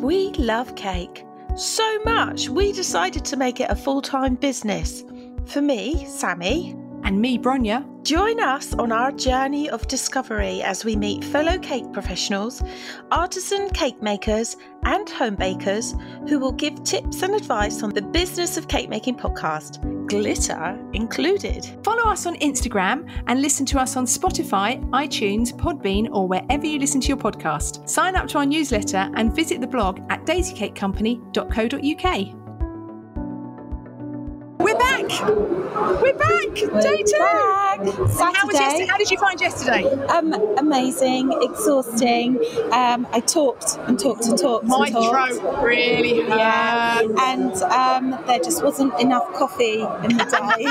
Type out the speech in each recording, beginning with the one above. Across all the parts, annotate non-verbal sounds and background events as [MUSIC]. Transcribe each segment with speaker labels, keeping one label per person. Speaker 1: We love cake so much, we decided to make it a full time business. For me, Sammy,
Speaker 2: And me, Bronya.
Speaker 1: Join us on our journey of discovery as we meet fellow cake professionals, artisan cake makers, and home bakers who will give tips and advice on the business of cake making podcast, glitter included.
Speaker 2: Follow us on Instagram and listen to us on Spotify, iTunes, Podbean, or wherever you listen to your podcast. Sign up to our newsletter and visit the blog at daisycakecompany.co.uk. We're back! We're back! Day two! How, was yesterday?
Speaker 3: Saturday,
Speaker 2: How did you find yesterday?
Speaker 3: um, amazing, exhausting. Um, I talked and talked and talked
Speaker 2: My
Speaker 3: and talked.
Speaker 2: throat really hurt.
Speaker 3: Yeah, and um, there just wasn't enough coffee in the day.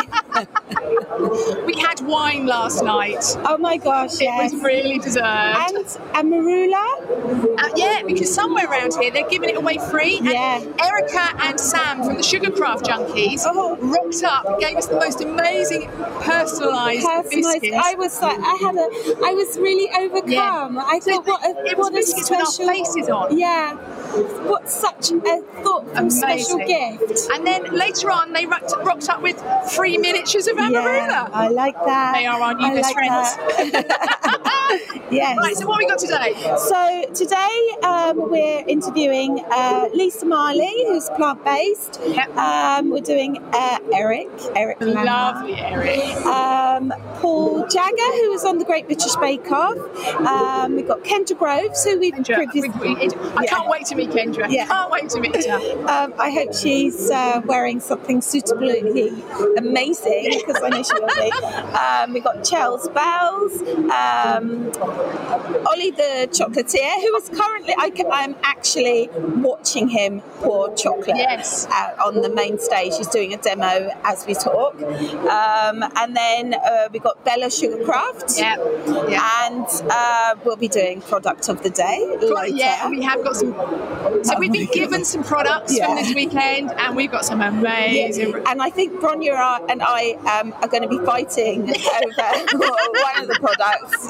Speaker 3: [LAUGHS]
Speaker 2: [LAUGHS] We had wine last night.
Speaker 3: oh my gosh, yes.
Speaker 2: It was really deserved.
Speaker 3: and and marula.
Speaker 2: Uh, yeah, because somewhere around here they're giving it away free. And
Speaker 3: Yeah.
Speaker 2: Erica and Sam from the Sugarcraft Junkies
Speaker 3: Oh.
Speaker 2: rocked up, gave us the most amazing personalised
Speaker 3: Personalised.
Speaker 2: biscuits.
Speaker 3: I was like, I had a, I was really overcome. I
Speaker 2: So
Speaker 3: thought, what a,
Speaker 2: it was
Speaker 3: what a
Speaker 2: biscuits with our
Speaker 3: special,
Speaker 2: faces on.
Speaker 3: Yeah, what such a thoughtful, special
Speaker 2: Amazing.
Speaker 3: gift.
Speaker 2: And then later on, they rocked, rocked up with free miniatures of
Speaker 3: Yeah,
Speaker 2: Amarula.
Speaker 3: I like that.
Speaker 2: They are our new
Speaker 3: I
Speaker 2: best
Speaker 3: like
Speaker 2: friends.
Speaker 3: that. [LAUGHS] yes.
Speaker 2: Right, so what we got today?
Speaker 3: So today um, we're interviewing uh, Lisa Marley, who's plant based.
Speaker 2: Yep.
Speaker 3: Um, we're doing uh, Eric, Eric Lammar.
Speaker 2: Lovely, Eric.
Speaker 3: Um, Paul Jagger, who was on the Great British Bake Off. Um, we've got Kendra Groves, who we've
Speaker 2: Kendra,
Speaker 3: previously.
Speaker 2: we- we- I
Speaker 3: Yeah.
Speaker 2: can't wait to meet Kendra.
Speaker 3: Yeah.
Speaker 2: Can't wait to meet her.
Speaker 3: Um, I hope she's uh, wearing something suitably amazing because I know she will be.
Speaker 2: [LAUGHS]
Speaker 3: Um, we got Chels Bells, um, Ollie the chocolatier, who is currently I am actually watching him pour chocolate
Speaker 2: Yes.
Speaker 3: out on the main stage. He's doing a demo as we talk, um, and then uh, we got Bella Sugarcraft.
Speaker 2: Yeah. Yeah.
Speaker 3: And uh, we'll be doing product of the day later. Oh
Speaker 2: Yeah, we have got some. So we've been given some products from
Speaker 3: Yeah. [LAUGHS]
Speaker 2: this weekend, and we've got some amazing.
Speaker 3: Yeah, And I think Bronya are- and I um, are going to be fighting over [LAUGHS] one of the products.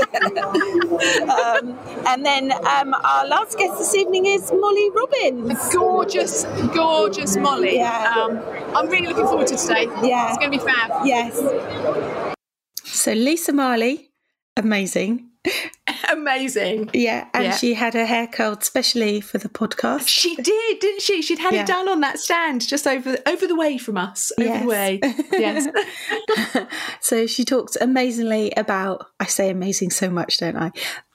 Speaker 3: [LAUGHS] um, and then um, our last guest this evening is Molly Robbins.
Speaker 2: Gorgeous, gorgeous Molly.
Speaker 3: Yeah.
Speaker 2: Um, I'm really looking forward to today.
Speaker 3: Yeah.
Speaker 2: It's going to be fab.
Speaker 3: Yes.
Speaker 1: So, Lisa Marley, amazing.
Speaker 2: [LAUGHS] Amazing.
Speaker 1: Yeah, and
Speaker 2: Yeah.
Speaker 1: she had her hair curled specially for the podcast.
Speaker 2: She did, didn't she? She'd had
Speaker 1: Yeah.
Speaker 2: it down on that stand just over over the way from us. Over
Speaker 1: Yes.
Speaker 2: the way. Yes.
Speaker 1: [LAUGHS] So she talks amazingly about, I say amazing so much, don't I?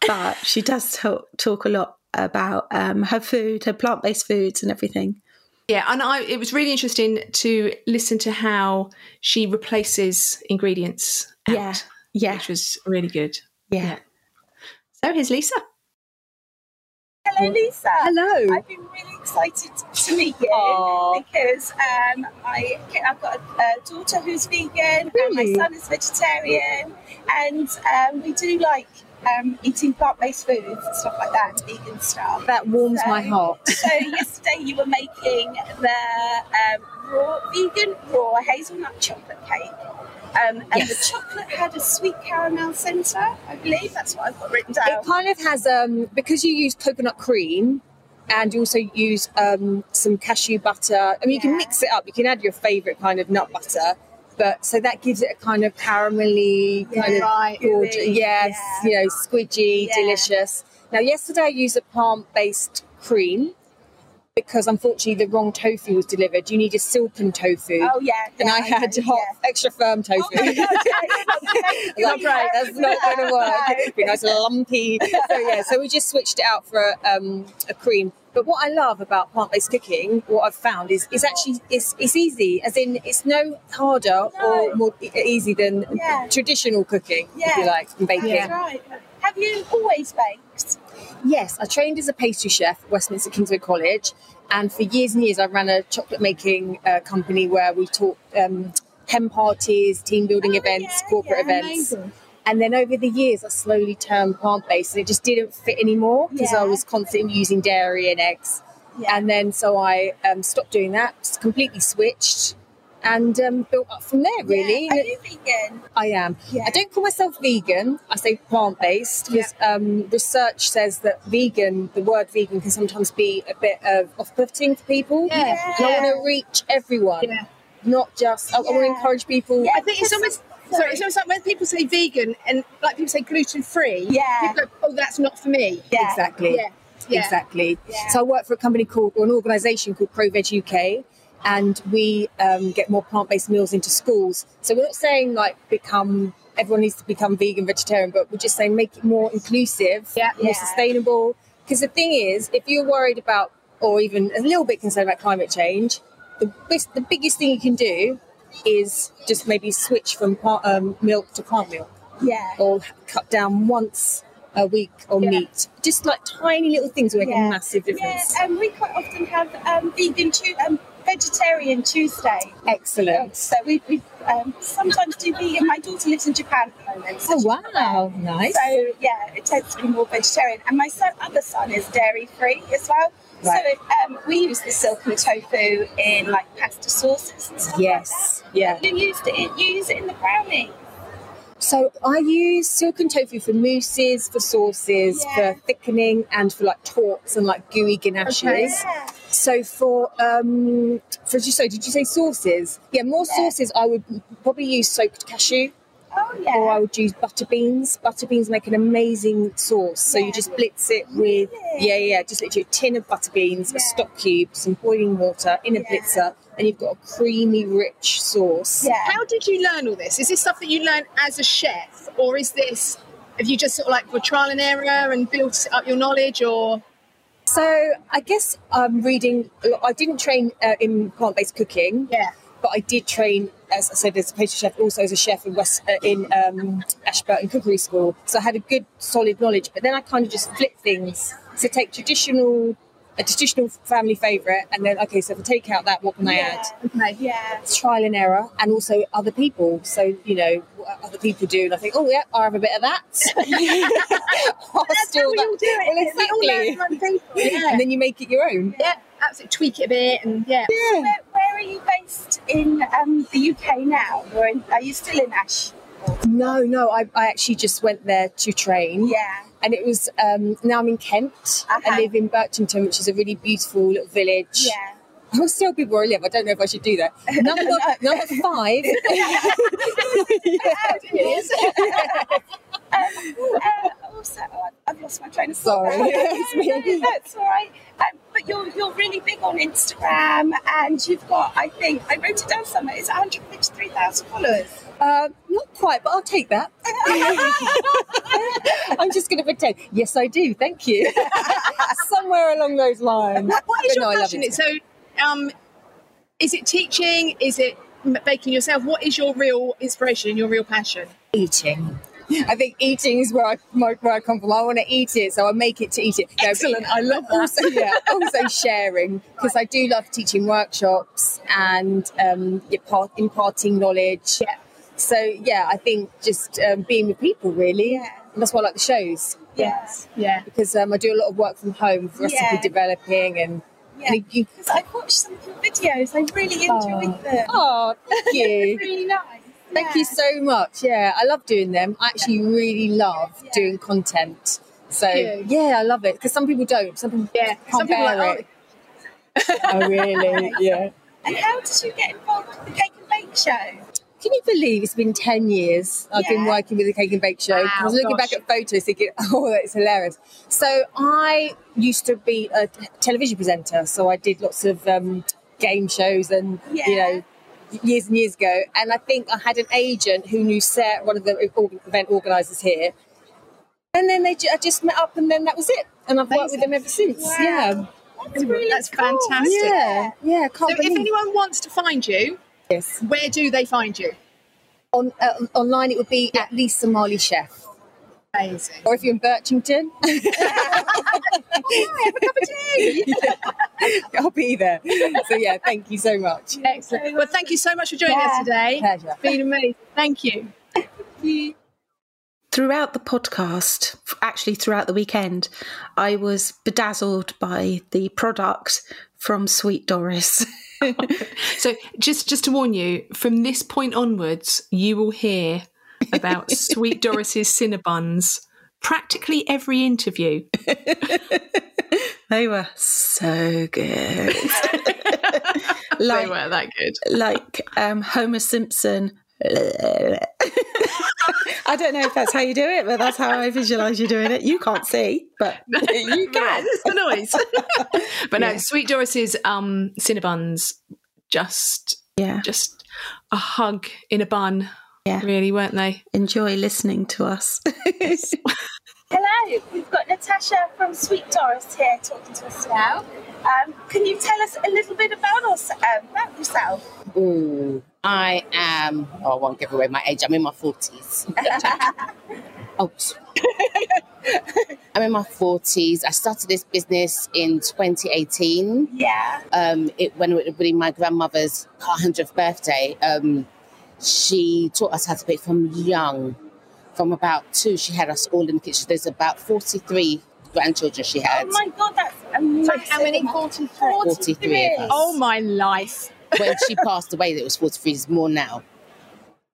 Speaker 1: But she does talk, talk a lot about um, her food, her plant based foods, and everything.
Speaker 2: yeah, and I it was really interesting to listen to how she replaces ingredients. out,
Speaker 1: Yeah. Yeah.
Speaker 2: Which was really good.
Speaker 1: Yeah.
Speaker 2: So here's Lisa.
Speaker 3: Hello, Lisa.
Speaker 4: Hello.
Speaker 3: I've been really excited to meet you
Speaker 4: Aw.
Speaker 3: because um, I, I've got a, a daughter who's vegan
Speaker 4: Really?
Speaker 3: and my son is vegetarian, and um, we do like um, eating plant based foods and stuff like that, vegan stuff.
Speaker 4: That warms
Speaker 3: So-
Speaker 4: my heart.
Speaker 3: [LAUGHS] So yesterday you were making the um, raw vegan raw hazelnut chocolate cake. Um, and the chocolate had a sweet caramel centre, I believe. That's what I've got written down.
Speaker 4: It kind of has um because you use coconut cream and you also use um, some cashew butter. I mean, you can
Speaker 3: Yeah.
Speaker 4: mix it up. You can add your favorite kind of nut butter, but so that gives it a kind of caramelly kind of
Speaker 2: Right.
Speaker 4: gorgeous,
Speaker 3: Gooey,
Speaker 4: yes,
Speaker 3: yeah.
Speaker 4: you know, squidgy,
Speaker 3: Yeah.
Speaker 4: delicious. Now, yesterday I used a plant-based cream because unfortunately the wrong tofu was delivered. You need a silken tofu,
Speaker 3: Oh, yeah.
Speaker 4: and
Speaker 3: yeah,
Speaker 4: I had
Speaker 3: know,
Speaker 4: hot,
Speaker 3: yeah.
Speaker 4: extra firm tofu.
Speaker 3: Oh [LAUGHS]
Speaker 4: [LAUGHS]
Speaker 3: my God, yeah,
Speaker 4: Like, right, [LAUGHS] that's not going to work. It'd be nice and lumpy. So yeah, so we just switched it out for a, um, a cream. But what I love about plant-based cooking, what I've found is, is actually it's, it's easy. As in, it's no harder or more e- easy than
Speaker 3: Yeah.
Speaker 4: traditional cooking, if you
Speaker 3: Yeah.
Speaker 4: like, and baking.
Speaker 3: That's right. Have you always baked?
Speaker 4: Yes, I trained as a pastry chef at Westminster Kingsway College, and for years and years I ran a chocolate making uh, company where we taught um, hen parties, team building
Speaker 3: Oh,
Speaker 4: events,
Speaker 3: yeah,
Speaker 4: corporate
Speaker 3: yeah,
Speaker 4: events. And then over the years, I slowly turned plant based, and it just didn't fit anymore because I
Speaker 3: Yeah.
Speaker 4: was constantly using dairy and eggs.
Speaker 3: Yeah.
Speaker 4: And then so I um, stopped doing that, s- completely switched, and um, built up from there, really.
Speaker 3: Yeah. Are you vegan?
Speaker 4: I am.
Speaker 3: Yeah.
Speaker 4: I don't call myself vegan. I say plant based because um, research says that vegan, the word vegan, can sometimes be a bit of off putting for people.
Speaker 2: Yeah.
Speaker 4: And I want to reach everyone,
Speaker 2: Yeah.
Speaker 4: not just, I, I want to
Speaker 3: Yeah.
Speaker 4: encourage people.
Speaker 2: I think it's almost sorry. It's almost like when people say vegan and like people say gluten free.
Speaker 3: Yeah.
Speaker 2: People go, oh, that's not for me.
Speaker 3: Yeah.
Speaker 4: Exactly.
Speaker 2: Yeah. Yeah.
Speaker 4: Exactly.
Speaker 3: Yeah.
Speaker 4: So I work for a company called, or an organisation called ProVeg UK, and we um, get more plant-based meals into schools. So we're not saying like become everyone needs to become vegan, vegetarian, but we're just saying make it more inclusive,
Speaker 2: Yeah.
Speaker 3: Yeah.
Speaker 4: more sustainable. Because the thing is, if you're worried about, or even a little bit concerned about climate change, the best, the biggest thing you can do is just maybe switch from plant, um, milk to plant milk
Speaker 3: Yeah.
Speaker 4: or cut down once a week on
Speaker 2: Yeah.
Speaker 4: meat. Just like tiny little things will make
Speaker 3: Yeah.
Speaker 4: a massive difference.
Speaker 3: Yeah, um, we quite often have um, vegan, tu- um, vegetarian Tuesday.
Speaker 4: Excellent.
Speaker 3: So we, we um, sometimes do vegan. My daughter lives in Japan at the moment. so
Speaker 4: Oh
Speaker 3: she-
Speaker 4: wow, nice.
Speaker 3: So yeah, it tends to be more vegetarian. And my son, other son is dairy free as well.
Speaker 4: Right.
Speaker 3: So it, um, we use the silken tofu in like pasta sauces and stuff
Speaker 4: Yes, yeah.
Speaker 3: like that. You used it. in- You use it in the brownie.
Speaker 4: So I use silken tofu for mousses, for sauces,
Speaker 3: Yeah.
Speaker 4: for thickening, and for like torts and like gooey ganaches.
Speaker 3: Yeah.
Speaker 4: So for um, for so did you say sauces? Yeah, more
Speaker 3: Yeah.
Speaker 4: sauces. I would probably use soaked cashew.
Speaker 3: Oh yeah.
Speaker 4: Or I would use butter beans. Butter beans make an amazing sauce. So you just blitz it with,
Speaker 3: Really?
Speaker 4: yeah, yeah, just literally a tin of butter beans, a
Speaker 3: Yeah.
Speaker 4: stock cube, some boiling water in a
Speaker 3: Yeah.
Speaker 4: blitzer, and you've got a creamy, rich sauce.
Speaker 3: yeah.
Speaker 2: How did you learn all this? Is this stuff that you learn as a chef, or is this have you just sort of like were trial and error and built up your knowledge, or
Speaker 4: So I guess I'm reading, a lot- I didn't train uh, in plant based cooking.
Speaker 2: yeah,
Speaker 4: But I did train, as I said, as a pastry chef, also as a chef in West uh, in um, Ashburton Cookery School. So I had a good, solid knowledge. But then I kind of just flip things. So take traditional, a traditional family favourite, and then okay, so if I take out that, what can I add?
Speaker 2: okay,
Speaker 3: Yeah.
Speaker 4: It's trial and error, and also other people. So you know what other people do, and I think, oh yeah, I'll have a bit of
Speaker 2: [LAUGHS]
Speaker 4: that. I'll
Speaker 2: That's how
Speaker 4: steal
Speaker 2: we
Speaker 4: Oh, that.
Speaker 2: all do
Speaker 4: [LAUGHS]
Speaker 2: it.
Speaker 4: Well,
Speaker 2: We all learn
Speaker 4: exactly.
Speaker 2: from people. Yeah.
Speaker 4: And then you make it your own.
Speaker 2: yeah, absolutely tweak it a bit and yeah.
Speaker 3: Where, where are you based in um, the UK now? Or in, are you still in Ash?
Speaker 4: No, no, I, I actually just went there to train.
Speaker 3: Yeah.
Speaker 4: and it was um, now I'm in Kent.
Speaker 3: Uh-huh.
Speaker 4: I live in Birchington, which is a really beautiful little village. [LAUGHS]
Speaker 3: Yeah.
Speaker 4: I will still be where I live. I don't know if I should do
Speaker 3: [LAUGHS]
Speaker 4: that. Number number five. [LAUGHS]
Speaker 3: [LAUGHS] Um, uh, also, oh, I've lost my train of thought. [LAUGHS]
Speaker 4: Sorry, [LAUGHS] it's me.
Speaker 3: That's all right. Um, but you're you're really big on Instagram, and you've got I think I wrote it down somewhere. It's 153,000 followers.
Speaker 4: Uh, not quite, but I'll take that. [LAUGHS] I'm just going to pretend. Yes, I do. Thank you. [LAUGHS] Somewhere along those lines.
Speaker 2: What is
Speaker 4: But
Speaker 2: your
Speaker 4: no, Um, I love
Speaker 2: passion?
Speaker 4: it.
Speaker 2: So, um, is it teaching? Is it m- baking yourself? What is your real inspiration and your real passion?
Speaker 4: eating. I think eating is where I my, where I come from. I want to eat it, so I make it to eat it. No, Excellent, I love that. Also, yeah, also sharing because I do love teaching workshops and um, impart, imparting knowledge.
Speaker 2: Yeah.
Speaker 4: So yeah, I think just um, being with people really.
Speaker 3: Yeah.
Speaker 4: And that's why I like the shows
Speaker 3: Yes.
Speaker 2: Yeah.
Speaker 4: because um, I do a lot of work from home for recipe
Speaker 3: Yeah.
Speaker 4: developing and.
Speaker 3: Yeah.
Speaker 4: and you-
Speaker 3: Because I've watched some of your videos. I really enjoyed them.
Speaker 4: oh,
Speaker 3: [LAUGHS]
Speaker 4: thank you.
Speaker 3: Really nice.
Speaker 4: Thank
Speaker 3: Yeah.
Speaker 4: you so much. Yeah, I love doing them. I actually really love
Speaker 3: Yeah.
Speaker 4: doing content. So
Speaker 2: Good.
Speaker 4: yeah, I love it because some people don't. Some people
Speaker 2: Yeah.
Speaker 4: can't
Speaker 2: Some people are
Speaker 4: bear
Speaker 2: like,
Speaker 4: it. [LAUGHS] Oh,
Speaker 2: [LAUGHS]
Speaker 4: really? Yeah.
Speaker 3: And how did you get involved with the Cake and Bake Show?
Speaker 4: Can you believe it's been ten years I've been
Speaker 3: Yeah.
Speaker 4: working with the Cake and Bake Show? 'Cause I was
Speaker 2: Wow,
Speaker 4: looking
Speaker 2: gosh.
Speaker 4: back at photos, thinking, [LAUGHS] "Oh, that's hilarious." So I used to be a t- television presenter, so I did lots of um, game shows and you
Speaker 3: Yeah.
Speaker 4: know years and years ago. And I think I had an agent who knew Sarah, one of the org- event organisers here. And then they ju- I just met up, and then that was it. And I've worked with them ever since.
Speaker 3: Wow.
Speaker 4: Yeah,
Speaker 3: That's really
Speaker 2: that's
Speaker 3: cool.
Speaker 2: fantastic.
Speaker 4: yeah, yeah. I
Speaker 2: So,
Speaker 4: Can't
Speaker 2: if
Speaker 4: believe
Speaker 2: anyone wants to find you,
Speaker 4: this.
Speaker 2: where do they find you?
Speaker 4: On uh, online, it would be at least Somali Chef.
Speaker 2: Amazing. Oh,
Speaker 4: Or if you're in
Speaker 2: [LAUGHS]
Speaker 4: Birchington,
Speaker 5: [LAUGHS]
Speaker 4: I'll be there. So yeah, thank you so much.
Speaker 2: Excellent. Well, thank you so much for joining us today.
Speaker 4: Pleasure.
Speaker 2: It's been amazing. Thank you.
Speaker 6: throughout the podcast, f- actually throughout the weekend, I was bedazzled by the product
Speaker 1: from Sweet Doris. [LAUGHS]
Speaker 7: So just just to warn you, from this point onwards, you will hear about Sweet Doris's Cinnabuns practically every interview.
Speaker 1: they were so
Speaker 7: [LAUGHS]
Speaker 1: good. like,
Speaker 7: weren't that good.
Speaker 1: like um, Homer Simpson. [LAUGHS] I don't know if that's how you do it, but that's how I visualize you doing it. You can't see,
Speaker 8: [LAUGHS]
Speaker 1: but you can.
Speaker 7: That's the noise. but no, Sweet Doris's um, Cinnabuns just
Speaker 1: Yeah.
Speaker 7: just a hug in a bun.
Speaker 1: Yeah.
Speaker 7: Really, weren't they?
Speaker 1: Enjoy listening to us.
Speaker 3: Hello, we've got Natasha from Sweet Doris here talking to us now. Um, can you tell us a little bit about, us, um, about yourself?
Speaker 9: Ooh, I am. Oh, I won't give away my age. I'm in my forties. Ouch. [LAUGHS] I'm in my forties. I started this business in 2018.
Speaker 3: Yeah.
Speaker 9: Um, it when it would be my grandmother's hundredth birthday. Um, she taught us how to bake from young. From about two, she had us all in the kitchen. There's about 43 grandchildren she had.
Speaker 3: Oh my god, that's amazing.
Speaker 2: So how many? 43.
Speaker 9: 43 of us.
Speaker 2: Oh my life.
Speaker 9: when
Speaker 2: [LAUGHS]
Speaker 9: she passed away, it was 43. It's more now.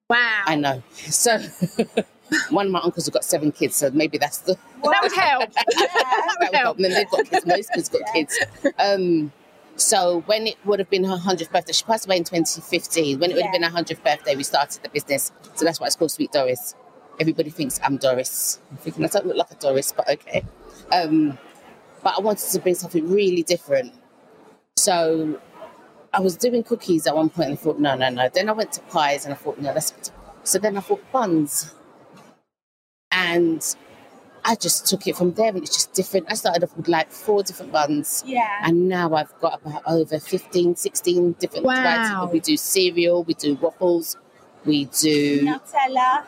Speaker 2: Wow.
Speaker 9: I know. So [LAUGHS] one of my uncles have got seven kids, so maybe that's the
Speaker 2: That
Speaker 9: [LAUGHS]
Speaker 2: would help.
Speaker 9: that would help. And then they've got kids. Most kids got kids. Um, so when it would have been her hundredth birthday, she passed away in 2015. When it would have been her hundredth birthday, we started the business. So that's why it's called Sweet Doris. Everybody thinks I'm Doris. I'm thinking I don't look like a Doris, but okay. Um, but I wanted to bring something really different. So I was doing cookies at one point and I thought, no, no, no. Then I went to pies and I thought, no, that's. So then I thought buns. And I just took it from there and it's just different. I started off with like four different buns.
Speaker 3: Yeah.
Speaker 9: And now I've got about over 15, 16 different
Speaker 2: Wow.
Speaker 9: varieties. We do cereal, we do waffles, we do
Speaker 3: Nutella.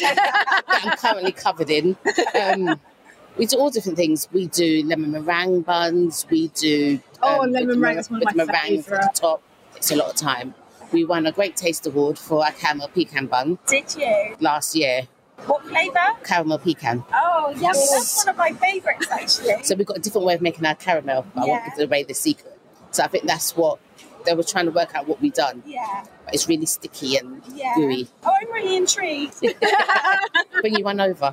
Speaker 9: [LAUGHS] that I'm currently covered in. Um, we do all different things. We do lemon meringue buns. We do um,
Speaker 2: Oh,
Speaker 9: with
Speaker 2: lemon
Speaker 9: mer-
Speaker 2: meringue is one of
Speaker 9: with
Speaker 2: my
Speaker 9: meringue at the
Speaker 2: favourite.
Speaker 9: top. It's a lot of time. We won a great taste award for our caramel pecan bun
Speaker 3: Did you?
Speaker 9: last year.
Speaker 3: What flavour?
Speaker 9: Caramel pecan.
Speaker 3: Oh, yummy. That's one of my favourites actually.
Speaker 9: So we've got a different way of making our caramel, but I
Speaker 3: Yeah.
Speaker 9: won't give away the secret. So I think that's what they were trying to work out what we done.
Speaker 3: yeah.
Speaker 9: But it's really sticky and
Speaker 3: Yeah.
Speaker 9: gooey.
Speaker 3: Oh, I'm really intrigued.
Speaker 9: bring you
Speaker 3: [LAUGHS]
Speaker 9: one over.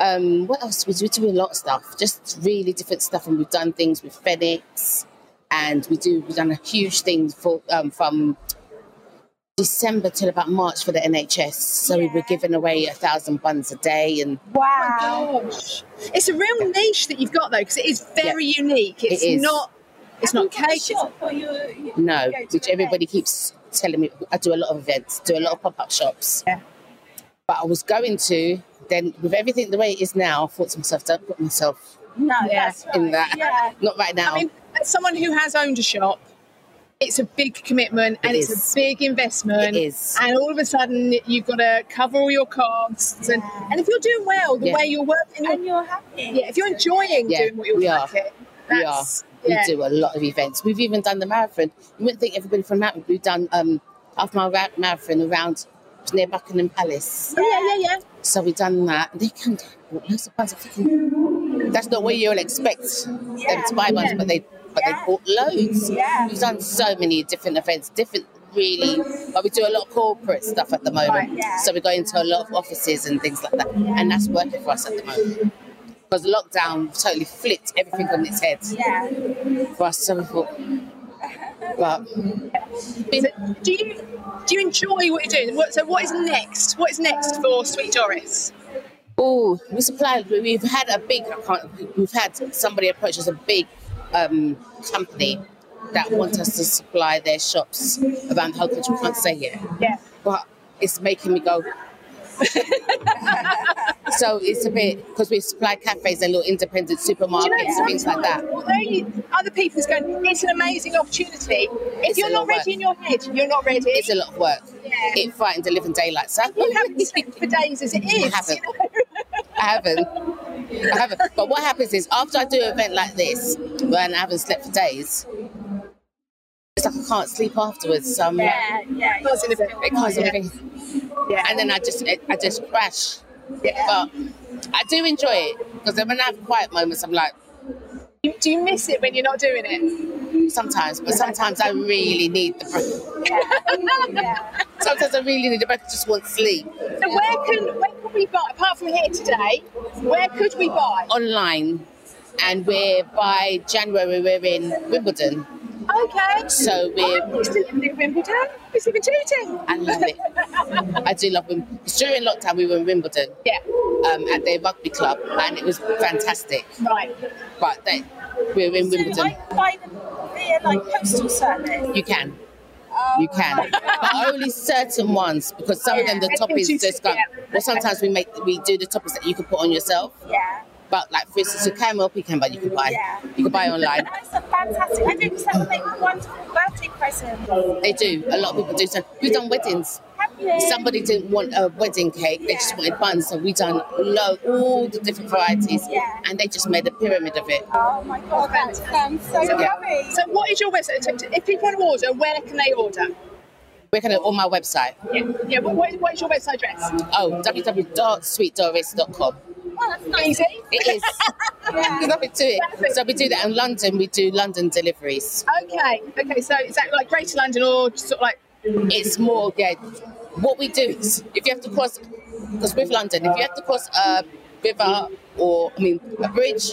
Speaker 9: um, what else? We do, we do a lot of stuff, just really different stuff, and we've done things with FedEx, and we do we've done a huge thing for um, from December till about March for the NHS. So we were
Speaker 3: Yeah.
Speaker 9: giving away a thousand buns a day, and
Speaker 3: Wow.
Speaker 2: Oh It's a real niche that you've got though, because it is very unique. It's
Speaker 9: is.
Speaker 2: not. It's
Speaker 3: Have
Speaker 2: not
Speaker 3: you got a
Speaker 2: cake. it's-
Speaker 3: shop or you- you-
Speaker 2: [LAUGHS]
Speaker 9: no,
Speaker 3: you go to
Speaker 9: which everybody
Speaker 3: events?
Speaker 9: keeps telling me. I do a lot of events, do a lot of pop up shops.
Speaker 2: Yeah.
Speaker 9: But I was going to then with everything the way it is now. I thought to myself, don't put myself
Speaker 3: No,
Speaker 2: Yeah,
Speaker 3: that's right.
Speaker 9: in that.
Speaker 3: Yeah.
Speaker 9: Not right now.
Speaker 2: I mean, as someone who has owned a shop, it's a big commitment and
Speaker 9: It
Speaker 2: it's
Speaker 9: is.
Speaker 2: a big investment.
Speaker 9: It is.
Speaker 2: And all of a sudden, you've got to cover all your costs. And,
Speaker 3: Yeah.
Speaker 2: and if you're doing well, the
Speaker 9: Yeah.
Speaker 2: way you're working,
Speaker 3: And you're happy.
Speaker 2: yeah, if you're enjoying
Speaker 9: Yeah,
Speaker 2: doing what you're
Speaker 9: we are.
Speaker 2: working,
Speaker 9: We
Speaker 2: that's,
Speaker 9: we
Speaker 2: yeah.
Speaker 9: do a lot of events. We've even done the marathon. You wouldn't think everybody from that. We've done um, after my ra- marathon around near Buckingham Palace.
Speaker 2: Oh, yeah, yeah, yeah.
Speaker 9: So we've done that. They can loads of buns. I think- That's not what you'll expect them to buy ones, but they but
Speaker 3: Yeah.
Speaker 9: they bought loads.
Speaker 3: Yeah.
Speaker 9: We've done so many different events, different really. But we do a lot of corporate stuff at the moment.
Speaker 2: Right,
Speaker 3: yeah.
Speaker 9: So we go into a lot of offices and things like that, and that's working for us at the moment. Because lockdown totally flipped everything on its head
Speaker 3: Yeah.
Speaker 9: for us some people. But
Speaker 2: So do you do you enjoy what you're doing? What, so what is next? What is next for Sweet Doris?
Speaker 9: oh, we supply. We've had a big. I can't, we've had somebody approach us a big um, company that wants us to supply their shops around the whole country. We can't say yet,
Speaker 2: Yeah.
Speaker 9: but it's making me go. [LAUGHS] so it's a bit because we supply cafes and little independent supermarkets
Speaker 2: Do you know,
Speaker 9: and things like that.
Speaker 2: sometimes, although you, other people's going, it's an amazing opportunity. If
Speaker 9: It's
Speaker 2: you're
Speaker 9: a
Speaker 2: not
Speaker 9: lot of
Speaker 2: ready in your head, you're not ready.
Speaker 9: It's a lot of work.
Speaker 2: Yeah.
Speaker 9: It frightened the living daylight. So
Speaker 2: you
Speaker 9: [LAUGHS]
Speaker 2: haven't slept for days as it is.
Speaker 9: I haven't.
Speaker 2: you
Speaker 9: I haven't.
Speaker 2: know?
Speaker 9: I haven't. But what happens is after I do an event like this, when I haven't slept for days, it's like I can't sleep afterwards. So I'm like,
Speaker 3: Yeah. Yeah.
Speaker 2: Because of it.
Speaker 9: it can't
Speaker 2: Yeah. Yeah.
Speaker 9: And then I just, I just crash.
Speaker 2: Yeah.
Speaker 9: But I do enjoy it because then when I have quiet moments, I'm like,
Speaker 2: You- Do you miss it when you're not doing it?
Speaker 9: Sometimes, but sometimes I really need the break. [LAUGHS] Sometimes I really need the break. I just want sleep.
Speaker 2: So where can where can we buy apart from here today? Where could we buy?
Speaker 9: Online, and we're by January we're in Wimbledon.
Speaker 2: Okay.
Speaker 3: Oh,
Speaker 9: So we're
Speaker 2: We're still in Wimbledon. We're still in shooting.
Speaker 9: I
Speaker 3: [LAUGHS]
Speaker 9: love it. I do love Wimbledon. During lockdown, we were in Wimbledon
Speaker 2: Yeah.
Speaker 9: um, at their rugby club, and it was fantastic.
Speaker 2: Right.
Speaker 9: But they, we were in
Speaker 3: So
Speaker 9: Wimbledon.
Speaker 3: I buy them via like postal service. Oh
Speaker 9: You can. You can, but only certain ones because some of them the
Speaker 2: Yeah.
Speaker 9: toppings just go.
Speaker 2: Yeah.
Speaker 9: Well, sometimes we make we do the toppings that you can put on yourself.
Speaker 3: Yeah.
Speaker 9: But like for instance, your caramel pecan bar you can buy.
Speaker 3: Yeah.
Speaker 9: You can buy online.
Speaker 3: That's a fantastic. I think that would make wonderful birthday presents.
Speaker 9: They do. A lot of people do. So we've done weddings.
Speaker 3: Have you?
Speaker 9: Somebody didn't want a wedding cake; they just wanted buns. So we done low, all the different varieties,
Speaker 3: Yeah.
Speaker 9: and they just made a pyramid of it.
Speaker 3: Oh my god, that sounds so
Speaker 9: Yeah.
Speaker 3: yummy.
Speaker 2: um, So what is your website? So If people want to order, where can they order?
Speaker 9: We're gonna on my website.
Speaker 2: Yeah. Yeah. What, what, what is your website address?
Speaker 9: Oh, www.sweetdoris.com.
Speaker 2: Easy. [LAUGHS]
Speaker 9: It is. There's nothing to it. So we do that in London. We do London deliveries.
Speaker 2: Okay. Okay. So is that like Greater London or just sort of like
Speaker 9: It's more yeah. What we do is if you have to cross, because with London, if you have to cross a river or I mean a bridge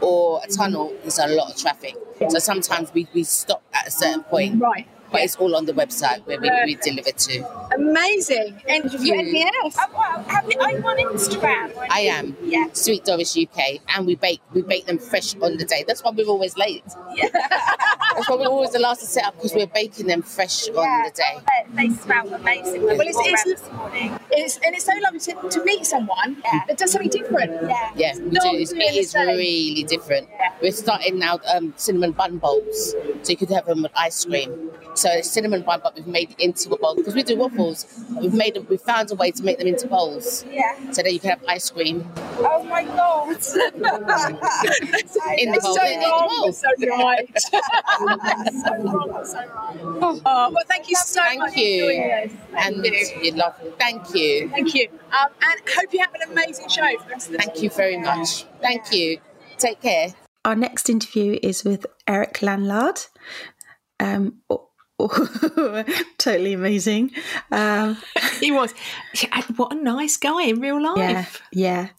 Speaker 9: or a tunnel, there's a lot of traffic. So sometimes we, we stop at a certain point.
Speaker 2: Right.
Speaker 9: But it's all on the website where we, we deliver to.
Speaker 2: amazing? And have you anything else?
Speaker 3: Oh, wow. Have you, are you on Instagram? or
Speaker 9: Hmm. I am
Speaker 3: anything? Yeah.
Speaker 9: Sweet Doris UK, and we bake we bake them fresh on the day. That's why we're always late. That's why we're always the last to set up because we're baking them fresh on
Speaker 3: yeah.
Speaker 9: the day.
Speaker 3: Oh, they, they smell amazing.
Speaker 9: Well,
Speaker 2: it's- it's-
Speaker 3: this morning.
Speaker 2: It's, and it's so lovely to, to meet someone that does something different.
Speaker 3: Yeah.
Speaker 9: Yeah, we
Speaker 2: Not
Speaker 9: do. It's,
Speaker 2: really
Speaker 9: it is
Speaker 2: the same.
Speaker 9: really different. We're starting now um, cinnamon bun bowls, so you could have them with ice cream. So it's cinnamon bun, but we've made it into a bowl because we do waffles. We've made them. We found a way to make them into bowls.
Speaker 3: Yeah.
Speaker 9: So then you can have ice cream
Speaker 3: Oh my
Speaker 9: [LAUGHS]
Speaker 3: god.
Speaker 9: in the
Speaker 2: It's
Speaker 9: bowl.
Speaker 2: so
Speaker 9: in the
Speaker 2: wrong,
Speaker 9: bowl.
Speaker 2: but so
Speaker 9: [LAUGHS]
Speaker 2: right. so wrong, but so right. Oh, well, thank you so
Speaker 9: Thank
Speaker 2: much
Speaker 9: you.
Speaker 2: for doing this.
Speaker 9: And
Speaker 2: Thank you.
Speaker 9: you're lovely. Thank you.
Speaker 2: Thank you. Um, and hope you have an amazing show. for the rest of the
Speaker 9: Thank you very much. Thank you. Take care.
Speaker 1: Our next interview is with Eric Landlard. Um, [LAUGHS] oh, oh, totally amazing. Um,
Speaker 7: [LAUGHS] He was. Yeah, and what a nice guy in real
Speaker 1: yeah,
Speaker 7: life.
Speaker 1: yeah.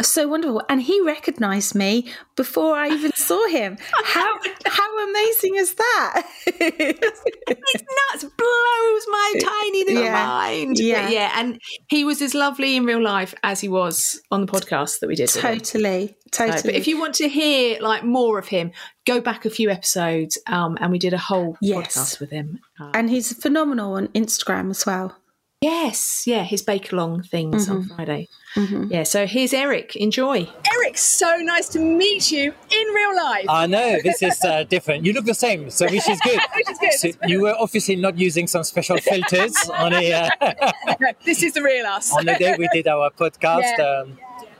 Speaker 1: So wonderful. And he recognized me before I even saw
Speaker 7: [LAUGHS]
Speaker 1: him. How how amazing is that?
Speaker 7: It's nuts. Blows my tiny little
Speaker 1: Yeah.
Speaker 7: mind. But
Speaker 1: Yeah.
Speaker 7: yeah. And he was as lovely in real life as he was on the podcast that we did. with him.
Speaker 1: totally,
Speaker 7: So,
Speaker 1: totally.
Speaker 7: but if you want to hear like more of him, go back a few episodes, um, and we did a whole
Speaker 1: Yes.
Speaker 7: podcast with him. Uh,
Speaker 1: and he's phenomenal on Instagram as well.
Speaker 7: yes, yeah, his bake along things on Friday.
Speaker 3: Mm-hmm.
Speaker 1: Mhm.
Speaker 7: Yeah, so here's Eric. Enjoy.
Speaker 2: day. Eric, so nice to meet you in real life.
Speaker 10: I know this is
Speaker 2: [LAUGHS]
Speaker 10: uh, different. You look the same, so which is good.
Speaker 2: Which is good.
Speaker 10: So you were obviously not using some special
Speaker 2: [LAUGHS]
Speaker 10: filters on a uh,
Speaker 2: this is the real us.
Speaker 10: on the day we did our podcast.
Speaker 2: Yeah.
Speaker 10: Um,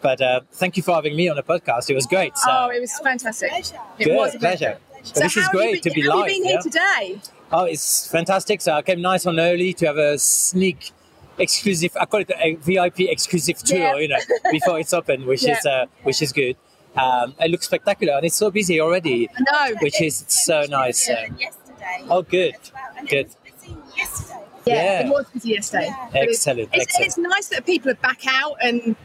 Speaker 10: but uh, thank you for having me on the podcast. It was great. So.
Speaker 2: Oh, it was fantastic. It
Speaker 10: good,
Speaker 2: was a
Speaker 10: pleasure. So this
Speaker 2: how
Speaker 10: is
Speaker 2: have you
Speaker 10: great
Speaker 2: been-
Speaker 10: to be
Speaker 2: how
Speaker 10: live.
Speaker 2: have you been here
Speaker 10: yeah?
Speaker 2: today?
Speaker 10: Oh, it's fantastic. So I came nice and early to have a sneak exclusive. I call it a VIP exclusive tour,
Speaker 2: Yeah.
Speaker 10: you know, before it's open, which is uh, which is good. Um, it looks spectacular, and it's so busy already,
Speaker 2: No.
Speaker 10: which is so nice. uh,
Speaker 3: yesterday.
Speaker 10: oh, good,
Speaker 3: as well. And
Speaker 10: good.
Speaker 3: it was busy yesterday.
Speaker 2: Yeah,
Speaker 10: Yeah.
Speaker 2: it was busy yesterday.
Speaker 3: Yeah.
Speaker 2: But it's-
Speaker 10: Excellent,
Speaker 2: It's,
Speaker 10: excellent.
Speaker 2: it's nice that people are back out and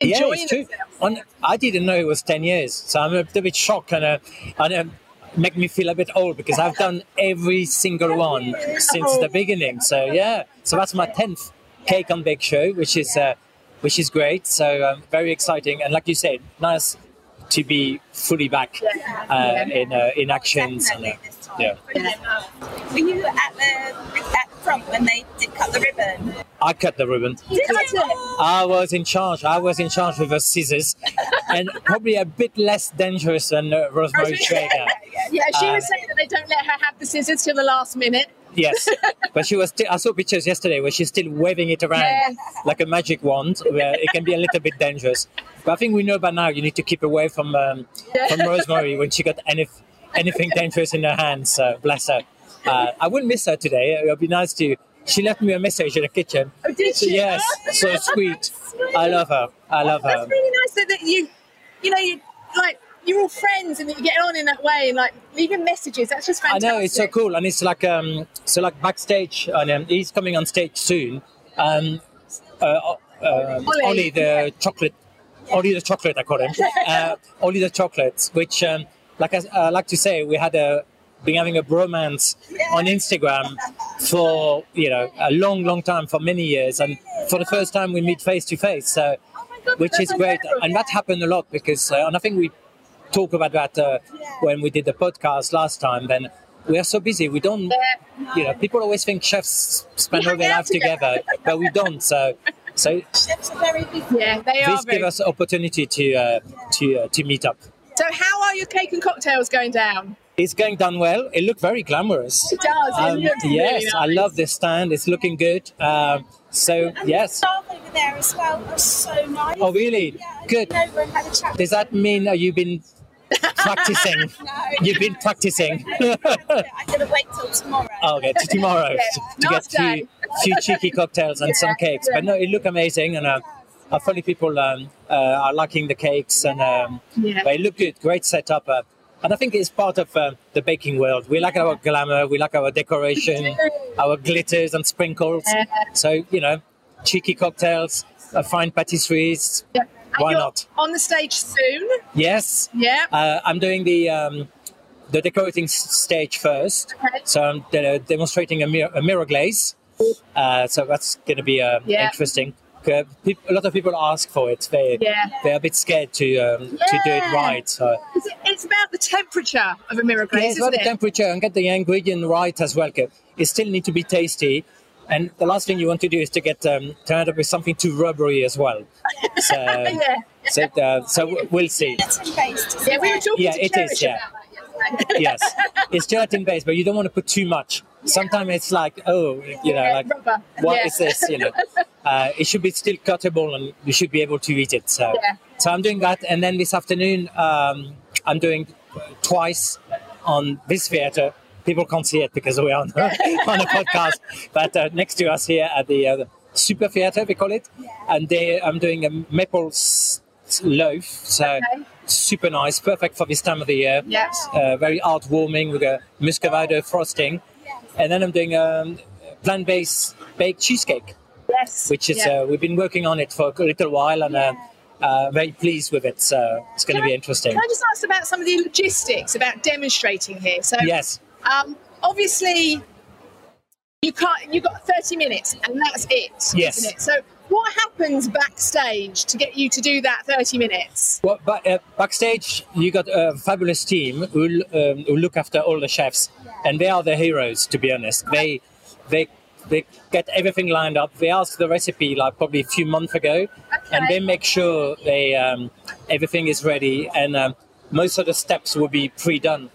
Speaker 2: enjoying
Speaker 10: yeah, it's true.
Speaker 2: themselves.
Speaker 10: On, I didn't know it was 10 years, so I'm a little bit shocked and, uh, and um, make me feel a bit old because I've done every single one since
Speaker 3: Oh.
Speaker 10: the beginning. So yeah, so that's my 10th cake and bake show, which is uh, which is great. So um, very exciting and like you said, nice to be fully back uh, in uh, in actions. and, uh,
Speaker 3: Oh, Definitely this time.
Speaker 10: yeah.
Speaker 3: Brilliant. Were you at the at the front when they did cut the ribbon?
Speaker 10: I cut the ribbon.
Speaker 3: Did you?
Speaker 10: I was in charge. I was in charge with the scissors, and probably a bit less dangerous than uh, Rosemary Traeger.
Speaker 2: Yeah, she
Speaker 10: Uh,
Speaker 2: was saying that they don't let her have the scissors till the last minute. [LAUGHS]
Speaker 10: Yes, but she was. Still, I saw pictures yesterday where she's still waving it around
Speaker 2: Yes.
Speaker 10: like a magic wand. Where it can be a little bit dangerous. But I think we know by now you need to keep away from um, from Rosemary when she got any, anything dangerous in her hands. So bless her. Uh, I wouldn't miss her today. It would be nice to. She left me a message in the kitchen.
Speaker 2: Oh, did she?
Speaker 10: Yes, so sweet. I love her. I love her.
Speaker 2: That's really nice that, that you, you know, you like you're all friends and that you get on in that way and like leaving messages. That's just
Speaker 10: I
Speaker 2: fantastic.
Speaker 10: know it's so cool, and it's like um, so like backstage, and um, he's coming on stage soon. Um, uh, uh, um,
Speaker 2: Ollie,
Speaker 10: Ollie the chocolate, Ollie the chocolate, I call
Speaker 2: [LAUGHS]
Speaker 10: him. Uh, Ollie the chocolate, which um, like I, I like to say, we had a been having a bromance on Instagram for you know a long, long time, for many years, and for the first time we meet face to face. So.
Speaker 2: Oh
Speaker 10: Which is great, and that happened a lot because, uh, and I think we talk about that uh, when we did the podcast last time. Then we are so busy, we don't. You know, people always think chefs spend all their life together, but we don't. So,
Speaker 2: [LAUGHS]
Speaker 10: so
Speaker 3: Chefs are very busy.
Speaker 2: Yeah, they are.
Speaker 10: this
Speaker 2: Very
Speaker 10: gives us opportunity to uh, to uh, to meet up.
Speaker 2: So, how are your cake and cocktails going down?
Speaker 10: It's going down well. It looked very glamorous.
Speaker 2: It does. it
Speaker 10: Um,
Speaker 2: looks
Speaker 10: yes,
Speaker 2: really
Speaker 10: I
Speaker 2: nice.
Speaker 10: love this stand. It's looking good. Um, so
Speaker 3: And the
Speaker 10: yes.
Speaker 3: staff over there as well are so nice.
Speaker 10: Oh really?
Speaker 3: Yeah, I
Speaker 10: Good.
Speaker 3: went over and had a chat.
Speaker 10: Does that mean uh, you've been
Speaker 2: [LAUGHS]
Speaker 10: practicing? You've been practicing.
Speaker 3: I'm going to wait till tomorrow.
Speaker 10: Okay, to
Speaker 3: [LAUGHS]
Speaker 10: tomorrow to, to get
Speaker 2: Nice
Speaker 10: few,
Speaker 2: day.
Speaker 10: few cheeky cocktails and some cakes. But
Speaker 3: [LAUGHS]
Speaker 10: no, it looked amazing, and uh, hopefully people um, uh, are liking the cakes, and um,
Speaker 2: Yeah.
Speaker 10: but it looked good. Great setup, uh, and I think it's part of uh, the baking world. We like our glamour, we like our decoration, our glitters and sprinkles.
Speaker 2: Yeah.
Speaker 10: So you know, cheeky cocktails, uh, fine pâtisseries.
Speaker 2: Yeah. And
Speaker 10: Why
Speaker 2: you're
Speaker 10: not?
Speaker 2: On the stage soon.
Speaker 10: Yes,
Speaker 2: Yeah.
Speaker 10: uh, I'm doing the um, the decorating s- stage first.
Speaker 2: Okay.
Speaker 10: So I'm de- demonstrating a, mir- a mirror glaze. Uh, so that's going to be um,
Speaker 2: Yeah.
Speaker 10: interesting. Uh, peop a lot of people ask for it. They
Speaker 2: Yeah.
Speaker 10: they're a bit scared to um, to do it
Speaker 2: Yeah.
Speaker 10: right. So
Speaker 2: It's, it's about the temperature of a mirror
Speaker 10: yeah,
Speaker 2: glaze,
Speaker 10: it's about
Speaker 2: isn't
Speaker 10: the
Speaker 2: it?
Speaker 10: temperature and get the ingredient right as well. 'cause It still needs to be tasty. And the last thing you want to do is to get um, turned up with something too rubbery as
Speaker 2: [LAUGHS]
Speaker 10: well. So,
Speaker 2: yeah.
Speaker 10: so, uh, so w- we'll see.
Speaker 3: Gelatin based.
Speaker 2: Yeah, we were talking
Speaker 10: Yeah,
Speaker 2: to
Speaker 10: it
Speaker 2: Cherish
Speaker 10: is, yeah.
Speaker 2: about that yesterday.
Speaker 10: [LAUGHS] yes,
Speaker 2: [LAUGHS]
Speaker 10: it's gelatin based, but you don't want to put too much. Sometimes it's like, oh, you know,
Speaker 2: Yeah,
Speaker 10: like
Speaker 2: rubber.
Speaker 10: what
Speaker 2: Yeah.
Speaker 10: is this? You
Speaker 2: [LAUGHS]
Speaker 10: know, uh, it should be still cuttable, and you should be able to eat it. So,
Speaker 2: Yeah.
Speaker 10: so I'm doing that, and then this afternoon um, I'm doing twice on this theatre. People can't see it because we're
Speaker 2: [LAUGHS]
Speaker 10: on [LAUGHS] on a podcast, but uh, next to us here at the, uh, the Super Theatre, we call it, and they, I'm doing a maple s- s- loaf. So. Super nice, perfect for this time of the year
Speaker 2: Yeah.
Speaker 10: uh, very heartwarming with a muscovado frosting. And then I'm doing um, plant-based baked cheesecake,
Speaker 2: Yes.
Speaker 10: which is
Speaker 2: Yeah.
Speaker 10: uh, we've been working on it for a little while, and uh, uh, very pleased with it. So it's going to
Speaker 2: Can
Speaker 10: be
Speaker 2: I-
Speaker 10: interesting.
Speaker 2: Can I just ask about some of the logistics about demonstrating here? So,
Speaker 10: Yes,
Speaker 2: um, obviously, you can't. You got 30 minutes, and that's it.
Speaker 10: Yes.
Speaker 2: Isn't it? So, what happens backstage to get you to do that 30 minutes?
Speaker 10: well, but, uh, backstage you got a fabulous team who l- um, who look after all the chefs, and they are the heroes. To be honest, they they they get everything lined up. They ask the recipe like probably a few months ago, and
Speaker 2: Okay.
Speaker 10: they make sure they um, everything is ready, and um, most of the steps will be pre-done.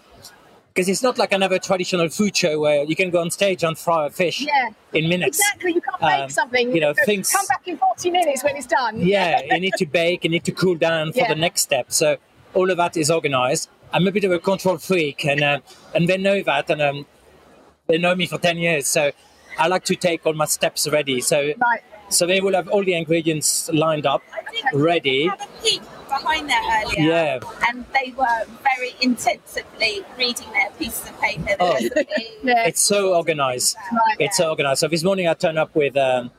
Speaker 10: Because it's not like another traditional food show where you can go on stage and fry a fish
Speaker 2: Yeah.
Speaker 10: in minutes.
Speaker 2: Exactly. You can't make
Speaker 10: Um,
Speaker 2: something.
Speaker 10: you know,
Speaker 2: go,
Speaker 10: things-
Speaker 2: Come back in 40 minutes when it's done.
Speaker 10: Yeah, you need to bake, you need to cool down for
Speaker 2: Yeah.
Speaker 10: the next step. So all of that is organized. I'm a bit of a control freak, and uh, and they know that, and um, they know me for ten years. So I like to take all my steps ready. So
Speaker 2: Right.
Speaker 10: so they will have all the ingredients lined up, ready.
Speaker 3: had a peek behind there earlier.
Speaker 10: Yeah.
Speaker 3: And they were very intensively reading their pieces of paper.
Speaker 10: Oh.
Speaker 2: [LAUGHS] Yeah.
Speaker 10: It's so organized.
Speaker 2: Right.
Speaker 10: It's so organized. So this morning I turned up with um,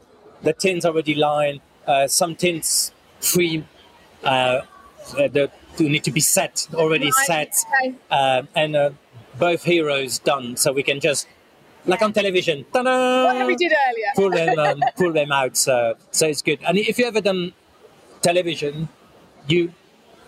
Speaker 10: the tins already lined, uh, some tins free, uh, that need to be set, already
Speaker 2: Right,
Speaker 10: set,
Speaker 2: okay.
Speaker 10: uh, and uh, both heroes done. So we can just, like on television, ta-da!
Speaker 2: What we did earlier.
Speaker 10: pull them um, pull them out. So so it's good. And if you ever done television, you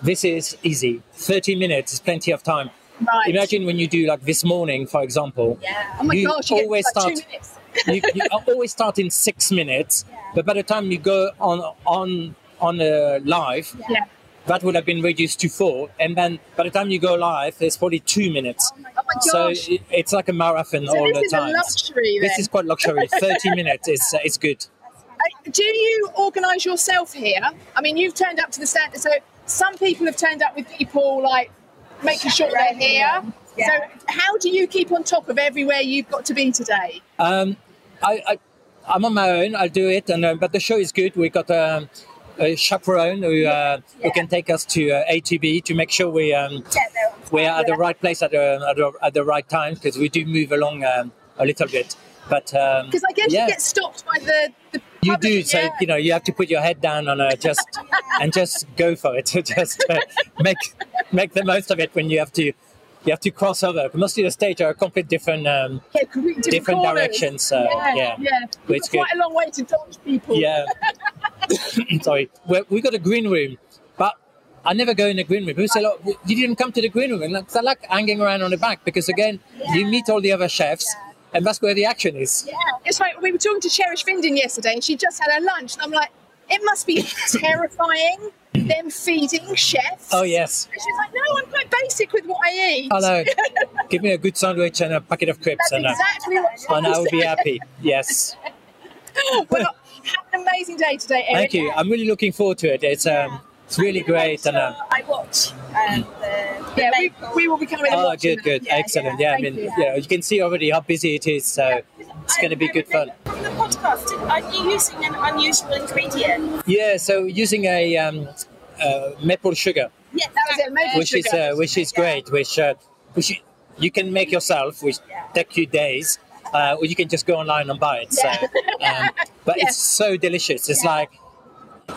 Speaker 10: this is easy. Thirty minutes is plenty of time.
Speaker 2: Right.
Speaker 10: Imagine when you do like this morning, for example. Yeah.
Speaker 2: Oh my
Speaker 10: you
Speaker 2: gosh! You get
Speaker 10: always
Speaker 2: like
Speaker 10: start.
Speaker 2: two minutes.
Speaker 10: you, you always start in six minutes, but by the time you go on on on uh, live,
Speaker 2: Yeah.
Speaker 10: that would have been reduced to four, and then by the time you go live, there's probably two minutes.
Speaker 2: Oh my gosh!
Speaker 10: so it- it's like a marathon
Speaker 2: So
Speaker 10: all
Speaker 2: this
Speaker 10: the
Speaker 2: is
Speaker 10: time.
Speaker 2: a luxury. Then.
Speaker 10: This is quite
Speaker 2: [LAUGHS]
Speaker 10: luxury. Thirty minutes is uh, is good.
Speaker 2: Uh, do you organise yourself here? I mean, you've turned up to the stand. So some people have turned up with people like making sure they're here. So how do you keep on top of everywhere you've got to be today?
Speaker 10: Um, I, I, I'm on my own. I'll do it. And uh, but the show is good. We got um, a chaperone who, uh, who can take us to uh, ATB to make sure we um, we are at the right place at the at the, at the right time because we do move along um, a little bit. But um,
Speaker 2: Because I guess
Speaker 10: yeah.
Speaker 2: you get stopped by the. the
Speaker 10: You
Speaker 2: public,
Speaker 10: do, so
Speaker 2: yeah.
Speaker 10: you know you have to put your head down on a
Speaker 2: [LAUGHS]
Speaker 10: just and just go for it. [LAUGHS] just uh, make make the most of it when you have to you have to cross over. Mostly the stage are a complete different um, [CLEARS THROAT]
Speaker 2: Yeah, complete different,
Speaker 10: different
Speaker 2: corners.
Speaker 10: directions. So yeah,
Speaker 2: yeah.
Speaker 10: But
Speaker 2: You've
Speaker 10: it's
Speaker 2: got quite a long way to dodge people. [LAUGHS]
Speaker 10: yeah. Sorry, we we got a green room, but I never go in the green room. People say, "Look, you didn't come to the green room," and that's- I like hanging around on the back because again, you meet all the other chefs, and that's where the action is.
Speaker 2: Yeah. It's like we were talking to Cherish Findon yesterday and she just had her lunch and I'm like, it must be [COUGHS] terrifying them feeding chefs.
Speaker 10: Oh yes.
Speaker 2: And she's like, no, I'm quite basic with what I eat. [LAUGHS]
Speaker 10: Hello. Give me a good sandwich and a packet of crisps,
Speaker 2: That's
Speaker 10: and, uh,
Speaker 2: exactly what she
Speaker 10: and I will be
Speaker 2: [LAUGHS]
Speaker 10: happy. Yes.
Speaker 2: well, have an amazing day today, Eric.
Speaker 10: Thank you. I'm really looking forward to it. It's um, it's really great, and uh,
Speaker 3: I watch um, the, the
Speaker 2: Yeah, we,
Speaker 3: local-
Speaker 2: we will be coming and
Speaker 10: oh,
Speaker 2: watching
Speaker 10: good,
Speaker 2: that.
Speaker 10: good, excellent. Yeah, I mean, you. know, you can see already how busy it is, so it's going to be good fun.
Speaker 3: From the podcast, are you using an unusual ingredient?
Speaker 10: Yeah, so using a um, uh, maple sugar,
Speaker 3: Yes,
Speaker 2: That was it, maple
Speaker 10: which is
Speaker 2: sugar.
Speaker 10: uh, which is great, which uh, which you, you can make yourself, which take you days, uh, or you can just go online and buy it. So, um, but it's so delicious. It's like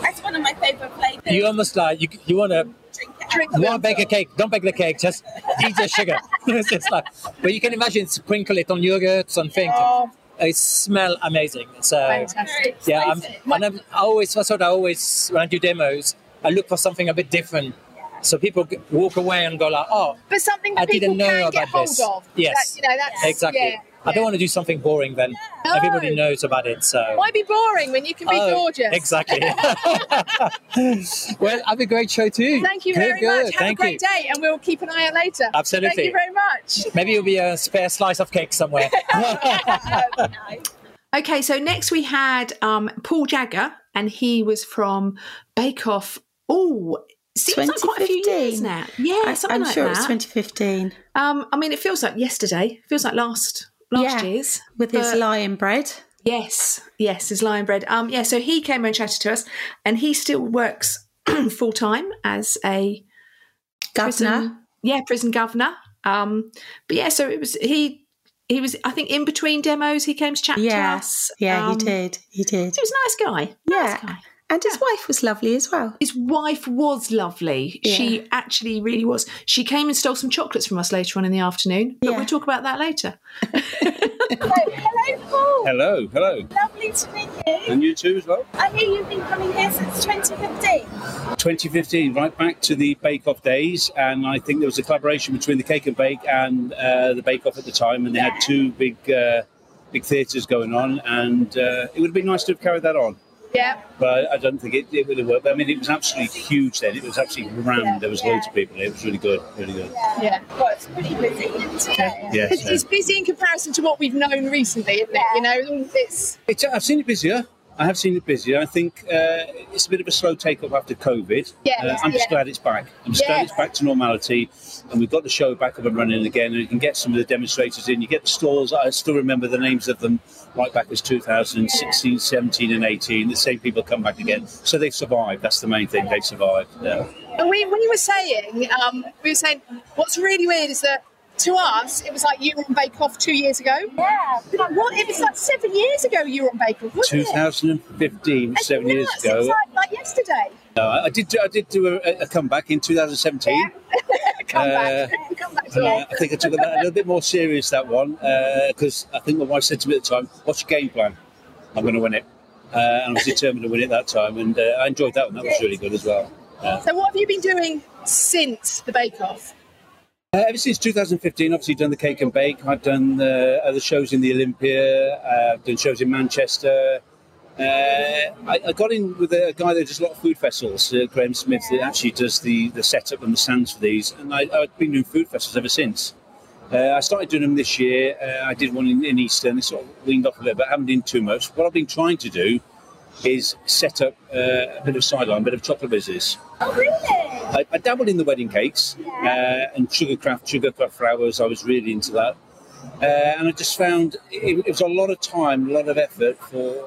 Speaker 3: That's one of my favourite flavours.
Speaker 10: you almost like you, you want to
Speaker 3: drink it.
Speaker 2: Drink
Speaker 10: want
Speaker 2: the
Speaker 10: to bake a cake. Don't bake the cake. Just eat the
Speaker 2: [LAUGHS]
Speaker 10: sugar. [LAUGHS] it's just like, but you can imagine sprinkle it on yogurts and things.
Speaker 2: Oh.
Speaker 10: It smell amazing. So
Speaker 2: Fantastic.
Speaker 10: yeah, I'm, and I'm, I always that's what I always when I do demos. I look for something a bit different, so people g- walk away and go like, oh,
Speaker 2: But something that
Speaker 10: I didn't
Speaker 2: people
Speaker 10: know
Speaker 2: can
Speaker 10: about
Speaker 2: get hold
Speaker 10: this.
Speaker 2: of.
Speaker 10: Yes.
Speaker 2: That, you know, that's,
Speaker 10: exactly.
Speaker 2: Yeah,
Speaker 10: I don't
Speaker 2: yeah.
Speaker 10: want to do something boring then.
Speaker 2: No.
Speaker 10: Everybody knows about it, so.
Speaker 2: Why be boring when you can be
Speaker 10: Oh,
Speaker 2: gorgeous? [LAUGHS]
Speaker 10: Exactly. [LAUGHS] well, have a great show too.
Speaker 2: Thank you
Speaker 10: Good,
Speaker 2: very
Speaker 10: good.
Speaker 2: much. Have
Speaker 10: Thank
Speaker 2: a great
Speaker 10: you.
Speaker 2: day, and we'll keep an eye out later. Thank
Speaker 10: Absolutely.
Speaker 2: you very much.
Speaker 10: Maybe it'll be a spare slice of cake
Speaker 2: [LAUGHS]
Speaker 10: somewhere.
Speaker 7: Okay, so next we had um, Paul Jagger, and he was from Bake Off. Oh, seems like quite a
Speaker 1: 2015.
Speaker 7: few years now. Yeah,
Speaker 1: I,
Speaker 7: something
Speaker 1: I'm
Speaker 7: like
Speaker 1: sure
Speaker 7: that.
Speaker 1: it was 2015
Speaker 7: um, I mean, it feels like yesterday. It feels like last last
Speaker 1: Yeah.
Speaker 7: year's.
Speaker 1: with his
Speaker 7: But-
Speaker 1: lion bread.
Speaker 7: Yes, yes, his lion bread. Um, yeah, so he came and chatted to us, and he still works [CLEARS THROAT] full time as a prison,
Speaker 1: Governor.
Speaker 7: yeah, prison governor. Um, but yeah, so it was he. He was, I think, in between demos. He came to chat to
Speaker 1: Yeah.
Speaker 7: us.
Speaker 1: Yeah,
Speaker 7: Um,
Speaker 1: he did. He did.
Speaker 7: He was a nice guy. Nice
Speaker 1: Yeah.
Speaker 7: guy.
Speaker 1: And his wife was lovely as well.
Speaker 7: his wife was lovely.
Speaker 1: Yeah.
Speaker 7: She actually really was. She came and stole some chocolates from us later on in the afternoon, but
Speaker 1: Yeah.
Speaker 7: we'll talk about that later.
Speaker 3: Hello, Paul.
Speaker 11: Hello, hello.
Speaker 3: Lovely to meet you.
Speaker 11: And you too as well.
Speaker 3: I hear you've been coming here since 2015.
Speaker 11: 2015, right back to the Bake Off days, and I think there was a collaboration between the Cake and Bake and uh, the Bake Off at the time, and they had two big, uh, big theatres going on, and uh, it would have been nice to have carried that on.
Speaker 2: Yeah.
Speaker 11: But I don't think it, it would have worked. I mean, it was absolutely huge then. It was absolutely rammed. There was loads of people. It was really good, really good.
Speaker 2: Yeah.
Speaker 3: Well, it's pretty busy. Yeah.
Speaker 11: Yes.
Speaker 2: It's, it's busy in comparison to what we've known recently, isn't it? You know, it's
Speaker 11: It's, I've seen it busier. I have seen it busier. I think uh, it's a bit of a slow take up after COVID.
Speaker 2: Yeah,
Speaker 11: Uh, I'm just
Speaker 2: yeah.
Speaker 11: glad it's back. I'm just glad
Speaker 2: Yes.
Speaker 11: it's back to normality, and we've got the show back up and running again. And you can get some of the demonstrators in. You get the stalls. I still remember the names of them right back as 2016, 17, and 18. The same people come back again,
Speaker 2: Mm.
Speaker 11: so they've survived. That's the main thing. They've survived. Yeah.
Speaker 2: And we, we were saying, um, we were saying, what's really weird is that to us, it was like you were on Bake Off two years ago.
Speaker 3: Yeah.
Speaker 2: But Like, what? It was like seven years ago you were on Bake Off, wasn't it?
Speaker 11: 2015,
Speaker 2: That's
Speaker 11: seven years
Speaker 2: nuts. It was
Speaker 11: ago.
Speaker 2: like, like yesterday.
Speaker 11: No, I I did. do- I did do a, a comeback in 2017.
Speaker 2: Come back.
Speaker 11: Uh,
Speaker 2: Come back to
Speaker 11: Uh,
Speaker 2: life.
Speaker 11: I think I took that a little bit more serious that one because I think my wife said to me at the time, "What's your game plan? I'm going to win it," uh, and I was determined to win it that time, and uh, I enjoyed that one. That was really good as well. Uh,
Speaker 2: So, what have you been doing since the Bake Off?
Speaker 11: uh, ever since 2015, obviously done the cake and bake. I've done uh, other shows in the Olympia. Uh, I've done shows in Manchester. Uh, I, I got in with a guy that does a lot of food festivals, uh, Graham Smith, that actually does the, the setup and the stands for these. And I, I've been doing food festivals ever since. Uh, I started doing them this year. Uh, I did one in, in Easter and it sort of weaned off a little bit. I haven't done too much. What I've been trying to do is set up uh, a bit of sideline, a bit of chocolate business.
Speaker 3: Oh, really?
Speaker 11: I, I dabbled in the wedding cakes uh, and sugarcraft, sugarcraft flowers. I was really into that, uh, and I just found it, it was a uh, lot of time, a lot of effort for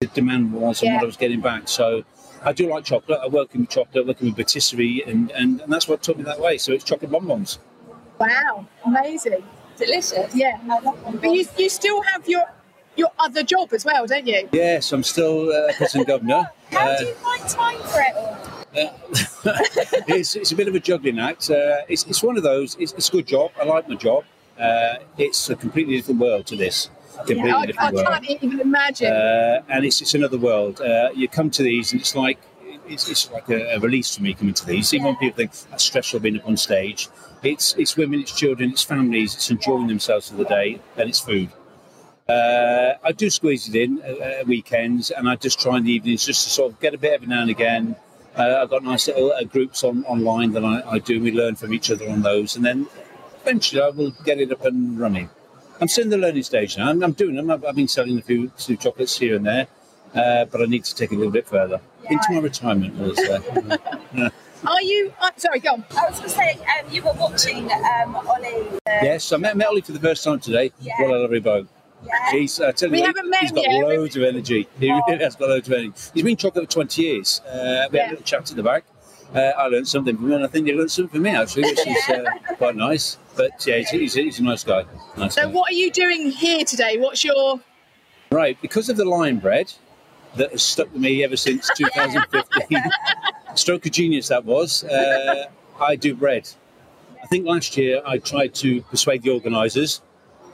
Speaker 11: the demand was and what I was getting back. So I do like chocolate. I work in chocolate, I work in patisserie, and, and, and that's what taught me that way. So it's chocolate bonbons.
Speaker 2: Wow, amazing.
Speaker 3: Delicious.
Speaker 2: Yeah. But you, you still have your your other job as well, don't you?
Speaker 11: Yes, I'm still uh, prison governor.
Speaker 3: [LAUGHS] How
Speaker 11: Uh,
Speaker 3: do you find time for it all?
Speaker 11: [LAUGHS] it's, it's a bit of a juggling act. Uh, it's, it's one of those. It's, it's a good job. I like my job. Uh, it's a completely different world to this. Completely
Speaker 2: I, I
Speaker 11: different world.
Speaker 2: can't even imagine.
Speaker 11: Uh, and it's, it's another world. Uh, you come to these, and it's like it's, it's like a, a release for me coming to these. Even when people think that's stressful being up on stage, it's it's women, it's children, it's families, it's enjoying themselves for the day, and it's food. Uh, I do squeeze it in uh, uh, weekends, and I just try in the evenings just to sort of get a bit every now and again. Uh, I've got nice little uh, groups on online that I, I do. We learn from each other on those, and then eventually I will get it up and running. I'm still in the learning stage now. I'm, I'm doing them. I've, I've been selling a few, few chocolates here and there, uh, but I need to take it a little bit further into my retirement. as, uh,
Speaker 2: Are you? Uh, sorry, go on.
Speaker 3: I was going to say, um, you were watching um, Ollie. Uh,
Speaker 11: yes, I met, met Ollie for the first time today.
Speaker 3: Yeah.
Speaker 11: What a lovely bloke.
Speaker 3: yeah.
Speaker 11: He's, I tell you,
Speaker 2: We
Speaker 11: what,
Speaker 2: haven't met
Speaker 11: he's
Speaker 2: him
Speaker 11: got
Speaker 2: yet. Oh.
Speaker 11: loads of energy. He really has got loads of energy. He's been chocolate for 20 years. Uh, we had
Speaker 2: Yeah.
Speaker 11: a little chat at the back. Uh, I learned something from him, and I think he learned something from me, actually, which is
Speaker 2: [LAUGHS]
Speaker 11: uh, quite nice. But yeah, he's, he's, he's a nice guy. Nice
Speaker 2: So,
Speaker 11: guy.
Speaker 2: what are you doing here today? What's your?
Speaker 11: Right, because of the lion bread that has stuck with me ever
Speaker 2: [LAUGHS]
Speaker 11: since 2015, stroke of genius that was, uh, I do bread. I think last year I tried to persuade the organisers,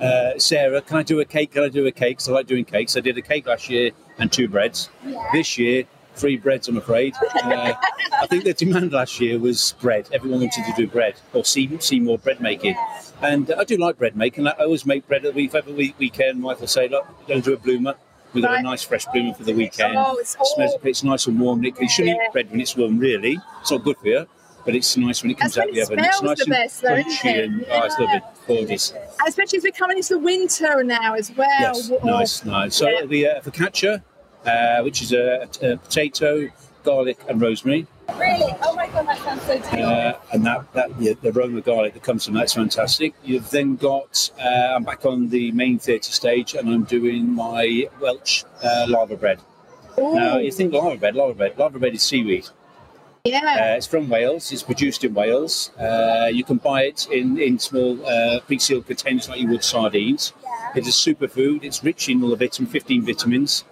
Speaker 11: uh, Sarah, can I do a cake? Can I do a cake? 'Cause I like doing cakes. I did a cake last year and two breads. This year, three breads, I'm afraid. Uh, I think the demand last year was bread. Everyone wanted to do bread or see, see more bread making. And I do like bread making. I always make bread at the week, every week, weekend. Michael say, look, don't do a bloomer. We've got
Speaker 2: Right.
Speaker 11: a nice fresh bloomer for the weekend.
Speaker 2: Oh, it's
Speaker 11: It smells-
Speaker 2: all-
Speaker 11: it's nice and warm. Nick. You shouldn't
Speaker 2: Yeah.
Speaker 11: eat bread when it's warm, really. It's not good for you. But it's nice when it comes
Speaker 2: That's
Speaker 11: out
Speaker 2: when
Speaker 11: the
Speaker 2: it
Speaker 11: oven. It's
Speaker 2: smells
Speaker 11: nice
Speaker 2: the
Speaker 11: and
Speaker 2: best, though, isn't
Speaker 11: crunchy
Speaker 2: it?
Speaker 11: and oh, it's lovely, gorgeous.
Speaker 2: Especially as we're coming into the winter now as well.
Speaker 11: Yes,
Speaker 2: What-
Speaker 11: nice, nice. So
Speaker 2: Yeah.
Speaker 11: it'll be a focaccia, uh, which is a, a potato, garlic, and rosemary.
Speaker 3: Really? Oh my god, that sounds so delicious.
Speaker 11: Uh, and that, that the, the aroma of garlic that comes from that's fantastic. You've then got, uh, I'm back on the main theatre stage and I'm doing my Welsh uh, lava bread.
Speaker 2: oh,
Speaker 11: Now, you think lava bread, lava bread, lava bread is seaweed.
Speaker 2: Yeah.
Speaker 11: Uh, it's from Wales. It's produced in Wales. Uh, you can buy it in, in small uh, pre-sealed containers like you would sardines. It is superfood. It's rich in all the vitamin, 15 vitamins.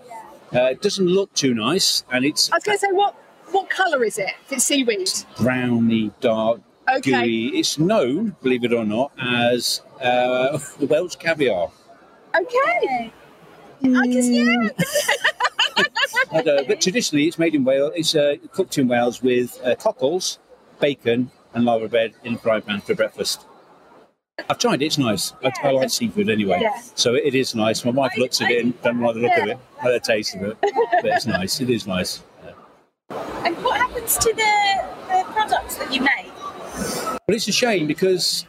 Speaker 11: Uh, it doesn't look too nice, and it's
Speaker 2: I was going to say, what what colour is it? If it's seaweed.
Speaker 11: browny, dark,
Speaker 2: Okay.
Speaker 11: gooey. It's known, believe it or not, as uh, [LAUGHS] the Welsh caviar.
Speaker 2: Okay.
Speaker 3: I just, yeah.
Speaker 11: Mm. I don't know, but traditionally, it's made in Wales. It's uh, cooked in Wales with uh, cockles, bacon, and lava bread in a fry pan for breakfast. I've tried it. It's nice. I, I like seafood anyway,
Speaker 2: Yeah.
Speaker 11: so it is nice. My wife looks at it and doesn't like the look
Speaker 2: [LAUGHS]
Speaker 11: of it, or the taste of it, but it's nice. It is nice.
Speaker 3: And what happens to the, the products that you make?
Speaker 11: But it's a shame because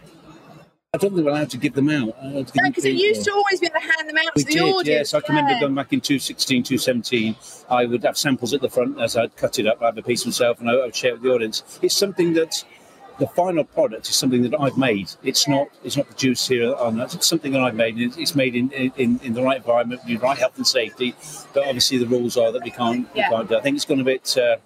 Speaker 11: I don't think we're allowed to give them out. Uh,
Speaker 2: No, because it used to always be the hand them out
Speaker 11: We
Speaker 2: to the
Speaker 11: did,
Speaker 2: audience.
Speaker 11: yes. I can remember
Speaker 2: yeah.
Speaker 11: going back in 2016, 2017. I would have samples at the front as I'd cut it up. I'd have a piece myself and I would share it with the audience. It's something that the final product is something that I've made. It's not it's not produced here on us. It's something that I've made. and It's made in, in, in the right environment, with the right health and safety. But obviously, the rules are that we can't,
Speaker 2: Yeah.
Speaker 11: we can't do I think it's gone a bit uh,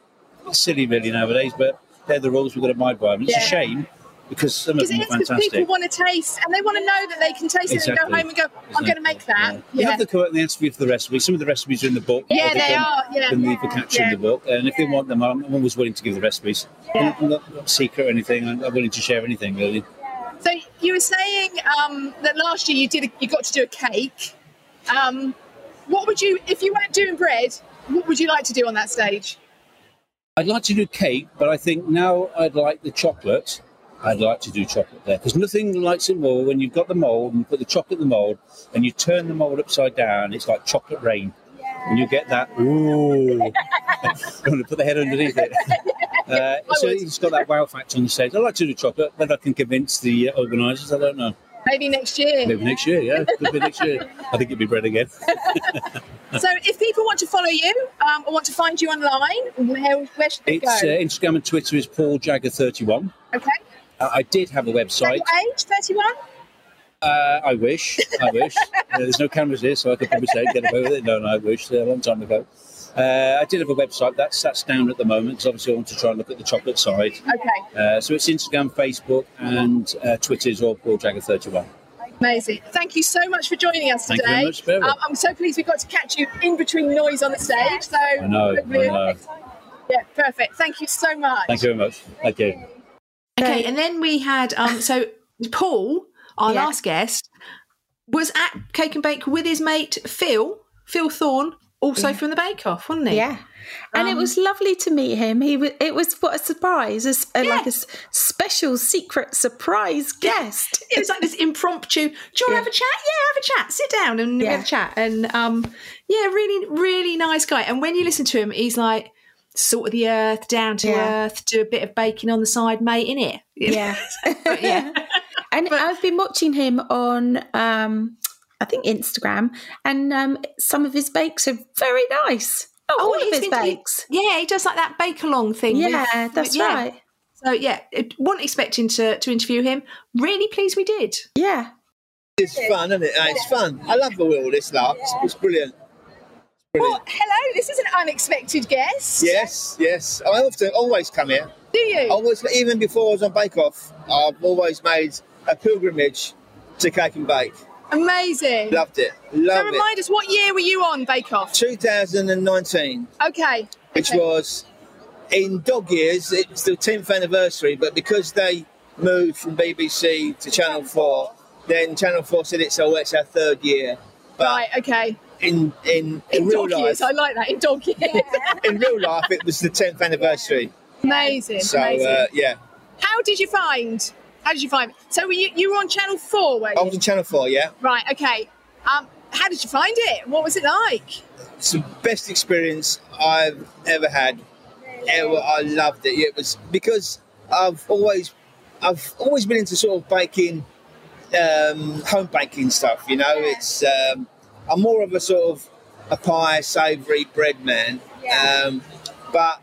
Speaker 11: silly, really, nowadays, but they're the rules we've got to abide by. And it's
Speaker 2: Yeah.
Speaker 11: a shame because some of
Speaker 2: Because
Speaker 11: them
Speaker 2: it
Speaker 11: are
Speaker 2: is because
Speaker 11: fantastic.
Speaker 2: people want to taste and they want to know that they can taste it and go
Speaker 11: Exactly.
Speaker 2: home and go, I'm going to make that.
Speaker 11: Yeah. You
Speaker 2: Yeah.
Speaker 11: have the correct recipe for the recipe. Some of the recipes are in the book.
Speaker 2: Yeah,
Speaker 11: other
Speaker 2: they
Speaker 11: than-
Speaker 2: are, yeah.
Speaker 11: than the focaccia
Speaker 2: Yeah.
Speaker 11: in the book. And if they want them, I'm, I'm always willing to give the recipes. I'm not, I'm not secret or anything. I'm, I'm willing to share anything really.
Speaker 2: So you were saying um, that last year you did a, you got to do a cake. Um, what would you if you weren't doing bread? What would you like to do on that stage?
Speaker 11: I'd like to do cake, but I think now I'd like the chocolate. I'd like to do chocolate there because nothing likes it more when you've got the mold and you put the chocolate in the mold and you turn the mold upside down. It's like chocolate rain, and you get that ooh. [LAUGHS] I'm going to put the head underneath
Speaker 2: [LAUGHS]
Speaker 11: it. Uh, so
Speaker 2: would.
Speaker 11: it's got that wow factor on the stage. I'd like to do chocolate, but I can convince the uh, organisers. I don't know.
Speaker 2: Maybe next year. [LAUGHS]
Speaker 11: Maybe next year, yeah. Could be next year. I think it'd be bread again.
Speaker 2: So if people want to follow you um, or want to find you online, where where should they
Speaker 11: It's uh,
Speaker 2: go?
Speaker 11: Instagram and Twitter is Paul Jagger thirty one.
Speaker 2: okay.
Speaker 11: Uh, I did have a
Speaker 2: Is that
Speaker 11: website.
Speaker 2: your age? Thirty-one.
Speaker 11: Uh, I wish. I wish. Uh, there's no cameras here, so I could probably say get away with it. No, no, I wish. Uh, a long time ago. Uh, I did have a website. That's that's down at the moment because obviously I want to try and look at the chocolate side.
Speaker 2: Okay,
Speaker 11: Uh, so it's Instagram, Facebook, and uh, Twitter is all Paul Jagger thirty one.
Speaker 2: amazing. Thank you so much for joining us
Speaker 11: Thank you
Speaker 2: today.
Speaker 11: very much, Vera.
Speaker 2: Um, I'm so pleased we got to catch you in between noise on the stage. So
Speaker 11: I know. I
Speaker 2: hopefully-
Speaker 11: know.
Speaker 2: Yeah, perfect. Thank you so much.
Speaker 11: Thank you very much. Thank you.
Speaker 7: Okay, and then we had um so [LAUGHS] Paul, our
Speaker 1: Yeah.
Speaker 7: last guest, was at Cake and Bake with his mate Phil, Phil Thorne, also from the Bake Off, wasn't Um, he?
Speaker 1: Yeah. And it was lovely to meet him. He was, it was what a surprise, a, s- a- like a s- special secret surprise guest.
Speaker 7: It was like this impromptu. Do you want to have a chat? Yeah, have a chat. Sit down and we
Speaker 1: Yeah.
Speaker 7: have a chat. And um, yeah, really, really nice guy. And when you listen to him, he's like sort of the earth, down to
Speaker 1: Yeah.
Speaker 7: earth, do a bit of baking on the side, mate, in [LAUGHS] it.
Speaker 1: Yeah.
Speaker 7: yeah.
Speaker 1: And I've been watching him on um I think Instagram and um some of his bakes are very nice. Oh, all of
Speaker 7: he's
Speaker 1: his
Speaker 7: been- he-
Speaker 1: bakes.
Speaker 7: yeah, he does like that bake along thing. with-
Speaker 1: yeah, that's
Speaker 7: yeah.
Speaker 1: right.
Speaker 7: So yeah, it- wasn't expecting to to interview him. Really pleased we did.
Speaker 1: Yeah.
Speaker 12: It's fun, isn't it? Eh, It's fun. I love all this lot. It's, it's brilliant.
Speaker 2: Well, hello. This is an unexpected guest.
Speaker 12: Yes, yes. I often always come here.
Speaker 2: Do you?
Speaker 12: Always, even before I was on Bake Off, I've always made a pilgrimage to Cake and Bake.
Speaker 2: Amazing.
Speaker 12: Loved it.
Speaker 2: so
Speaker 12: Loved it.
Speaker 2: remind us, what year were you on Bake Off?
Speaker 12: 2019,
Speaker 2: Okay.
Speaker 12: which
Speaker 2: Okay.
Speaker 12: was in dog years, it's the 10th anniversary, but because they moved from BBC to Channel 4, then Channel 4 said it's, oh, it's our third year. But
Speaker 2: Right. Okay.
Speaker 12: in, in, in,
Speaker 2: In
Speaker 12: real
Speaker 2: dog
Speaker 12: life,
Speaker 2: years, I like that. In dog years.
Speaker 12: in real life, it was the 10th anniversary.
Speaker 2: [LAUGHS] amazing.
Speaker 12: So,
Speaker 2: amazing.
Speaker 12: uh, yeah.
Speaker 2: How did you find? How did you find? So were you you were on Channel Four, were
Speaker 12: I
Speaker 2: you?
Speaker 12: was on Channel 4, yeah.
Speaker 2: Right. Okay. Um, how did you find it? What was it like?
Speaker 12: It's the best experience I've ever had. Ever, I loved it. It was because I've always, I've always been into sort of baking, um, home baking stuff. You know, it's um, I'm more of a sort of a pie, savoury bread man. Um, but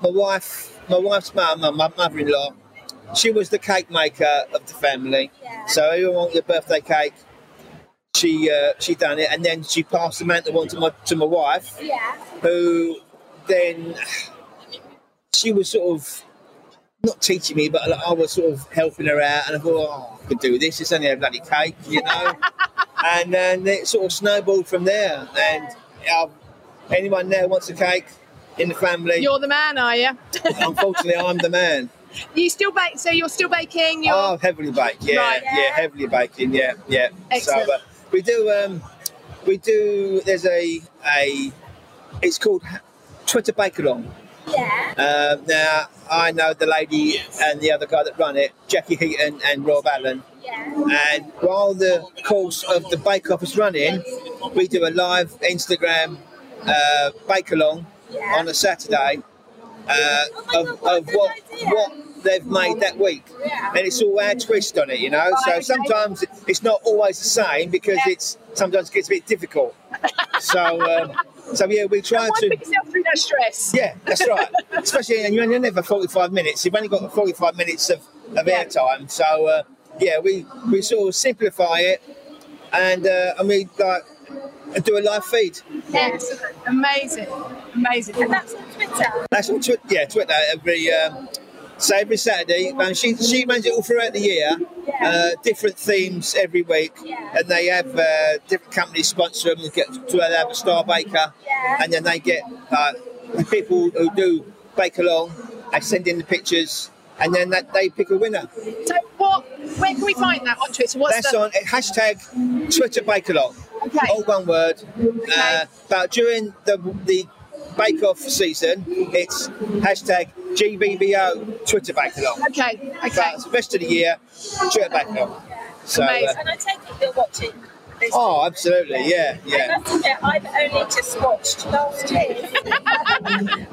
Speaker 12: my wife, my wife's mum, my mu- mother-in-law, she was the cake maker of the family. So everyone wanted a birthday cake. She uh, she done it, and then she passed the mantle on to my to my wife, who then she was sort of not teaching me, but like, I was sort of helping her out, and I thought, oh, I could do this. It's only a bloody cake, you
Speaker 2: [LAUGHS]
Speaker 12: know. and then it sort of snowballed from there. And um, anyone there wants a cake in the family?
Speaker 2: You're the man, are you?
Speaker 12: Unfortunately, I'm the man.
Speaker 2: [LAUGHS] You still bake? So you're still baking? You're
Speaker 12: Oh, heavily baked. Yeah,
Speaker 2: Right.
Speaker 12: yeah, heavily baking. Yeah, yeah.
Speaker 2: Excellent.
Speaker 12: So uh, we do. Um, we do. There's a a. It's called Twitter Bake Along. Yeah. Um, now I know the lady and the other guy that run it, Jackie Heaton and Rob Allen. Yeah. And while the course of the Bake Off is running, we do a live Instagram uh, Bake Along on a Saturday uh, of, of what what they've made that week, and it's all our twist on it, you know. So sometimes it's not always the same because it's sometimes it gets a bit difficult. So um, so yeah, we try
Speaker 2: why
Speaker 12: to.
Speaker 2: put yourself through that stress?
Speaker 12: Yeah, that's
Speaker 2: [LAUGHS]
Speaker 12: right. Especially, and you only never 45 minutes. You've only got 45 minutes of, of air time. So, uh, yeah, we, we sort of simplify it and, uh, and we like, do a live feed.
Speaker 2: Excellent. Amazing. Amazing. And that's
Speaker 12: That's on Twitter. Yeah, Twitter every um, so every Saturday. And she she runs it all throughout the year. Uh, different themes every week, and they have uh, different companies sponsor them. And get to have a star baker, and then they get uh, the people who do bake along. They send in the pictures, and then that they pick a winner.
Speaker 2: so what? Where can we find that on Twitter? What's
Speaker 12: That's
Speaker 2: the
Speaker 12: on eh, hashtag Twitter Bake Along.
Speaker 2: Okay.
Speaker 12: All one word. Uh, but during the the Bake Off season, it's hashtag GBBO Twitter Bake Along.
Speaker 2: okay? Okay.
Speaker 12: But the rest of the year, Twitter Bake Along. So, uh,
Speaker 2: Amazing.
Speaker 4: And I take it you're watching. this.
Speaker 12: oh, absolutely, yeah,
Speaker 4: I
Speaker 12: yeah.
Speaker 4: must admit, I've only just watched last year. [LAUGHS] I,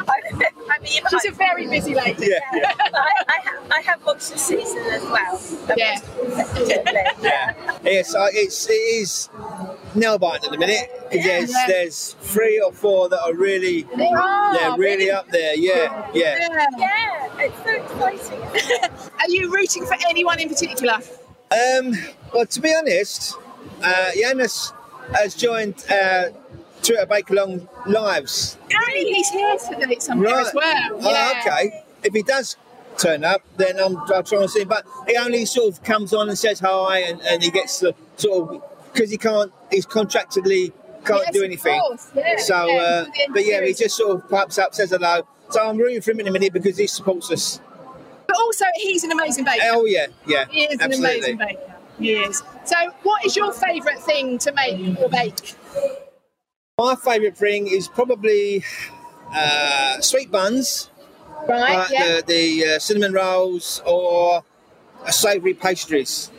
Speaker 4: I mean,
Speaker 2: She's
Speaker 4: I,
Speaker 2: a very busy lady.
Speaker 12: Yeah, yeah.
Speaker 4: but I, I, ha- I have watched the season as well.
Speaker 2: Yeah.
Speaker 4: Definitely.
Speaker 12: yeah. It's, uh, it's, it is nail biting at the minute. There's,
Speaker 2: Yeah.
Speaker 12: there's three or four that are really,
Speaker 2: They are,
Speaker 12: they're really up there. Yeah, yeah.
Speaker 2: Yeah.
Speaker 4: Yeah, it's so exciting.
Speaker 2: [LAUGHS] Are you rooting for anyone in particular?
Speaker 12: Um, well, to be honest, uh, Yanis has joined uh, two at a bake along lives.
Speaker 2: Apparently he's here today somewhere
Speaker 12: Right.
Speaker 2: as well.
Speaker 12: Oh,
Speaker 2: Yeah.
Speaker 12: okay. If he does turn up, then I'm, I'll try and see him. But he only sort of comes on and says hi, and, and he gets the sort of because he can't, he's contractually can't
Speaker 2: Yes,
Speaker 12: do
Speaker 2: of
Speaker 12: anything.
Speaker 2: course, yeah,
Speaker 12: so,
Speaker 2: yeah,
Speaker 12: uh,
Speaker 2: to the end
Speaker 12: but yeah, he
Speaker 2: series.
Speaker 12: just sort of pops up, says hello. So I'm rooting for him in a minute because he supports us.
Speaker 2: But also he's an amazing baker.
Speaker 12: Oh yeah, yeah,
Speaker 2: He is
Speaker 12: absolutely.
Speaker 2: an amazing baker. He is. So what is your favourite thing to make or bake?
Speaker 12: My favourite thing is probably uh, sweet buns,
Speaker 2: Right?
Speaker 12: like
Speaker 2: yeah.
Speaker 12: the, the uh, cinnamon rolls or uh, savoury pastries,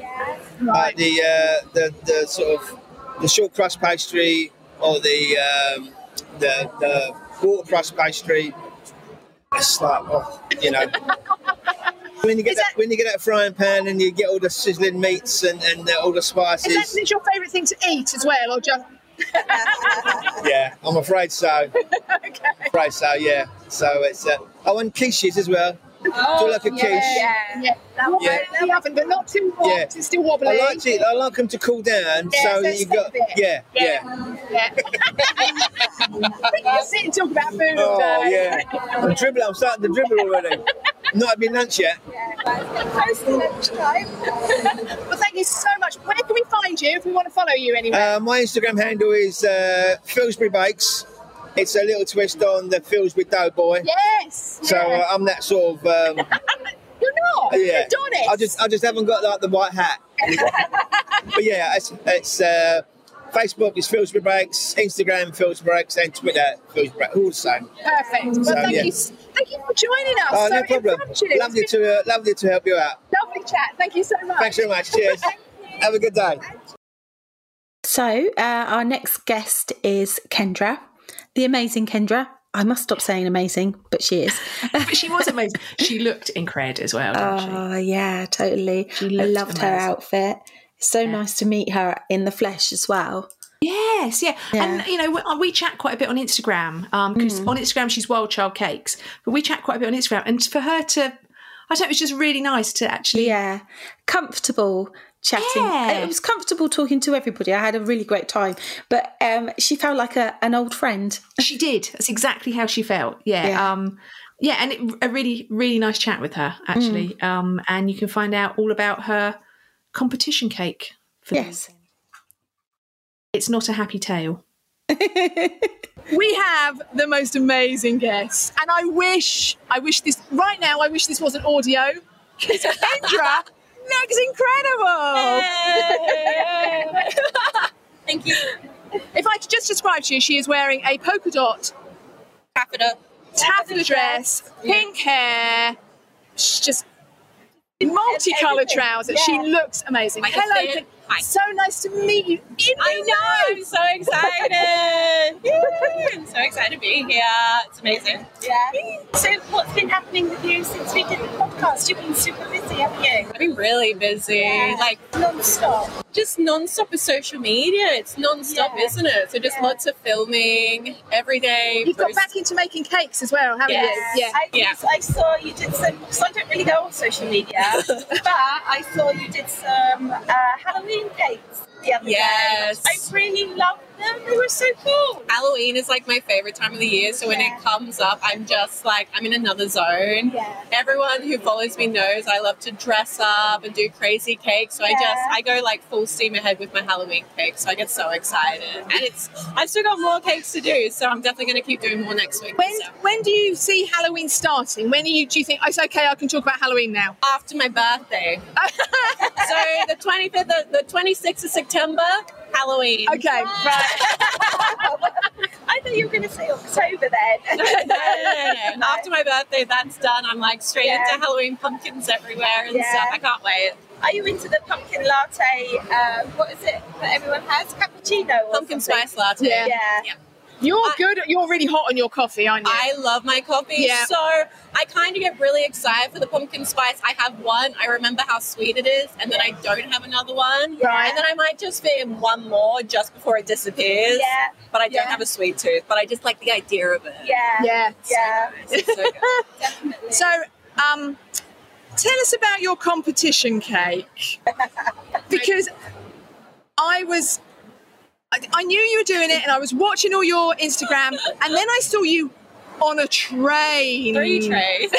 Speaker 12: like
Speaker 2: right.
Speaker 12: the, uh, the the sort of the short crust pastry or the um, the, the water crust pastry. It's like, oh, you
Speaker 2: [LAUGHS]
Speaker 12: know. When you get
Speaker 2: Is
Speaker 12: that, when you get that frying pan and you get all the sizzling meats and, and uh, all the
Speaker 2: Is that
Speaker 12: spices,
Speaker 2: is it your favourite thing to eat as well, or just
Speaker 12: yeah, I'm afraid
Speaker 2: [LAUGHS]
Speaker 12: so.
Speaker 2: okay?
Speaker 12: Right, so yeah, so it's uh, oh, and quiches as well. Do you like a quiche?
Speaker 2: Oh, Yeah, yeah.
Speaker 12: Oh, Yeah.
Speaker 2: Warm in the oven, but not too hot.
Speaker 12: Yeah.
Speaker 2: It's still wobbly.
Speaker 12: I like it. I like them to cool down,
Speaker 2: Yeah,
Speaker 12: so
Speaker 2: so
Speaker 12: you
Speaker 2: it's
Speaker 12: got
Speaker 2: thick.
Speaker 12: yeah, yeah,
Speaker 2: Yeah. [LAUGHS] we can sit and talk about food all
Speaker 12: Oh
Speaker 2: day. [LAUGHS]
Speaker 12: yeah, I'm dribbling. I'm starting to dribble already. Not had my lunch yet.
Speaker 2: Well, thank you so much. Where can we find you if we want to follow you anywhere?
Speaker 12: Uh, my Instagram handle is uh, Fillsbury Bakes. It's a little twist on the Fillsbury Doughboy.
Speaker 2: yes.
Speaker 12: So uh,
Speaker 2: yeah.
Speaker 12: I'm that sort of um,
Speaker 2: you're [LAUGHS] not. You're
Speaker 12: yeah.
Speaker 2: Adonis.
Speaker 12: I just I just haven't got like the white
Speaker 2: [LAUGHS]
Speaker 12: hat. but yeah, it's, it's uh, Facebook is Fillsbury Bakes, Instagram Fillsbury Bakes, and Twitter Fillsbury Bakes. All the same.
Speaker 2: Perfect. Well,
Speaker 12: So,
Speaker 2: thank
Speaker 12: yeah.
Speaker 2: you. s- Thank you for joining us.
Speaker 12: Oh,
Speaker 2: so
Speaker 12: no problem.
Speaker 2: impromptu. It's
Speaker 12: Lovely
Speaker 2: been
Speaker 12: to uh, lovely to help you out.
Speaker 2: lovely chat. Thank you so much.
Speaker 12: Thanks very much.
Speaker 2: [LAUGHS]
Speaker 12: Cheers. Have a good day.
Speaker 1: So, uh, our next guest is Kendra, the amazing Kendra. I must stop saying amazing, but she is.
Speaker 7: But she was amazing. She looked incredible as well, didn't she?
Speaker 1: Oh, yeah, totally.
Speaker 7: She
Speaker 1: I
Speaker 7: looked
Speaker 1: loved her
Speaker 7: amazing.
Speaker 1: outfit. It's so nice to meet her in the flesh as well.
Speaker 7: Yes, yeah.
Speaker 1: Yeah.
Speaker 7: And, you know, we, uh, we chat quite a bit on Instagram because on Instagram she's Wild Child Cakes, but we chat quite a bit on Instagram. And for her to, I don't know, it was just really nice to actually.
Speaker 1: Yeah, comfortable chatting. Uh,
Speaker 7: Yeah.
Speaker 1: It was comfortable talking to everybody. I had a really great time, but um, she felt like a, an old friend.
Speaker 7: She did. That's exactly how she felt. Yeah.
Speaker 1: Yeah.
Speaker 7: Um, yeah, and it, a really, really nice chat with her, actually. Um, and you can find out all about her competition cake. For
Speaker 1: Yes.
Speaker 7: It's not a happy tale.
Speaker 2: We have the most amazing guests, and I wish, I wish this right now. I wish this
Speaker 7: [LAUGHS]
Speaker 2: wasn't audio. 'cause Kendra looks incredible.
Speaker 4: Thank you.
Speaker 2: If I could just describe to you, she is wearing a polka dot
Speaker 4: Taffeta.
Speaker 2: taffeta dress, pink hair, she's just in multicolored
Speaker 4: everything.
Speaker 2: trousers.
Speaker 4: Yeah.
Speaker 2: She looks amazing.
Speaker 4: I can
Speaker 2: Hello,
Speaker 4: see it.
Speaker 2: Ken-
Speaker 4: Hi.
Speaker 2: so nice to meet you. In
Speaker 4: I
Speaker 2: real
Speaker 4: know.
Speaker 2: life.
Speaker 4: I'm so
Speaker 7: [LAUGHS]
Speaker 3: [LAUGHS]
Speaker 4: excited. Yay. I'm so excited to be here. It's amazing. Yeah. So, what's been happening with you since we did the podcast? You've been super busy, haven't you?
Speaker 8: I've been really busy, like
Speaker 4: non-stop.
Speaker 8: just non-stop with social media. It's non-stop,
Speaker 4: Yeah.
Speaker 8: isn't it? So just
Speaker 4: Yeah.
Speaker 8: lots of filming every day.
Speaker 2: You've got
Speaker 8: posting.
Speaker 2: back into making cakes as well, haven't
Speaker 4: Yes.
Speaker 2: you? Yeah.
Speaker 4: I,
Speaker 8: Yeah.
Speaker 4: I saw you did some. Because I don't really go on social media, but I saw you did some uh, Halloween cakes the other
Speaker 8: Yes.
Speaker 4: day. I really loved them. They were so cool.
Speaker 8: Halloween is like my favorite time of the year. So when
Speaker 4: Yeah.
Speaker 8: it comes up, I'm just like I'm in another zone.
Speaker 4: Yeah.
Speaker 8: Everyone who follows me knows I love to dress up and do crazy cakes. So I
Speaker 4: Yeah.
Speaker 8: just I go like full steam ahead with my Halloween cake. So I get so excited, and it's I've still got more cakes to do. So I'm definitely going to keep doing more next week.
Speaker 2: When
Speaker 8: So.
Speaker 2: when do you see Halloween starting? When do you do you think oh, it's okay? I can talk about Halloween now.
Speaker 8: after my
Speaker 2: [LAUGHS]
Speaker 8: birthday. so the 25th, of, the 26th of September, Halloween.
Speaker 2: Okay,
Speaker 8: [LAUGHS]
Speaker 2: right.
Speaker 4: I thought you were going to say October then.
Speaker 8: No, no, no, no, no. After my birthday, that's done. I'm like straight
Speaker 4: Yeah.
Speaker 8: into Halloween pumpkins everywhere and
Speaker 4: Yeah.
Speaker 8: stuff. I can't wait.
Speaker 4: Are you into the pumpkin latte? Uh, what is it that everyone has? Cappuccino or
Speaker 8: Pumpkin
Speaker 4: something?
Speaker 8: spice latte.
Speaker 2: Yeah.
Speaker 4: Yeah.
Speaker 2: You're
Speaker 8: I-
Speaker 2: good. at- You're really hot on your coffee, aren't you?
Speaker 8: I love my coffee.
Speaker 2: Yeah.
Speaker 8: So I kind of get really excited for the pumpkin spice. I have one, I remember how sweet it is, and then I don't have another one.
Speaker 2: Right.
Speaker 8: And then I might just fit in one more just before it disappears.
Speaker 4: Yeah.
Speaker 8: But I don't
Speaker 2: Yeah.
Speaker 8: have a sweet tooth, but I just like the idea of it.
Speaker 4: Yeah.
Speaker 2: yeah.
Speaker 4: Yeah.
Speaker 8: [LAUGHS] It's so good.
Speaker 2: So, um, tell us about
Speaker 8: [LAUGHS]
Speaker 2: your competition cake because I was I, I knew you were doing it, and I was watching all your Instagram, and then I saw you on a train.
Speaker 8: Three trains.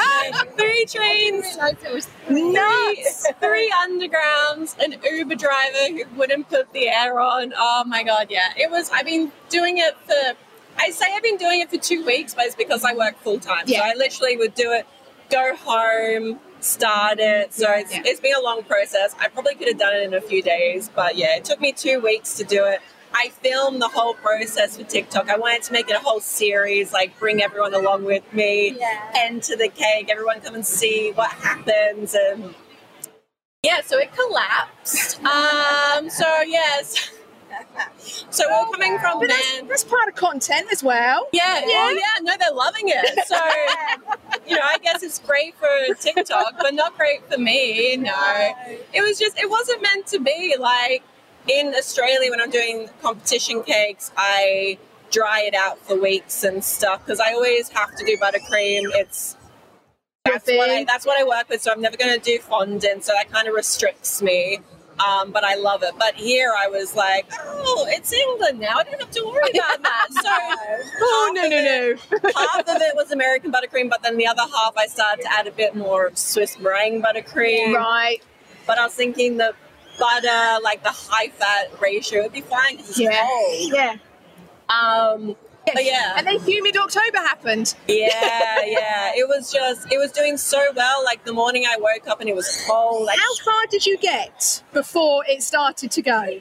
Speaker 8: [LAUGHS] three trains. Nuts. [LAUGHS] Three undergrounds. An Uber driver who wouldn't put the air on. Oh my god, yeah. It was. I've been doing it for. I say I've been doing it for two weeks, but it's because I work full time. So
Speaker 2: Yeah.
Speaker 8: I literally would do it, go home, start it. So it's,
Speaker 2: Yeah.
Speaker 8: it's been a long process. I probably could have done it in a few days, but yeah, it took me two weeks to do it. I filmed the whole process for TikTok. I wanted to make it a whole series, like bring everyone along with me, end to the cake, everyone come and see what happens. And yeah, so it collapsed. um, so, yes. [LAUGHS] So we're coming from men.
Speaker 2: But that's, that's part of content as well.
Speaker 8: Yeah, yeah, well, yeah. No, they're loving [LAUGHS] it. So, you know, I guess it's great for TikTok, but not great for me. No, it was just it wasn't meant to be. Like in Australia, when I'm doing competition cakes, I dry it out for weeks and stuff because I always have to do buttercream. It's that's what, I, that's what I work with, so I'm never going to do fondant. So that kind of restricts me. Um, but I love it. But here I was like, oh, it's England now. I don't have to worry about [LAUGHS] that. So
Speaker 2: Oh no no no! [LAUGHS]
Speaker 8: half of it was American buttercream, but then the other half I started to add a bit more of Swiss meringue buttercream.
Speaker 2: Right.
Speaker 8: But I was thinking the butter, like the high fat ratio, would be fine. 'cause it's
Speaker 2: Yeah.
Speaker 8: cold.
Speaker 2: Yeah.
Speaker 8: Um, but yeah.
Speaker 2: And then humid October happened. [LAUGHS]
Speaker 8: yeah, yeah. It was just, it was doing so well. Like the morning I woke up and it was cold. Like,
Speaker 2: How far did you get before it started to go?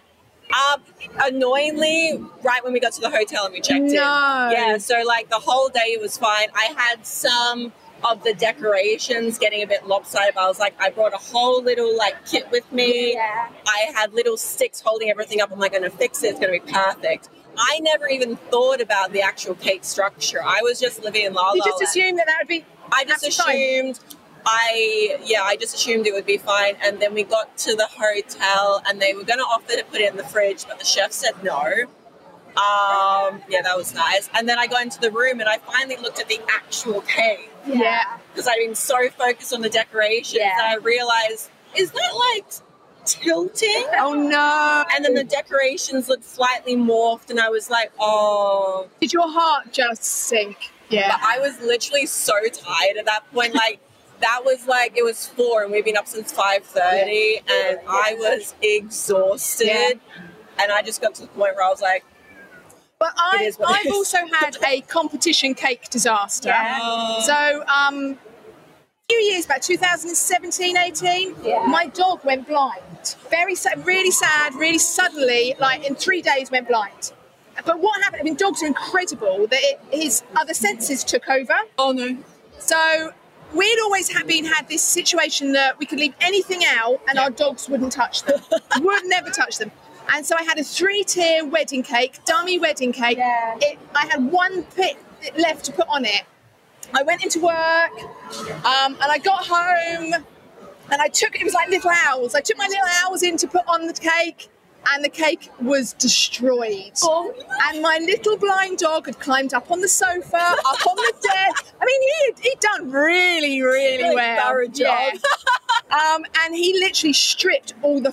Speaker 8: up annoyingly right when we got to the hotel and we checked in.
Speaker 2: No.
Speaker 8: Yeah, so like the whole day was fine. I had some of the decorations getting a bit lopsided, but I was like, I brought a whole little like kit with me. I had little sticks holding everything up. I'm like, I'm gonna fix it. It's gonna be perfect. I never even thought about the actual cake structure. I was just living in La La
Speaker 2: You just
Speaker 8: Land.
Speaker 2: assumed that that would be
Speaker 8: I just
Speaker 2: That's fine.
Speaker 8: assumed I yeah, I just assumed it would be fine. And then we got to the hotel and they were gonna offer to put it in the fridge, but the chef said no. Um, yeah, that was nice. And then I got into the room and I finally looked at the actual cake
Speaker 2: yeah.
Speaker 8: because I've been so focused on the decorations
Speaker 4: Yeah.
Speaker 8: that I realized is that like tilting?
Speaker 2: Oh no!
Speaker 8: And then the decorations looked slightly morphed, and I was like, oh,
Speaker 2: Did your heart just sink? Yeah.
Speaker 8: but I was literally so tired at that point. Like that was like it was four, and we've been up since five thirty, and I was exhausted. And I just got to the point where I was like,
Speaker 2: But
Speaker 8: It
Speaker 2: I,
Speaker 8: is what it
Speaker 2: I've
Speaker 8: is.
Speaker 2: also had a competition cake disaster.
Speaker 8: oh.
Speaker 2: So, um, a few years back, 2017, 18, my dog went blind. Very sad, really sad, really suddenly, like in three days, went blind. But what happened? I mean, dogs are incredible. That it, his other senses took over.
Speaker 8: oh no,
Speaker 2: So we'd always had been had this situation that we could leave anything out and our dogs wouldn't touch
Speaker 8: [LAUGHS]
Speaker 2: them, would never touch them. And so I had a three-tier wedding cake, dummy wedding cake. It, I had one pit left to put on it. I went into work, um, and I got home, and I took it was like little hours. I took my little hours in to put on the cake, and the cake was destroyed.
Speaker 8: Oh.
Speaker 2: And my little blind dog had climbed up on the sofa, up
Speaker 8: [LAUGHS]
Speaker 2: on the desk. I mean, he had, he'd done really, really,
Speaker 8: Really
Speaker 2: well.
Speaker 8: thorough job.
Speaker 2: Yeah. um, and he literally stripped all the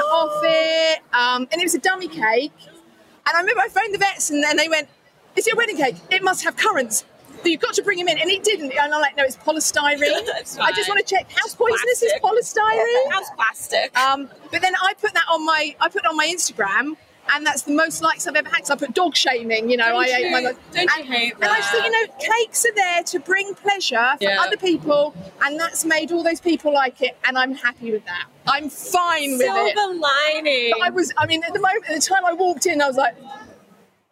Speaker 8: [GASPS]
Speaker 2: off it. Um, and it was a dummy cake. And I remember I phoned the vets and then they went, Is it a wedding cake? It must have currants. So you've got to bring him in. And it didn't. And I'm like, No,
Speaker 8: [LAUGHS]
Speaker 2: it's polystyrene.
Speaker 8: It's
Speaker 2: I just
Speaker 8: fine.
Speaker 2: want to check how poisonous is polystyrene?
Speaker 8: that was plastic.
Speaker 2: Um, but then I put that on my I put it on my Instagram, and that's the most likes I've ever had. Because I put dog shaming, you know. I
Speaker 8: Don't
Speaker 2: ate my
Speaker 8: you-
Speaker 2: dog.
Speaker 8: don't you
Speaker 2: and,
Speaker 8: hate
Speaker 2: And I just thought, you know, cakes are there to bring pleasure for
Speaker 8: Yeah.
Speaker 2: other people, and that's made all those people like it, and I'm happy with that. I'm fine with it.
Speaker 8: Silver lining.
Speaker 2: But I was, I mean, at the moment, at the time I walked in, I was like,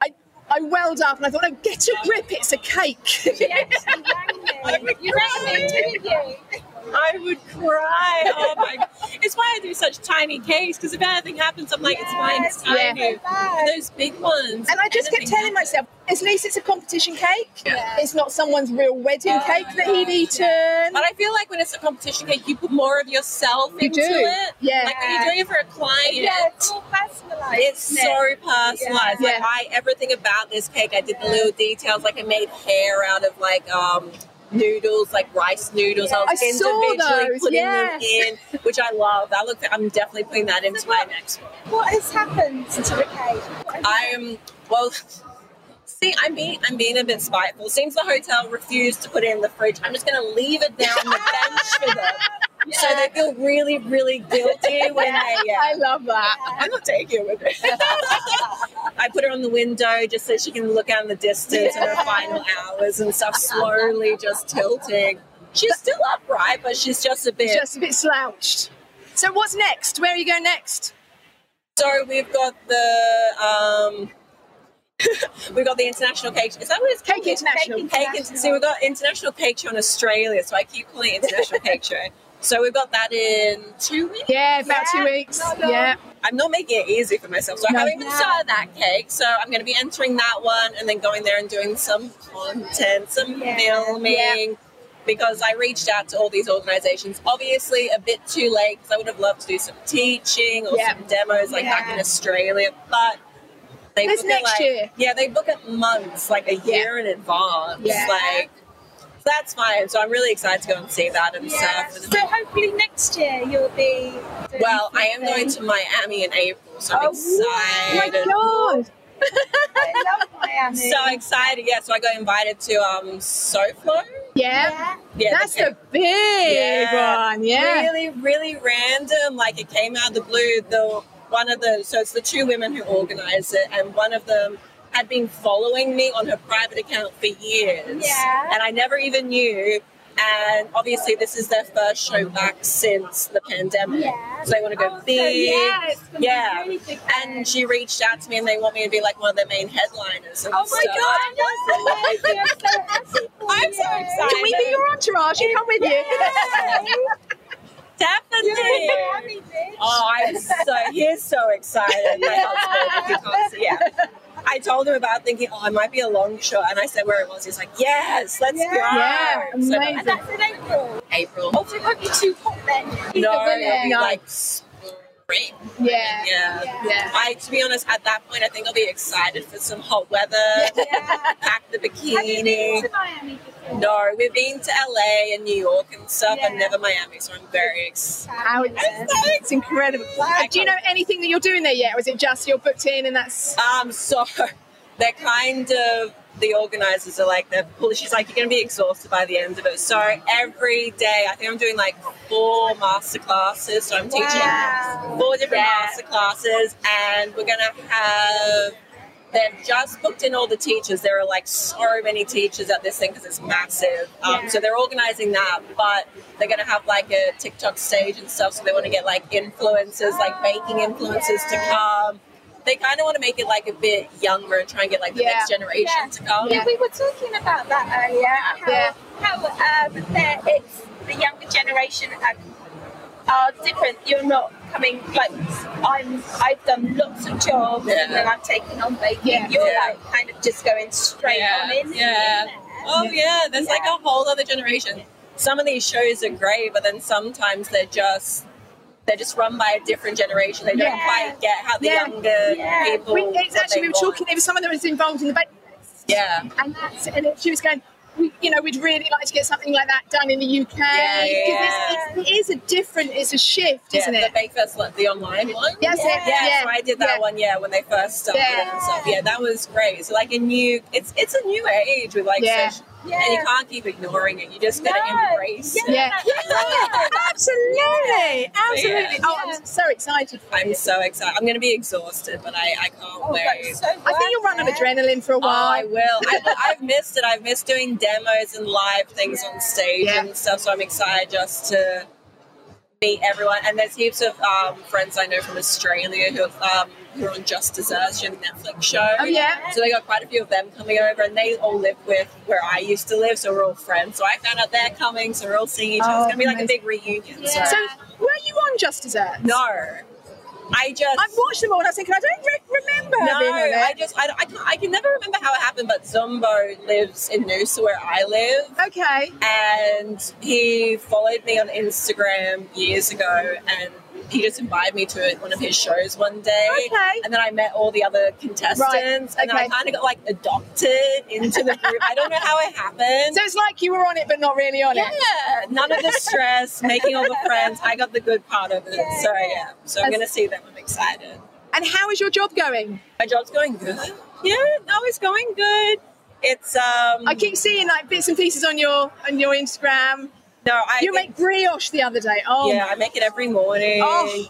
Speaker 2: I, I welled up and I thought, no, get a grip, it's a cake. [LAUGHS]
Speaker 8: I would cry. Oh my! It's why I do such tiny cakes because if anything happens, I'm like, it's fine, it's
Speaker 2: Yeah.
Speaker 8: tiny. Those big ones.
Speaker 2: And I just kept
Speaker 8: anything
Speaker 2: telling myself, at least it's a competition cake. It's not someone's real wedding cake that he'd eaten.
Speaker 8: Oh, But I feel like when it's a competition cake, you put more of yourself
Speaker 2: You
Speaker 8: into
Speaker 2: do.
Speaker 8: it.
Speaker 2: Yeah.
Speaker 8: Like when you're doing it for a client.
Speaker 13: it's all personalised.
Speaker 8: It's so personalized.
Speaker 2: Yeah.
Speaker 8: Like I everything about this cake, I did the little details. Like I made hair out of like um noodles, like rice noodles. I
Speaker 2: I
Speaker 8: was
Speaker 2: saw
Speaker 8: individually
Speaker 2: those,
Speaker 8: putting
Speaker 2: yes.
Speaker 8: them in, which I love. That looks. I'm definitely putting that into my next one.
Speaker 3: What has happened to the cake?
Speaker 8: I'm well. See, I'm being I'm being a bit spiteful. Seems the hotel refused to put it in the fridge. I'm just going to leave it down the
Speaker 2: [LAUGHS]
Speaker 8: bench for them, so they feel really, really guilty when they. uh, Yeah.
Speaker 2: I love that.
Speaker 8: I'm not taking it with me. [LAUGHS] I put her on the window just so she can look out in the distance in her final hours and stuff, slowly just tilting. She's still upright, but she's just a bit.
Speaker 2: Just a bit slouched. So what's next? Where are you going next?
Speaker 8: So we've got the um, [LAUGHS] we've got the international cake. Is that what it's called?
Speaker 2: Cake International.
Speaker 8: Cake, cake, so we've got international cake show in Australia. So I keep calling it international cake show. So we've got that in two weeks.
Speaker 2: Yeah, about
Speaker 8: Yeah,
Speaker 2: two weeks.
Speaker 8: not long.
Speaker 2: Yeah.
Speaker 8: I'm not making it easy for myself. So
Speaker 2: No.
Speaker 8: I haven't even started that cake. So I'm going to be entering that one and then going there and doing some content, some filming. Because I reached out to all these organizations, obviously a bit too late because I would have loved to do some teaching or
Speaker 2: Yeah.
Speaker 8: some demos like back in Australia, but they
Speaker 2: That's
Speaker 8: book
Speaker 2: next
Speaker 8: it like,
Speaker 2: year.
Speaker 8: yeah, they book it months, like a year in advance.
Speaker 2: Yeah.
Speaker 8: Like that's fine. So I'm really excited to go and see that and stuff. And
Speaker 3: So hopefully next year you'll be. doing
Speaker 8: well, I am
Speaker 3: something.
Speaker 8: going to Miami in April, so I'm
Speaker 3: Oh,
Speaker 8: excited.
Speaker 2: Oh,
Speaker 3: I love Miami.
Speaker 8: So excited! Yeah, so I got invited to um SoFlo.
Speaker 2: yeah.
Speaker 3: yeah.
Speaker 8: Yeah,
Speaker 2: That's
Speaker 8: the
Speaker 2: the big
Speaker 8: Yeah.
Speaker 2: one. Yeah.
Speaker 8: really, really random. Like it came out of the blue. The one of the so it's the two women who organised it, and one of them had been following me on her private account for years.
Speaker 3: Yeah.
Speaker 8: and I never even knew. And obviously, this is their first show back since the pandemic.
Speaker 3: Yeah.
Speaker 8: So they want to go
Speaker 3: Oh, so
Speaker 8: big.
Speaker 3: yeah, it's gonna be
Speaker 8: Yeah.
Speaker 3: really big
Speaker 8: And she reached out to me, and they want me to be like one of their main headliners. and
Speaker 3: Oh my
Speaker 8: stuff.
Speaker 3: god! That's amazing. I'm so happy for
Speaker 8: [LAUGHS] I'm so
Speaker 3: you.
Speaker 8: excited.
Speaker 2: Can we be your entourage? You come with you.
Speaker 8: [LAUGHS] Definitely.
Speaker 3: Miami, bitch.
Speaker 8: [LAUGHS] Oh, I'm so he is so excited. My husband,
Speaker 3: [LAUGHS]
Speaker 8: if you can't see- yeah. I told him about thinking, oh, it might be a long shot, and I said where it was. He's like, yes, let's go.
Speaker 2: Yeah,
Speaker 8: So that-
Speaker 2: amazing.
Speaker 3: And that's in April.
Speaker 8: April.
Speaker 3: Also, it won't be too hot then. Either,
Speaker 8: no,
Speaker 3: will it?
Speaker 8: it'll be
Speaker 2: No.
Speaker 8: like spring.
Speaker 2: yeah.
Speaker 8: Yeah.
Speaker 2: Yeah.
Speaker 8: I, to be honest, at that point, I think I'll be excited for some hot weather.
Speaker 3: Yeah.
Speaker 8: Pack the
Speaker 3: Have you been
Speaker 8: bikini.
Speaker 3: to Miami before?
Speaker 8: No, we've been to LA and New York and stuff, but
Speaker 3: Yeah.
Speaker 8: never Miami, so I'm very excited.
Speaker 2: How it's, it's incredible. Do you know anything that you're doing there yet? Or is it just you're booked in and that's.
Speaker 8: Um, so they're kind of the organizers are like they're pull- she's like you're gonna be exhausted by the end of it. So every day I think I'm doing like four master classes. So I'm teaching four different master classes and we're gonna have They've just booked in all the teachers. There are like so many teachers at this thing because it's massive. Um, So they're organizing that, but they're going to have like a TikTok stage and stuff. So they want to get like influencers, like baking influencers to come. They kind of want to make it like a bit younger and try and get like the
Speaker 2: Yeah.
Speaker 8: next generation
Speaker 3: Yeah.
Speaker 8: to come.
Speaker 3: Yeah, we were talking about that earlier. How,
Speaker 2: Yeah.
Speaker 3: how um, there, it's the younger generation and are different. You're not coming like I'm. I've done lots of jobs and then I've taken on baking.
Speaker 2: Yeah.
Speaker 3: You're
Speaker 8: Yeah.
Speaker 3: like kind of just going straight
Speaker 8: Yeah.
Speaker 3: on in.
Speaker 8: Yeah. Oh yeah, there's like a whole other generation. Some of these shows are great, but then sometimes they're just they're just run by a different generation. They don't
Speaker 3: Yeah.
Speaker 8: quite get how the
Speaker 2: Yeah.
Speaker 8: younger
Speaker 3: Yeah.
Speaker 8: people.
Speaker 2: We,
Speaker 8: what
Speaker 2: exactly,
Speaker 8: they
Speaker 2: we were
Speaker 8: want.
Speaker 2: talking, there was someone that was involved in the baby,
Speaker 8: Yeah.
Speaker 2: and, that's, and it- she was going, we, you know, we'd really like to get something like that done in the UK.
Speaker 8: Yeah, yeah,
Speaker 2: 'Cause
Speaker 8: yeah.
Speaker 2: It's, it's, it is a different, it's a shift,
Speaker 8: Yeah,
Speaker 2: isn't
Speaker 8: the
Speaker 2: it?
Speaker 8: Bake Fest, like, the online one.
Speaker 2: That's it,
Speaker 8: Yeah,
Speaker 2: yeah,
Speaker 8: so I did that
Speaker 2: yeah.
Speaker 8: one. Yeah, when they first started
Speaker 2: Yeah.
Speaker 8: and stuff. Yeah, that was great. So like a new, it's it's a new age with like
Speaker 2: Yeah.
Speaker 8: social, and you can't keep ignoring it. You just gotta
Speaker 3: No.
Speaker 8: embrace. it.
Speaker 2: Yeah.
Speaker 3: [LAUGHS]
Speaker 2: Absolutely. Absolutely. Oh,
Speaker 3: Yeah.
Speaker 2: I'm so excited. for
Speaker 8: I'm
Speaker 2: you.
Speaker 8: so excited. I'm gonna be exhausted, but I I can't
Speaker 3: Oh,
Speaker 8: wait.
Speaker 3: that's so
Speaker 2: I think you'll run on adrenaline for a
Speaker 8: Oh, I
Speaker 2: while.
Speaker 8: will. I've, I've missed it. I've missed doing demos and live things on stage
Speaker 2: Yeah.
Speaker 8: and stuff. So I'm excited just to meet everyone. And there's heaps of um, friends I know from Australia who have, um, who are on Just Desserts, your Netflix show.
Speaker 2: Oh, yeah.
Speaker 8: So they got quite a few of them coming over, and they all live with where I used to live, so we're all friends. So I found out they're coming, so we're all seeing each other.
Speaker 2: Oh,
Speaker 8: it's gonna be like a
Speaker 2: amazing.
Speaker 8: big reunion.
Speaker 3: Yeah.
Speaker 8: So
Speaker 2: So, were you on Just Desserts?
Speaker 8: no, I just
Speaker 2: I've watched them all and I was thinking, I don't re- remember
Speaker 8: no,
Speaker 2: being on it.
Speaker 8: I just I, don't- I, can, I can never remember how it happened, but Zumbo lives in Noosa where I live,
Speaker 2: okay.
Speaker 8: and he followed me on Instagram years ago and he just invited me to one of his shows one day. Okay. And then I met all the other contestants, and then I
Speaker 2: okay.
Speaker 8: kind of got like adopted into the group. I don't know how it happened.
Speaker 2: [LAUGHS] So it's like you were on it, but not really on it.
Speaker 8: Yeah, none of the
Speaker 2: [LAUGHS]
Speaker 8: stress, making all the friends. I got the good part of it. so yeah, so I'm
Speaker 2: That's-
Speaker 8: gonna see them. I'm excited.
Speaker 2: And how is your job going?
Speaker 8: My job's going good. Yeah, no, it's going good. It's um.
Speaker 2: I keep seeing like bits and pieces on your on your Instagram.
Speaker 8: No, I
Speaker 2: you
Speaker 8: think-
Speaker 2: make brioche the other day. Oh,
Speaker 8: yeah, I make it every morning.
Speaker 2: Oh.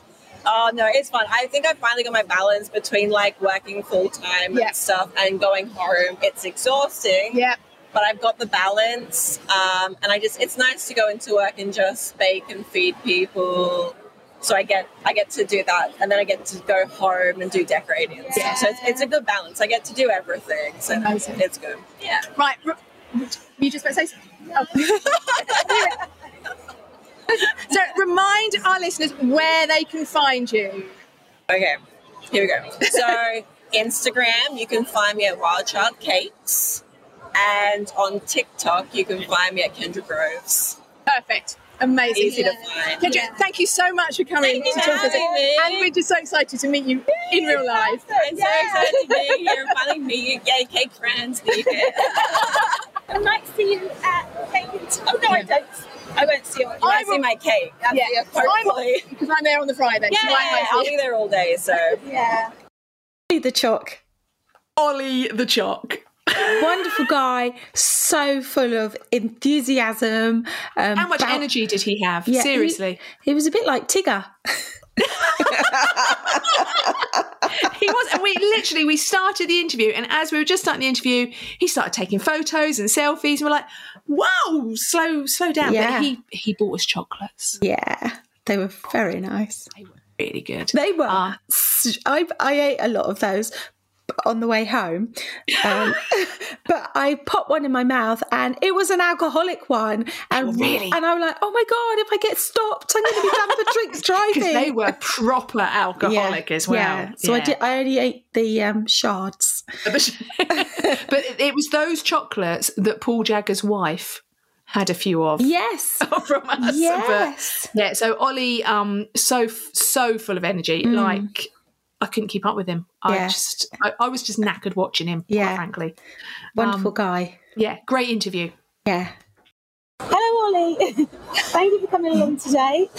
Speaker 8: Oh, no, it's fun. I think I finally got my balance between like working full time
Speaker 2: Yeah.
Speaker 8: and stuff and going home. It's exhausting.
Speaker 2: Yeah.
Speaker 8: But I've got the balance. Um, and I just it's nice to go into work and just bake and feed people. So I get I get to do that and then I get to go home and do decorating. and stuff.
Speaker 2: Yeah.
Speaker 8: So it's, it's a good balance. I get to do everything. So
Speaker 2: Amazing.
Speaker 8: it's good. Yeah.
Speaker 2: right. r- You just about to say something. Oh. [LAUGHS] so remind our listeners where they can find you.
Speaker 8: Okay, here we go. So [LAUGHS] Instagram, you can find me at Wild Child Cakes, and on TikTok, you can find me at Kendra Groves.
Speaker 2: Perfect. Amazing.
Speaker 8: Easy to find.
Speaker 2: Kendra, thank you so much for coming
Speaker 8: Thank you
Speaker 2: to
Speaker 8: for
Speaker 2: talk to us.
Speaker 8: having me.
Speaker 2: And we're just so excited to meet you in real life.
Speaker 8: I'm so excited to be
Speaker 2: [LAUGHS]
Speaker 8: here and finally meet you, yay, cake friends. Meet
Speaker 3: [LAUGHS]
Speaker 8: you.
Speaker 4: I might see you at Kate. Oh no, I don't. I won't see you.
Speaker 8: You
Speaker 4: I
Speaker 8: might see my cake.
Speaker 2: Yeah.
Speaker 8: Yeah,
Speaker 2: I'm,
Speaker 8: hopefully.
Speaker 2: because I'm there on the Friday. so
Speaker 8: Yeah,
Speaker 2: I might
Speaker 8: I'll
Speaker 2: see you.
Speaker 8: be there all day. So
Speaker 4: yeah.
Speaker 1: The Chalk.
Speaker 7: Ollie the Chalk. [LAUGHS]
Speaker 1: Wonderful guy, so full of enthusiasm. Um,
Speaker 7: How much
Speaker 1: boun-
Speaker 7: energy did he have?
Speaker 1: Yeah, he-
Speaker 7: Seriously.
Speaker 1: He was a bit like Tigger.
Speaker 7: He, was. And we literally, we started the interview, and as we were just starting the interview, he started taking photos and selfies, and we're like, whoa, slow, slow down.
Speaker 1: Yeah.
Speaker 7: But he, he bought us chocolates.
Speaker 1: Yeah, they were very nice.
Speaker 7: Really good.
Speaker 1: They were.
Speaker 7: Ah.
Speaker 1: S- I, I ate a lot of those b- on the way home.
Speaker 7: [LAUGHS]
Speaker 1: Um, but I popped one in my mouth and it was an alcoholic one. And
Speaker 7: really?
Speaker 1: And I was like, oh my God, if I get stopped, I'm going to be done for
Speaker 7: [LAUGHS]
Speaker 1: drinks
Speaker 7: Because
Speaker 1: driving.
Speaker 7: they were proper alcoholic as well.
Speaker 1: Yeah. So I
Speaker 7: Yeah.
Speaker 1: did. I only ate the um, shards.
Speaker 7: but it was those chocolates that Paul Jagger's wife had a few of [LAUGHS]
Speaker 1: Yes.
Speaker 7: from us.
Speaker 1: yes.
Speaker 7: But yeah, so Ollie, um, so f- so full of energy, like I couldn't keep up with him. I
Speaker 1: Hmm. Yeah.
Speaker 7: just, I, I was just knackered watching him.
Speaker 1: Yeah.
Speaker 7: quite frankly,
Speaker 1: Wonderful
Speaker 7: um,
Speaker 1: guy.
Speaker 7: yeah, great interview.
Speaker 1: Yeah.
Speaker 7: [LAUGHS]
Speaker 3: Hello, Ollie. Thank you for coming along today.
Speaker 14: [LAUGHS]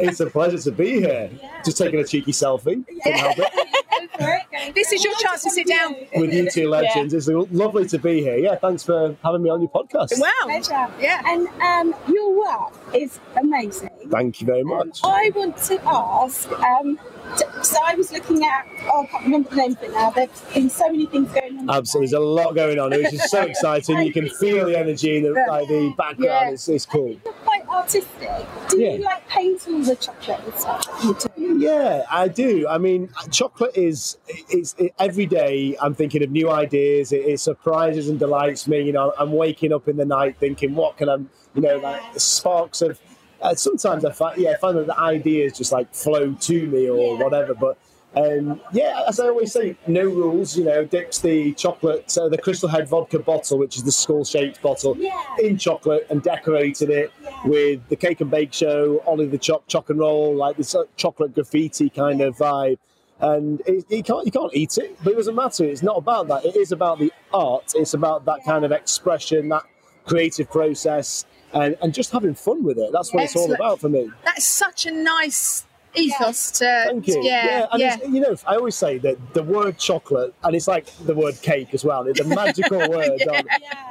Speaker 14: it's a pleasure to be here. Just taking a cheeky selfie couldn't help it.
Speaker 2: This is your chance to sit down.
Speaker 14: with you two legends. It's lovely to be here. Yeah, thanks for having me on your podcast.
Speaker 2: Wow.
Speaker 3: Pleasure.
Speaker 2: Yeah.
Speaker 3: And um, your work is amazing.
Speaker 14: Thank you very much.
Speaker 3: I want to ask. Um, t- so I was looking at. Oh, I can't remember the name of it now. There's been so many things going on.
Speaker 14: Absolutely, there's a lot going on, which
Speaker 2: [LAUGHS]
Speaker 14: is so exciting. You can feel the energy in the, like, the background.
Speaker 2: Yeah.
Speaker 14: It's, it's cool.
Speaker 3: You're quite artistic. Do you
Speaker 14: Yeah.
Speaker 3: like paint all the chocolate and stuff? that You do?
Speaker 14: Yeah, I do. I mean, chocolate is it's it, every day. I'm thinking of new ideas. It, it surprises and delights me. You know, I'm waking up in the night thinking, what can I? You know, like sparks of. Uh, sometimes I find yeah, I find that the ideas just like flow to me or whatever. But um, yeah, as I always say, no rules. You know, dips the chocolate, uh, the Crystal Head vodka bottle, which is the skull shaped bottle, in chocolate and decorated it with the cake and bake show, Ollie the Chop, Chock and Roll, like this uh, chocolate graffiti kind of vibe. And it, you can't you can't eat it, but it doesn't matter. It's not about that. It is about the art. It's about that kind of expression, that creative process, and, and just having fun with it. That's what
Speaker 2: Excellent.
Speaker 14: it's all about for me.
Speaker 2: That's such a nice ethos to.
Speaker 14: Thank you.
Speaker 2: Yeah.
Speaker 14: and
Speaker 2: Yeah.
Speaker 14: it's- you know, I always say that the word chocolate, and it's like the word cake as well. It's a
Speaker 2: [LAUGHS]
Speaker 14: magical word. aren't it?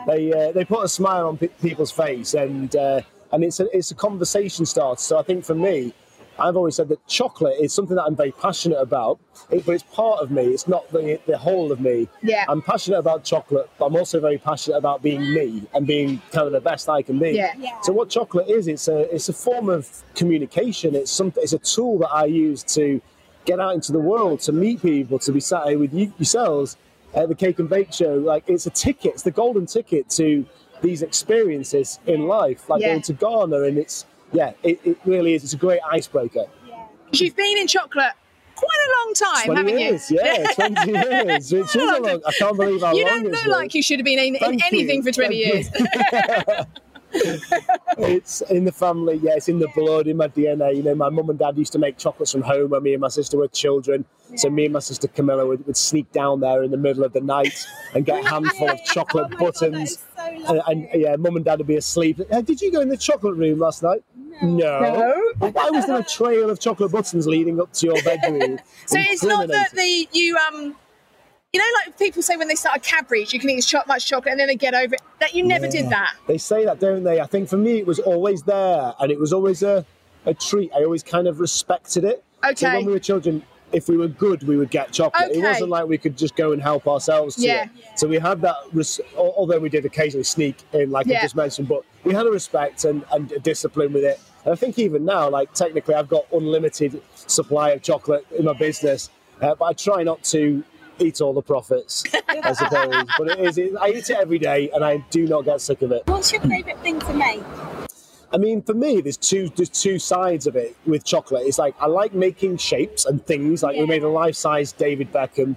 Speaker 14: They uh, they put a smile on pe- people's face, and uh, and it's a it's a conversation starter. So I think for me, I've always said that chocolate is something that I'm very passionate about, it, but it's part of me. It's not the the whole of me.
Speaker 2: Yeah.
Speaker 14: I'm passionate about chocolate, but I'm also very passionate about being me and being kind of the best I can be.
Speaker 2: Yeah.
Speaker 14: So what chocolate is? It's a it's a form of communication. It's something. It's a tool that I use to get out into the world, to meet people, to be sat here with you, yourselves at the Cake and Bake Show. Like it's a ticket. It's the golden ticket to these experiences in life, like
Speaker 2: Yeah.
Speaker 14: going to Ghana, and it's yeah, it, it really is. It's a great icebreaker.
Speaker 2: 'Cause You've been in chocolate quite a long time, haven't
Speaker 14: years,
Speaker 2: you?
Speaker 14: yeah,
Speaker 2: [LAUGHS]
Speaker 14: twenty years. Which is a long. I can't believe how
Speaker 2: You
Speaker 14: long
Speaker 2: don't
Speaker 14: it's
Speaker 2: look
Speaker 14: been.
Speaker 2: like you should have been in, in
Speaker 14: Thank
Speaker 2: anything
Speaker 14: you.
Speaker 2: for 20
Speaker 14: Thank
Speaker 2: years.
Speaker 14: you. it's in the family. Yeah, it's in the blood, in my DNA. You know, my mum and dad used to make chocolates from home when me and my sister were children. So me and my sister Camilla would, would sneak down there in the middle of the night and get
Speaker 2: [LAUGHS]
Speaker 14: a handful of
Speaker 2: Oh
Speaker 14: chocolate buttons. and, and, yeah, mum and dad would be asleep. "Uh, Did you go in the chocolate room last night? No.
Speaker 2: No.
Speaker 14: Why was there a trail of chocolate buttons leading up to your bedroom?
Speaker 2: [LAUGHS] [LAUGHS] So it's not that
Speaker 14: Incriminating.
Speaker 2: the you um, you know, like people say when they start a cab reach, you can eat so much chocolate and then they get over it. That you never did
Speaker 14: Yeah.
Speaker 2: that.
Speaker 14: They say that, don't they? I think for me, it was always there, and it was always a, a treat. I always kind of respected it. So
Speaker 2: Okay.
Speaker 14: when we were children, if we were good, we would get chocolate. It
Speaker 2: Okay.
Speaker 14: wasn't like we could just go and help ourselves to
Speaker 2: Yeah.
Speaker 14: it. So we had that, res- al- although we did occasionally sneak in, like
Speaker 2: Yeah.
Speaker 14: I just mentioned, but we had a respect and, and a discipline with it. And I think even now, like technically, I've got unlimited supply of chocolate in my business, uh, but I try not to eat all the profits, I suppose. but it is, it, I eat it every day, and I do not get sick of it.
Speaker 3: What's your favourite thing to make?
Speaker 14: I mean, for me, there's two there's two sides of it with chocolate. It's like I like making shapes and things. Like we made a life size David Beckham,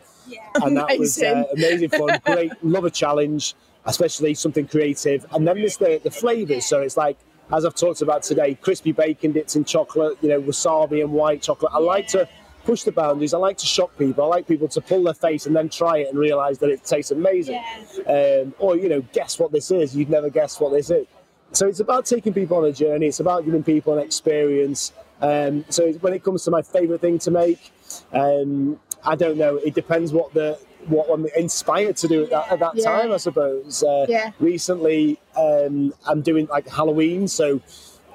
Speaker 3: [LAUGHS]
Speaker 14: and that was uh, amazing fun. Great, love a challenge, especially something creative. And then there's the the flavors. So it's like as I've talked about today, crispy bacon dipped in chocolate. You know, wasabi and white chocolate. I like to push the boundaries. I like to shock people. I like people to pull their face and then try it and realize that it tastes amazing. Um, or you know, guess what this is? You'd never guess what this is. So it's about taking people on a journey. It's about giving people an experience. Um, so when it comes to my favourite thing to make, um, I don't know. It depends what the what I'm inspired to do at that, at that
Speaker 2: Yeah.
Speaker 14: time, I suppose. Uh,
Speaker 2: Yeah.
Speaker 14: Recently, um, I'm doing like Halloween, so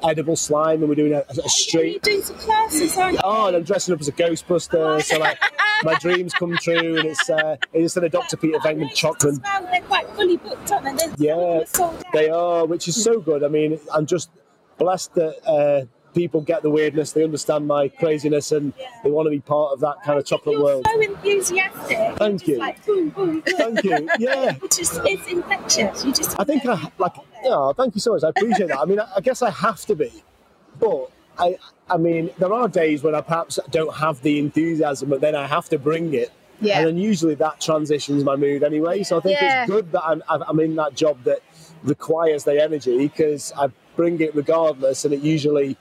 Speaker 14: edible slime, and we're doing a, a straight.
Speaker 3: Doing some classes, aren't you?
Speaker 14: Oh, and I'm dressing up as a Ghostbuster, so like my dreams come true, and it's uh, instead of Dr. Peter
Speaker 2: [LAUGHS]
Speaker 14: Venkman chocolate.
Speaker 3: Well, they're quite fully booked up and there's
Speaker 14: Yeah, they are, which is so good. I mean, I'm just blessed that uh, people get the weirdness, they understand my craziness, and they want to be part of that kind of chocolate world.
Speaker 3: so enthusiastic.
Speaker 14: Thank you.
Speaker 3: Like boom, boom, boom. [LAUGHS]
Speaker 14: Thank you. Yeah.
Speaker 3: It's just it's infectious. You just
Speaker 14: I think I like. Oh, thank you so much. I appreciate that. I mean, I, I guess I have to be, but I, I mean, there are days when I perhaps don't have the enthusiasm, but then I have to bring it.
Speaker 2: Yeah.
Speaker 14: And then usually that transitions my mood anyway. So I think
Speaker 2: Yeah.
Speaker 14: it's good that I'm, I've- I'm in that job that requires the energy because I bring it regardless, and it usually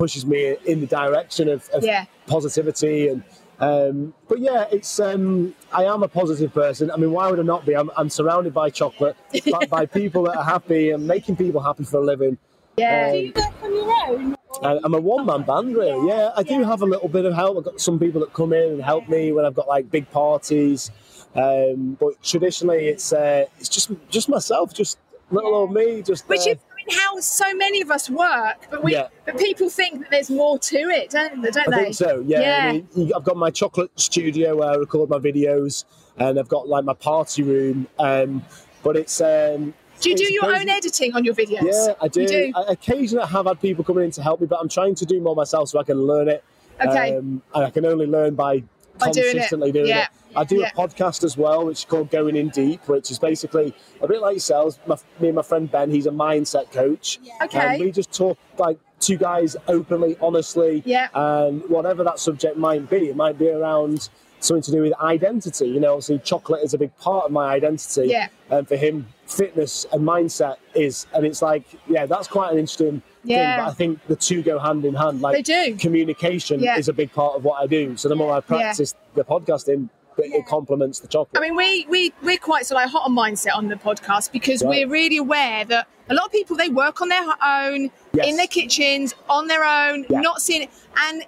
Speaker 14: pushes me in the direction of, of
Speaker 2: Yeah.
Speaker 14: positivity and um, but yeah it's um, i am a positive person i mean why would i not be i'm, I'm surrounded by chocolate by, by people that are happy and making people happy for a living
Speaker 3: Do
Speaker 14: Um,
Speaker 3: you work on your own?
Speaker 14: I- I'm a one-man band, really. Yeah, I do have a little bit of help. I've got some people that come in and help me when I've got like big parties. Um, but traditionally, it's uh, it's just just myself, just little old me, just
Speaker 2: Which
Speaker 14: uh,
Speaker 2: is I mean, how so many of us work, but we
Speaker 14: Yeah.
Speaker 2: but people think that there's more to it, don't they? Don't
Speaker 14: I
Speaker 2: they?
Speaker 14: think so. Yeah, I mean, you- I've got my chocolate studio where I record my videos, and I've got like my party room. Um, but it's um,
Speaker 2: do you do
Speaker 14: it's
Speaker 2: your
Speaker 14: crazy.
Speaker 2: own editing on your videos?
Speaker 14: Yeah, I do.
Speaker 2: You do.
Speaker 14: I, occasionally, I have had people coming in to help me, but I'm trying to do more myself so I can learn it.
Speaker 2: Okay.
Speaker 14: Um, and I can only learn by
Speaker 2: By doing it.
Speaker 14: consistently doing it.
Speaker 2: Yeah.
Speaker 14: I do
Speaker 2: Yeah.
Speaker 14: a podcast as well, which is called Going In Deep, which is basically a bit like yourselves. My, me and my friend Ben, he's a mindset coach.
Speaker 2: Okay.
Speaker 14: And we just talk like two guys openly, honestly.
Speaker 2: Yeah.
Speaker 14: And whatever that subject might be, it might be around something to do with identity. You know, obviously, chocolate is a big part of my identity
Speaker 2: Yeah.
Speaker 14: and for him fitness and mindset is and it's like yeah that's quite an interesting
Speaker 2: Yeah.
Speaker 14: thing but i think the two go hand in hand like
Speaker 2: They do.
Speaker 14: communication
Speaker 2: Yeah.
Speaker 14: is a big part of what i do so the more i practice the podcasting it- it complements the chocolate
Speaker 2: I mean, we we we're quite sort of like hot on mindset on the podcast because
Speaker 14: Right.
Speaker 2: we're really aware that a lot of people they work on their own
Speaker 14: Yes.
Speaker 2: in their kitchens on their own,
Speaker 14: Yeah.
Speaker 2: not seeing it, and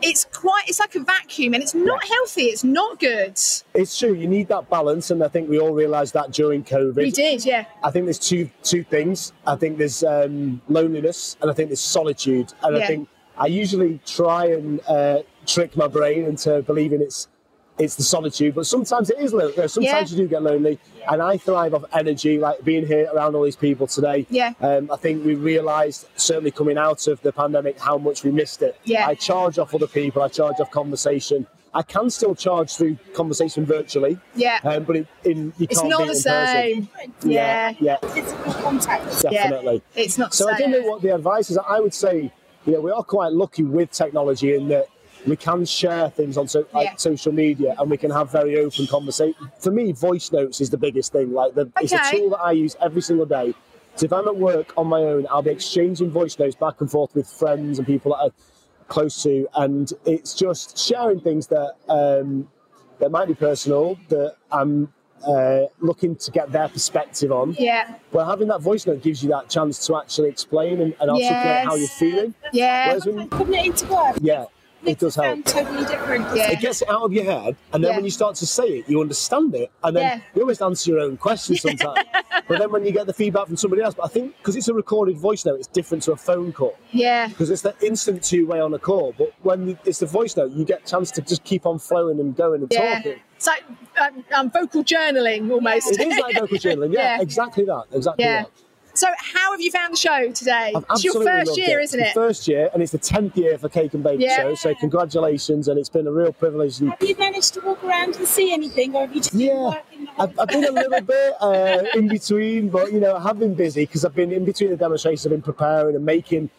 Speaker 2: it's quite it's like a vacuum, and it's not healthy. It's not good.
Speaker 14: it's true you need that balance and i think we all realized that during covid
Speaker 2: We did, yeah.
Speaker 14: I think there's two two things. I think there's um, loneliness, and I think there's solitude. And
Speaker 2: Yeah.
Speaker 14: I think I usually try and uh, trick my brain into believing it's it's the solitude, but sometimes it is lonely. Sometimes
Speaker 2: Yeah.
Speaker 14: you do get lonely, and I thrive off energy, like being here around all these people today.
Speaker 2: Yeah.
Speaker 14: Um, I think we realised certainly coming out of the pandemic how much we missed it.
Speaker 2: Yeah.
Speaker 14: I charge off other people. I charge off conversation. I can still charge through conversation virtually.
Speaker 2: Yeah.
Speaker 14: Um, but it, in you
Speaker 2: It's
Speaker 14: can't
Speaker 2: not
Speaker 14: beat
Speaker 2: the
Speaker 14: in person.
Speaker 2: same. Yeah.
Speaker 14: Yeah.
Speaker 3: Physical contact.
Speaker 14: Definitely.
Speaker 2: Yeah. It's not the
Speaker 14: So I don't
Speaker 2: same.
Speaker 14: know what the advice is. I would say, you know, we are quite lucky with technology in that we can share things on so,
Speaker 2: Yeah.
Speaker 14: like social media and we can have very open conversation. For me, voice notes is the biggest thing. Like, the, it's a
Speaker 2: Okay.
Speaker 14: tool that I use every single day. So if I'm at work on my own, I'll be exchanging voice notes back and forth with friends and people that are close to, and it's just sharing things that um, that might be personal that I'm uh, looking to get their perspective on.
Speaker 2: Yeah.
Speaker 14: Well, having that voice note gives you that chance to actually explain and, and articulate how you're
Speaker 2: Yes.
Speaker 14: feeling.
Speaker 2: Yeah.
Speaker 14: Whereas when-
Speaker 3: Putting it into words.
Speaker 14: yeah, it does help.
Speaker 3: sound totally different.
Speaker 14: It gets it out of your head, and then
Speaker 3: Yeah.
Speaker 14: when you start to say it, you understand it, and then
Speaker 3: Yeah.
Speaker 14: you almost answer your own question sometimes. but then when you get the feedback from somebody else, but I think because it's a recorded voice note, it's different to a phone call
Speaker 2: Yeah.
Speaker 14: because it's that instant two way on a call. But when it's the voice note, you get a chance to just keep on flowing and going and
Speaker 2: Yeah.
Speaker 14: talking.
Speaker 2: It's like um, um, vocal journaling almost.
Speaker 14: It
Speaker 2: [LAUGHS]
Speaker 14: is like vocal journaling. Yeah,
Speaker 2: Yeah.
Speaker 14: exactly that. Exactly
Speaker 2: Yeah.
Speaker 14: that.
Speaker 2: So, how have you found the show today?
Speaker 14: I've
Speaker 2: it's your
Speaker 14: absolutely
Speaker 2: first
Speaker 14: loved
Speaker 2: year,
Speaker 14: it.
Speaker 2: is isn't
Speaker 14: It's
Speaker 2: it?
Speaker 14: the First year, and it's the tenth year for Cake and Bake
Speaker 2: Yeah.
Speaker 14: Show. So congratulations, and it's been a real privilege. And
Speaker 3: Have you managed to walk around and see anything, or have you just been working? the whole
Speaker 14: I've, I've been a
Speaker 2: [LAUGHS]
Speaker 14: little bit uh, in between, but you know, I have been busy because I've been in between the demonstrations. I've been preparing and making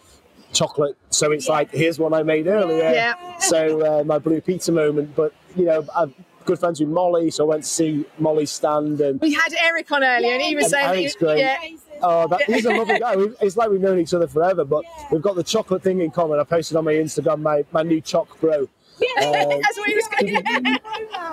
Speaker 14: chocolate, so it's like here's one I made earlier.
Speaker 2: Yeah.
Speaker 14: So uh, my blue pizza moment, but you know, I'm good friends with Molly, so I went to see Molly's stand and.
Speaker 2: We had Eric on earlier, and he was
Speaker 14: And
Speaker 2: saying, that
Speaker 14: Eric's
Speaker 2: you-
Speaker 14: great.
Speaker 2: yeah,
Speaker 14: Oh, that, he's a lovely guy. We- It's like we've known each other forever, but we've got the chocolate thing in common. I posted on my Instagram my, my new choc bro. Uh,
Speaker 2: [LAUGHS] that's what he was going.
Speaker 14: [LAUGHS]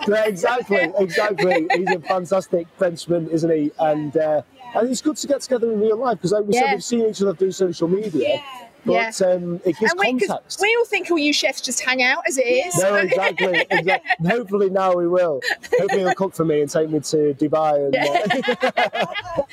Speaker 14: yeah, exactly, exactly. He's a fantastic Frenchman, isn't he? And uh, and it's good to get together in real life because, like we
Speaker 2: Yeah.
Speaker 14: said, we've seen each other through social media. But um, it gives
Speaker 2: and wait, 'cause
Speaker 14: context.
Speaker 2: we all think all you chefs just hang out as it is.
Speaker 14: No, exactly. exactly.
Speaker 2: [LAUGHS]
Speaker 14: And Hopefully now we will. Hopefully he'll cook for me and take me to Dubai. And, uh,
Speaker 2: [LAUGHS]
Speaker 14: [LAUGHS]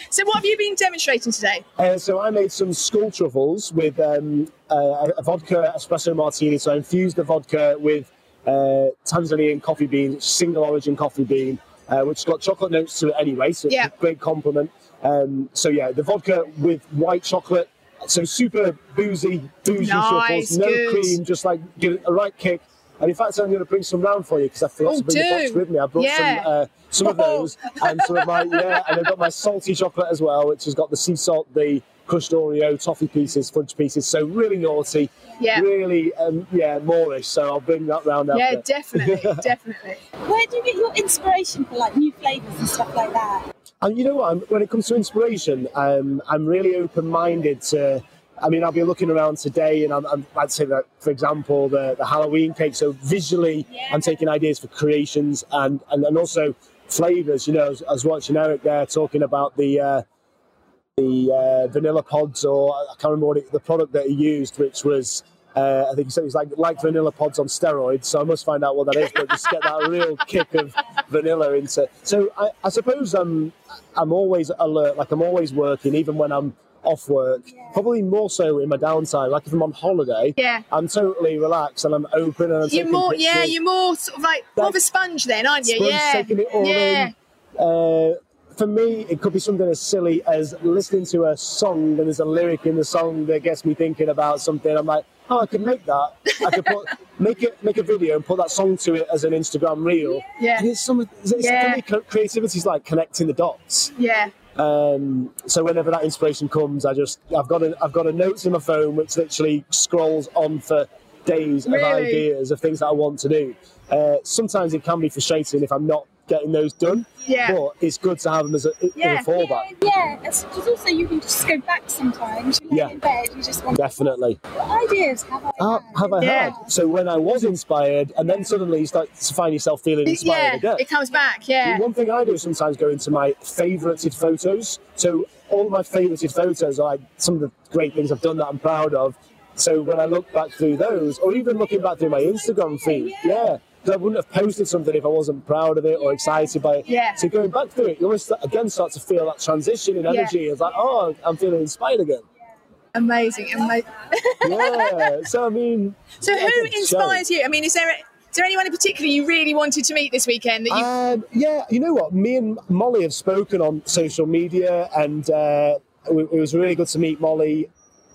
Speaker 2: so, what have you been demonstrating today?
Speaker 14: Uh, so I made some skull truffles with um, uh, a vodka espresso martini. So I infused the vodka with uh, Tanzanian coffee bean, single origin coffee bean, uh, which has got chocolate notes to it anyway. So
Speaker 2: Yeah.
Speaker 14: it's a great compliment. Um, so yeah, the vodka with white chocolate. So super boozy, boozy
Speaker 2: Nice,
Speaker 14: truffles, no
Speaker 2: good.
Speaker 14: cream, just like give it a right kick. And in fact, I'm going to bring some round for you because I forgot
Speaker 2: Oh,
Speaker 14: to bring the box
Speaker 2: do.
Speaker 14: with me. I brought
Speaker 2: Yeah.
Speaker 14: some uh, some of
Speaker 2: [LAUGHS]
Speaker 14: those and some of my yeah, and I've got my salty chocolate as well, which has got the sea salt, the crushed Oreo, toffee pieces, fudge pieces. So really naughty,
Speaker 2: Yeah.
Speaker 14: really um, yeah, Moorish. So I'll bring that round out.
Speaker 2: Yeah, definitely,
Speaker 14: [LAUGHS]
Speaker 2: definitely.
Speaker 3: Where do you get your inspiration for like new flavours and stuff like that?
Speaker 14: And you know what? I'm, when it comes to inspiration, um, I'm really open-minded to. I mean, I'll be looking around today, and I'm, I'm, I'd say that, for example, the, the Halloween cake. So visually, I'm taking ideas for creations and and, and also flavors. You know, I was, I was watching Eric there talking about the. Uh, the uh, vanilla pods, or I can't remember what it, the product that he used, which was uh, I think he said it was like like vanilla pods on steroids. So I must find out what that is, but just get that real [LAUGHS] kick of vanilla into. So I, I suppose I'm I'm always alert, like I'm always working, even when I'm off work. Probably more so in my downtime, like if I'm on holiday.
Speaker 2: Yeah.
Speaker 14: I'm totally relaxed and I'm open and I'm
Speaker 2: You're
Speaker 14: taking
Speaker 2: more,
Speaker 14: pictures.
Speaker 2: yeah, you're more sort of like more of a sponge then, aren't you?
Speaker 14: Sponge
Speaker 2: yeah,
Speaker 14: taking it all
Speaker 2: yeah.
Speaker 14: in. Uh, for me, it could be something as silly as listening to a song and there's a lyric in the song that gets me thinking about something. I'm like, oh, I could make that. I could
Speaker 2: [LAUGHS]
Speaker 14: put, make it, make a video and put that song to it as an Instagram reel.
Speaker 2: Yeah.
Speaker 14: And it's some, it's, it's-
Speaker 2: Yeah.
Speaker 14: for me, cre- creativity's like connecting the dots.
Speaker 2: Yeah.
Speaker 14: Um, so whenever that inspiration comes, I just I've got a I've got a notes in my phone which literally scrolls on for days
Speaker 2: Really?
Speaker 14: of ideas of things that I want to do. Uh, sometimes it can be frustrating if I'm not getting those done.
Speaker 3: Yeah.
Speaker 14: But it's good to have them as a, as a fallback.
Speaker 3: yeah, yeah. It's just also you can just go back sometimes. You lay
Speaker 14: Yeah.
Speaker 3: in bed, you just want
Speaker 14: Definitely.
Speaker 3: what ideas have I?
Speaker 14: Uh, have I
Speaker 2: Yeah.
Speaker 14: had? So when I was inspired, and then suddenly you start to find yourself feeling inspired
Speaker 2: yeah,
Speaker 14: again.
Speaker 2: it comes back. Yeah,
Speaker 14: One thing I do sometimes go into my favourited photos. So all my favourited photos are like some of the great things I've done that I'm proud of. So when I look back through those, or even looking back through my Instagram feed, yeah, 'cause I wouldn't have posted something if I wasn't proud of it or excited by it.
Speaker 2: Yeah.
Speaker 14: So going back through it, you almost again start to feel that transition in
Speaker 2: Yeah.
Speaker 14: energy. It's like, oh, I'm feeling inspired again.
Speaker 2: amazing, amazing.
Speaker 14: [LAUGHS] Yeah. so I mean,
Speaker 2: So,
Speaker 14: yeah,
Speaker 2: who
Speaker 14: it's a show.
Speaker 2: inspires you? I mean, is there is there anyone in particular you really wanted to meet this weekend that you?
Speaker 14: Um, yeah, you know what? Me and Molly have spoken on social media, and uh, it, it was really good to meet Molly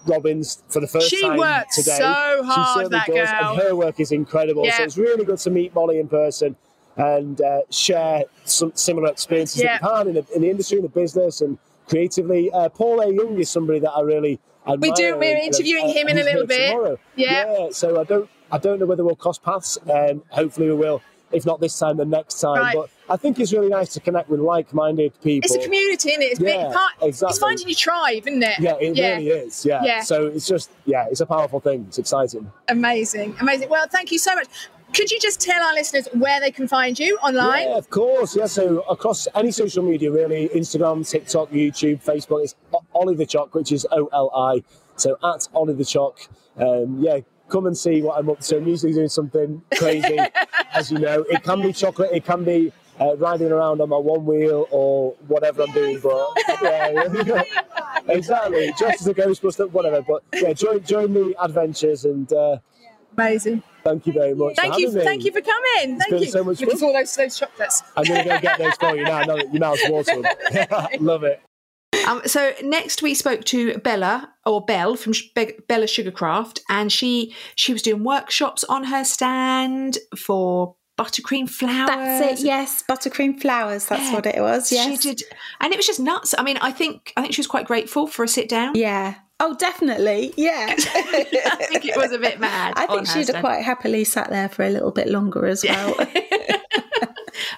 Speaker 14: Robbins for the first
Speaker 2: She
Speaker 14: time
Speaker 2: works
Speaker 14: today.
Speaker 2: so hard,
Speaker 14: she certainly
Speaker 2: that
Speaker 14: does,
Speaker 2: girl.
Speaker 14: and her work is incredible.
Speaker 2: Yeah.
Speaker 14: So it's really good to meet Molly in person and uh, share some similar experiences
Speaker 2: Yeah.
Speaker 14: that we've had in the, in the industry, in the business, and creatively. Uh, Paul A. Young is somebody that I really admire.
Speaker 2: we do. We're
Speaker 14: and- and,
Speaker 2: interviewing
Speaker 14: uh,
Speaker 2: him in a
Speaker 14: he's
Speaker 2: little
Speaker 14: here
Speaker 2: bit.
Speaker 14: tomorrow.
Speaker 2: Yeah.
Speaker 14: Yeah, so I don't I don't know whether we'll cross paths. Um, hopefully we will. If not this time, then next time.
Speaker 2: Right.
Speaker 14: But I think it's really nice to connect with like-minded people.
Speaker 2: It's a community, isn't it? It's,
Speaker 14: Yeah,
Speaker 2: big part, it's
Speaker 14: exactly.
Speaker 2: finding your tribe, isn't it?
Speaker 14: Yeah, it really is. Yeah. So it's just yeah, it's a powerful thing. It's exciting.
Speaker 2: amazing, amazing. Well, thank you so much. Could you just tell our listeners where they can find you online?
Speaker 14: Yeah, of course. Yeah, so across any social media, really Instagram, TikTok, YouTube, Facebook, it's O- Ollie the Chock, which is O L I. So at Ollie the Chock. Um, yeah, come and see what I'm up to. I'm usually doing something
Speaker 2: [LAUGHS]
Speaker 14: crazy, as you know. It can be chocolate, it can be uh, riding around on my one wheel or whatever I'm doing. But yeah, yeah. [LAUGHS] exactly. Just as a Ghostbuster, whatever. But yeah, join, join the adventures and. Uh,
Speaker 2: Amazing.
Speaker 14: Thank you very much.
Speaker 2: Thank
Speaker 14: for
Speaker 2: you,
Speaker 14: having me.
Speaker 2: thank you for coming. thank
Speaker 14: been
Speaker 2: you.
Speaker 14: so much
Speaker 2: Look at
Speaker 14: fun.
Speaker 2: all those, those chocolates.
Speaker 14: I'm going to go get those for you now. Now that your mouth's
Speaker 2: [LAUGHS]
Speaker 14: watering. [LAUGHS] Love it.
Speaker 7: Um, so next we spoke to Bella or Belle from Sh- Be- Bella Sugarcraft, and she she was doing workshops on her stand for buttercream flowers.
Speaker 1: That's it. Yes, buttercream flowers. That's
Speaker 7: Yeah.
Speaker 1: what it was. Yes.
Speaker 7: She did, and it was just nuts. I mean, I think I think she was quite grateful for a sit down.
Speaker 1: Yeah. Oh, definitely. Yeah.
Speaker 7: [LAUGHS] I think it was a bit mad.
Speaker 1: I
Speaker 7: on
Speaker 1: think
Speaker 7: her
Speaker 1: she'd have
Speaker 7: stand.
Speaker 1: quite happily sat there for a little bit longer as well.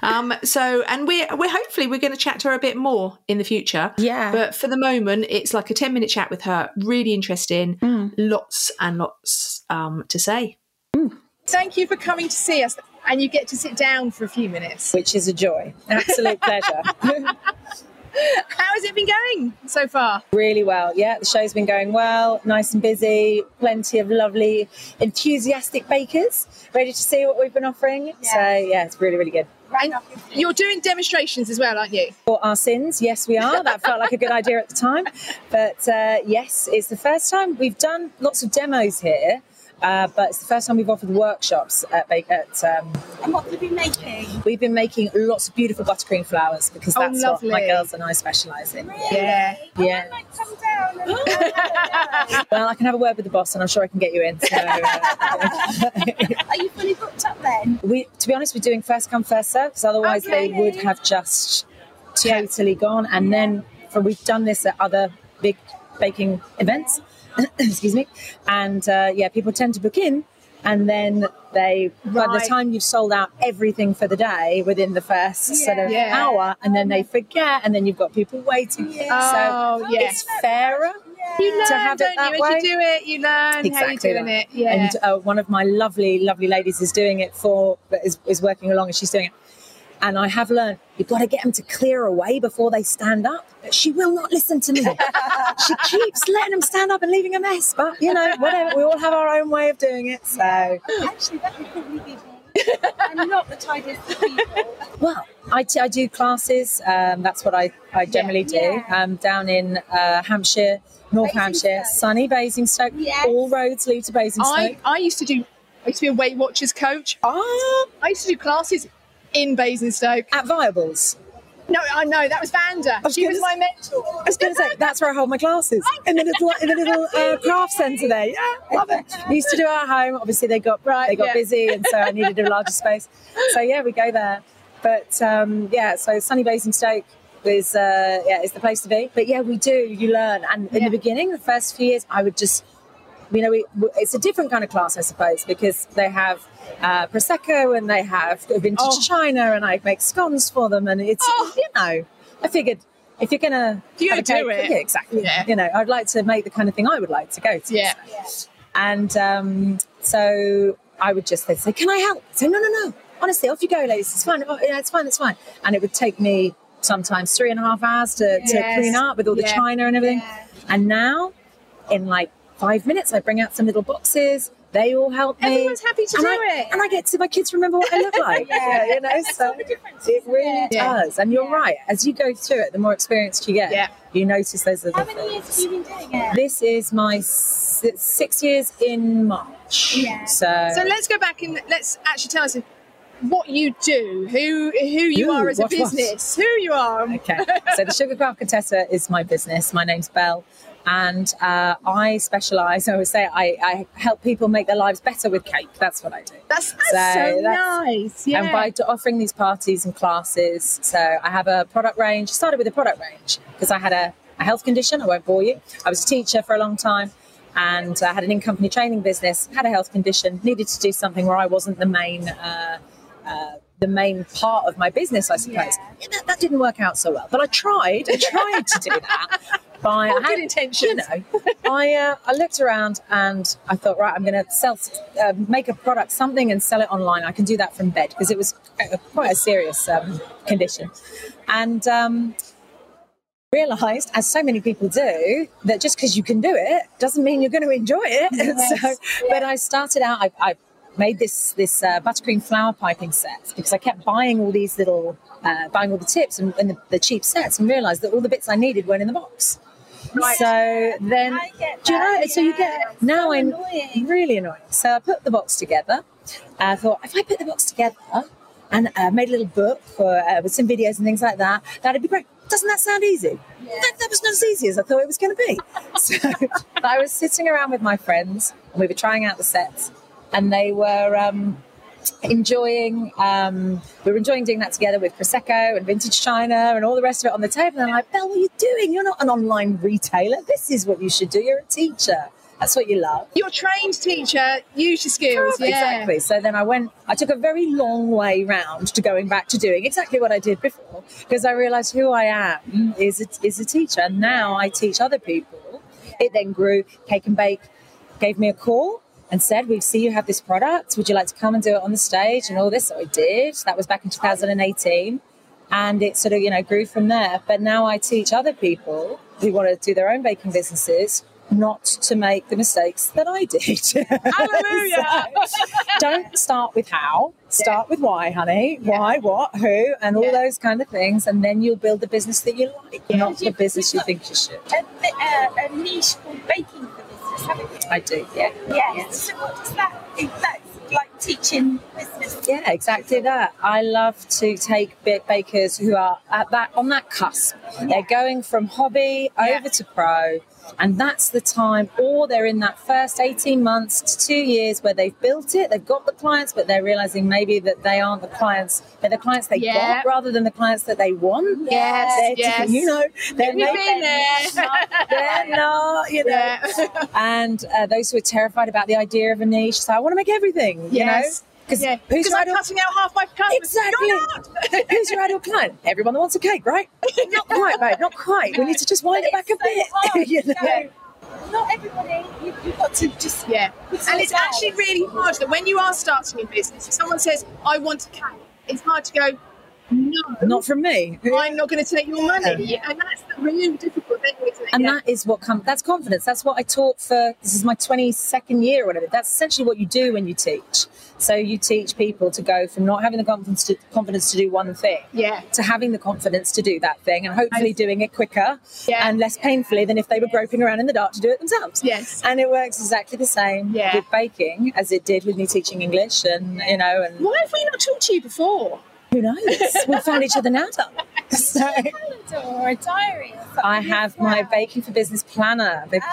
Speaker 7: Um, so, and we're we're hopefully we're going to chat to her a bit more in the future.
Speaker 1: Yeah.
Speaker 7: But for the moment, it's like a ten minute chat with her. Really interesting.
Speaker 1: Mm.
Speaker 7: Lots and lots um, to say.
Speaker 1: Mm.
Speaker 2: Thank you for coming to see us, and you get to sit down for a few minutes.
Speaker 13: Which is a joy, an absolute pleasure.
Speaker 2: How has it been going so far?
Speaker 13: Really well, yeah. The show's been going well, nice and busy, plenty of lovely, enthusiastic bakers ready to see what we've been offering. So, yeah, it's really, really good.
Speaker 2: And you're doing demonstrations as well, aren't you?
Speaker 13: For our sins, yes, we are. That felt like a good idea at the time. But uh, yes, it's the first time we've done lots of demos here. Uh, but it's the first time we've offered workshops at, ba- at um,
Speaker 4: And what have you been making?
Speaker 13: We've been making lots of beautiful buttercream flowers because
Speaker 4: Oh,
Speaker 13: that's what my
Speaker 4: lovely.
Speaker 13: girls and I specialise in.
Speaker 4: Yeah.
Speaker 13: Yeah.
Speaker 4: Come
Speaker 13: [GASPS]
Speaker 4: down. And
Speaker 13: Well, I can have a word with the boss, and I'm sure I can get you in. So, uh,
Speaker 4: Are you fully booked up then?
Speaker 13: we, to be honest, we're doing first come first serve because otherwise they would have just totally gone. And then for, we've done this at other big baking events, [COUGHS] excuse me, and uh, yeah, people tend to book in. And then they, by the
Speaker 4: Right.
Speaker 13: time you've sold out everything for the day within the first sort of
Speaker 4: Yeah.
Speaker 13: hour, and then they forget, and then you've got people waiting.
Speaker 2: Oh,
Speaker 13: so
Speaker 2: yeah.
Speaker 13: it's fairer
Speaker 2: You learn,
Speaker 13: to have
Speaker 2: don't
Speaker 13: it that
Speaker 2: you?
Speaker 13: way
Speaker 2: As you do it, you learn how you're doing
Speaker 13: that.
Speaker 2: it. Yeah.
Speaker 13: And uh, one of my lovely, lovely ladies is doing it for, is, is working along and she's doing it. And I have learned you've got to get them to clear away before they stand up. But she will not listen
Speaker 2: [LAUGHS]
Speaker 13: to me. she keeps letting them stand up and leaving a mess. But, you know, whatever. We all have our own way of doing it. So,
Speaker 4: Actually, that would probably be me.
Speaker 13: [LAUGHS]
Speaker 4: I'm not the tidiest of people.
Speaker 13: well, I, t- I do classes. Um, that's what I, I generally do Um, down in uh, Hampshire, North Hampshire, sunny Basingstoke. All roads lead to Basingstoke.
Speaker 2: I, I used to do. I used to be a Weight Watchers coach.
Speaker 13: Ah.
Speaker 2: I used to do classes in Basingstoke
Speaker 13: at Viables.
Speaker 2: No, I know that was Vanda.
Speaker 13: was
Speaker 2: she
Speaker 13: gonna
Speaker 2: was my mentor.
Speaker 13: I was going to say that's where I hold my classes in the little in the little uh, craft centre there. Yeah, love it. We used to do it at home. Obviously, they got they got
Speaker 2: yeah.
Speaker 13: busy, and so I needed a larger space. So yeah, we go there. But um, yeah, so sunny Basingstoke is uh, yeah is the place to be. But yeah, we do. You learn, and in the beginning, the first few years, I would just you know, we, w- it's a different kind of class, I suppose, because they have uh, prosecco and they have vintage china, and I make scones for them, and it's you know, I figured if you're gonna
Speaker 2: You
Speaker 13: have a
Speaker 2: gotta do
Speaker 13: cake-
Speaker 2: it.
Speaker 13: yeah, exactly.
Speaker 2: Yeah.
Speaker 13: You know, I'd like to make the kind of thing I would like to go to.
Speaker 2: Yeah.
Speaker 13: And um, so I would just they'd say, "Can I help?" I'd say, "No, no, no. Honestly, off you go, ladies. It's fine. Oh, yeah, it's fine. It's fine." And it would take me sometimes three and a half hours to,
Speaker 2: Yes.
Speaker 13: to clean up with all the
Speaker 2: Yeah.
Speaker 13: china and everything. And now, in like five minutes, I bring out some little boxes. They all help me.
Speaker 2: Everyone's happy to
Speaker 13: and
Speaker 2: do
Speaker 13: I,
Speaker 2: it.
Speaker 13: and I get to my kids remember what I look like.
Speaker 2: [LAUGHS] Yeah.
Speaker 13: you know, so it really
Speaker 2: it? Yeah.
Speaker 13: does. And you're right. As you go through it, the more experienced you get,
Speaker 2: Yeah.
Speaker 13: you notice those little
Speaker 4: How many years have you been doing it?
Speaker 13: this is my s- six years in March.
Speaker 2: Yeah.
Speaker 13: So,
Speaker 2: So let's go back and let's actually tell us what you do, who who you
Speaker 13: Ooh,
Speaker 2: are as a
Speaker 13: what, what?
Speaker 2: business, who you are.
Speaker 13: okay.
Speaker 2: [LAUGHS]
Speaker 13: so the Sugarcraft Contessa is my business. My name's Belle, and uh, I specialise. I would say I, I help people make their lives better with cake. That's what I do.
Speaker 2: That's, that's
Speaker 13: that's-
Speaker 2: so, nice. Yeah.
Speaker 13: And by do- offering these parties and classes, so I have a product range. Started with a product range because I had a, a health condition. I won't bore you. I was a teacher for a long time, and I had an in-company training business. Had a health condition. Needed to do something where I wasn't the main. Uh, uh, the main part of my business, I suppose. Yeah, that, that didn't work out so well, but I tried. I tried to do that. By I had intention. You know, I uh, I looked around and I thought, right, I'm going to sell, uh, make a product, something, and sell it online. I can do that from bed because it was quite a- quite a serious um, condition, and. Um, realized, as so many people do, that just because you can do it doesn't mean you're going to enjoy it. [LAUGHS]
Speaker 3: Yes.
Speaker 13: so, But I started out. I, I made this this uh, buttercream flower piping set because I kept buying all these little, uh, buying all the tips and, and the, the cheap sets, and realized that all the bits I needed weren't in the box.
Speaker 3: Right.
Speaker 13: So then, do you know?
Speaker 3: that,
Speaker 13: So you get now I'm really annoying. So I put the box together. I thought if I put the box together and uh, made a little book for, uh, with some videos and things like that, that'd be great. Doesn't that sound easy? That, that was not as easy as I thought it was going to be. [LAUGHS] So I was sitting around with my friends and we were trying out the sets, and they were. Um, enjoying um, we were enjoying doing that together with prosecco and vintage china and all the rest of it on the table and i'm like belle what are you doing you're not an online retailer this is what you should do you're a teacher that's what you love
Speaker 2: You're a trained teacher, use your skills.
Speaker 13: Oh,
Speaker 2: yeah.
Speaker 13: Exactly. So then I went, I took a very long way round to going back to doing exactly what I did before because I realized who I am is a, is a teacher. And now I teach other people. It then grew. Cake and Bake gave me a call and said, We see you have this product. Would you like to come and do it on the stage and all this? So I did. That was back in 2018. And it sort of, you know, grew from there. But now I teach other people who want to do their own baking businesses not to make the mistakes that I did. [LAUGHS]
Speaker 3: Hallelujah.
Speaker 13: don't start with how start with why honey why what who and all those kind of things and then you'll build the business that you like not the business you think you should
Speaker 4: A, bi- uh, a, a niche called baking for business, haven't you?
Speaker 13: i do yeah
Speaker 4: Yes. So what does that? That's like teaching business.
Speaker 13: yeah exactly that i love to take bit bakers who are at that on that cusp they're going from hobby over to pro and that's the time or they're in that first 18 months to two years where they've built it they've got the clients but they're realizing maybe that they aren't the clients they're the clients they
Speaker 3: Yeah.
Speaker 13: got rather than the clients that they want
Speaker 3: Yes,
Speaker 13: They're-
Speaker 3: yes.
Speaker 13: you know they're
Speaker 3: We've been
Speaker 13: maybe-
Speaker 3: there.
Speaker 13: [LAUGHS] they're not
Speaker 3: [LAUGHS]
Speaker 13: you know and uh, those who are terrified about the idea of a niche so i want to make everything you
Speaker 2: Yes.
Speaker 13: know because
Speaker 2: Yeah.
Speaker 13: who's
Speaker 2: 'Cause
Speaker 13: your
Speaker 2: I'm
Speaker 13: ideal-
Speaker 2: cutting out half my customers.
Speaker 13: Exactly.
Speaker 2: You're not. [LAUGHS]
Speaker 13: Who's your ideal client? Everyone that wants a cake, right? Not quite, babe. Not quite. We need to just wind it back a bit. [LAUGHS] you know?
Speaker 4: Not everybody. You, you've got to just
Speaker 2: yeah. And it's
Speaker 4: out.
Speaker 2: actually really hard that when you are starting your business, if someone says, I want a cake, it's hard to go, no.
Speaker 13: Not from me.
Speaker 2: I'm not going to take your money. And that's the really difficult thing, isn't it?
Speaker 13: And
Speaker 2: Yeah.
Speaker 13: that is what comes. That's confidence. That's what I taught for. This is my twenty-second year or whatever. That's essentially what you do when you teach. So you teach people to go from not having the confidence to, confidence to do one thing,
Speaker 2: Yeah.
Speaker 13: to having the confidence to do that thing, and hopefully doing it quicker and less painfully than if they were groping around in the dark to do it themselves.
Speaker 2: Yes.
Speaker 13: And it works exactly the same
Speaker 2: Yeah.
Speaker 13: with baking as it did with me teaching English, and you know, and
Speaker 2: Why have we not talked to you before?
Speaker 13: who knows? we found each other now.
Speaker 2: [LAUGHS]
Speaker 13: So.
Speaker 4: calendar or a diary or something.
Speaker 13: I have my baking for business planner because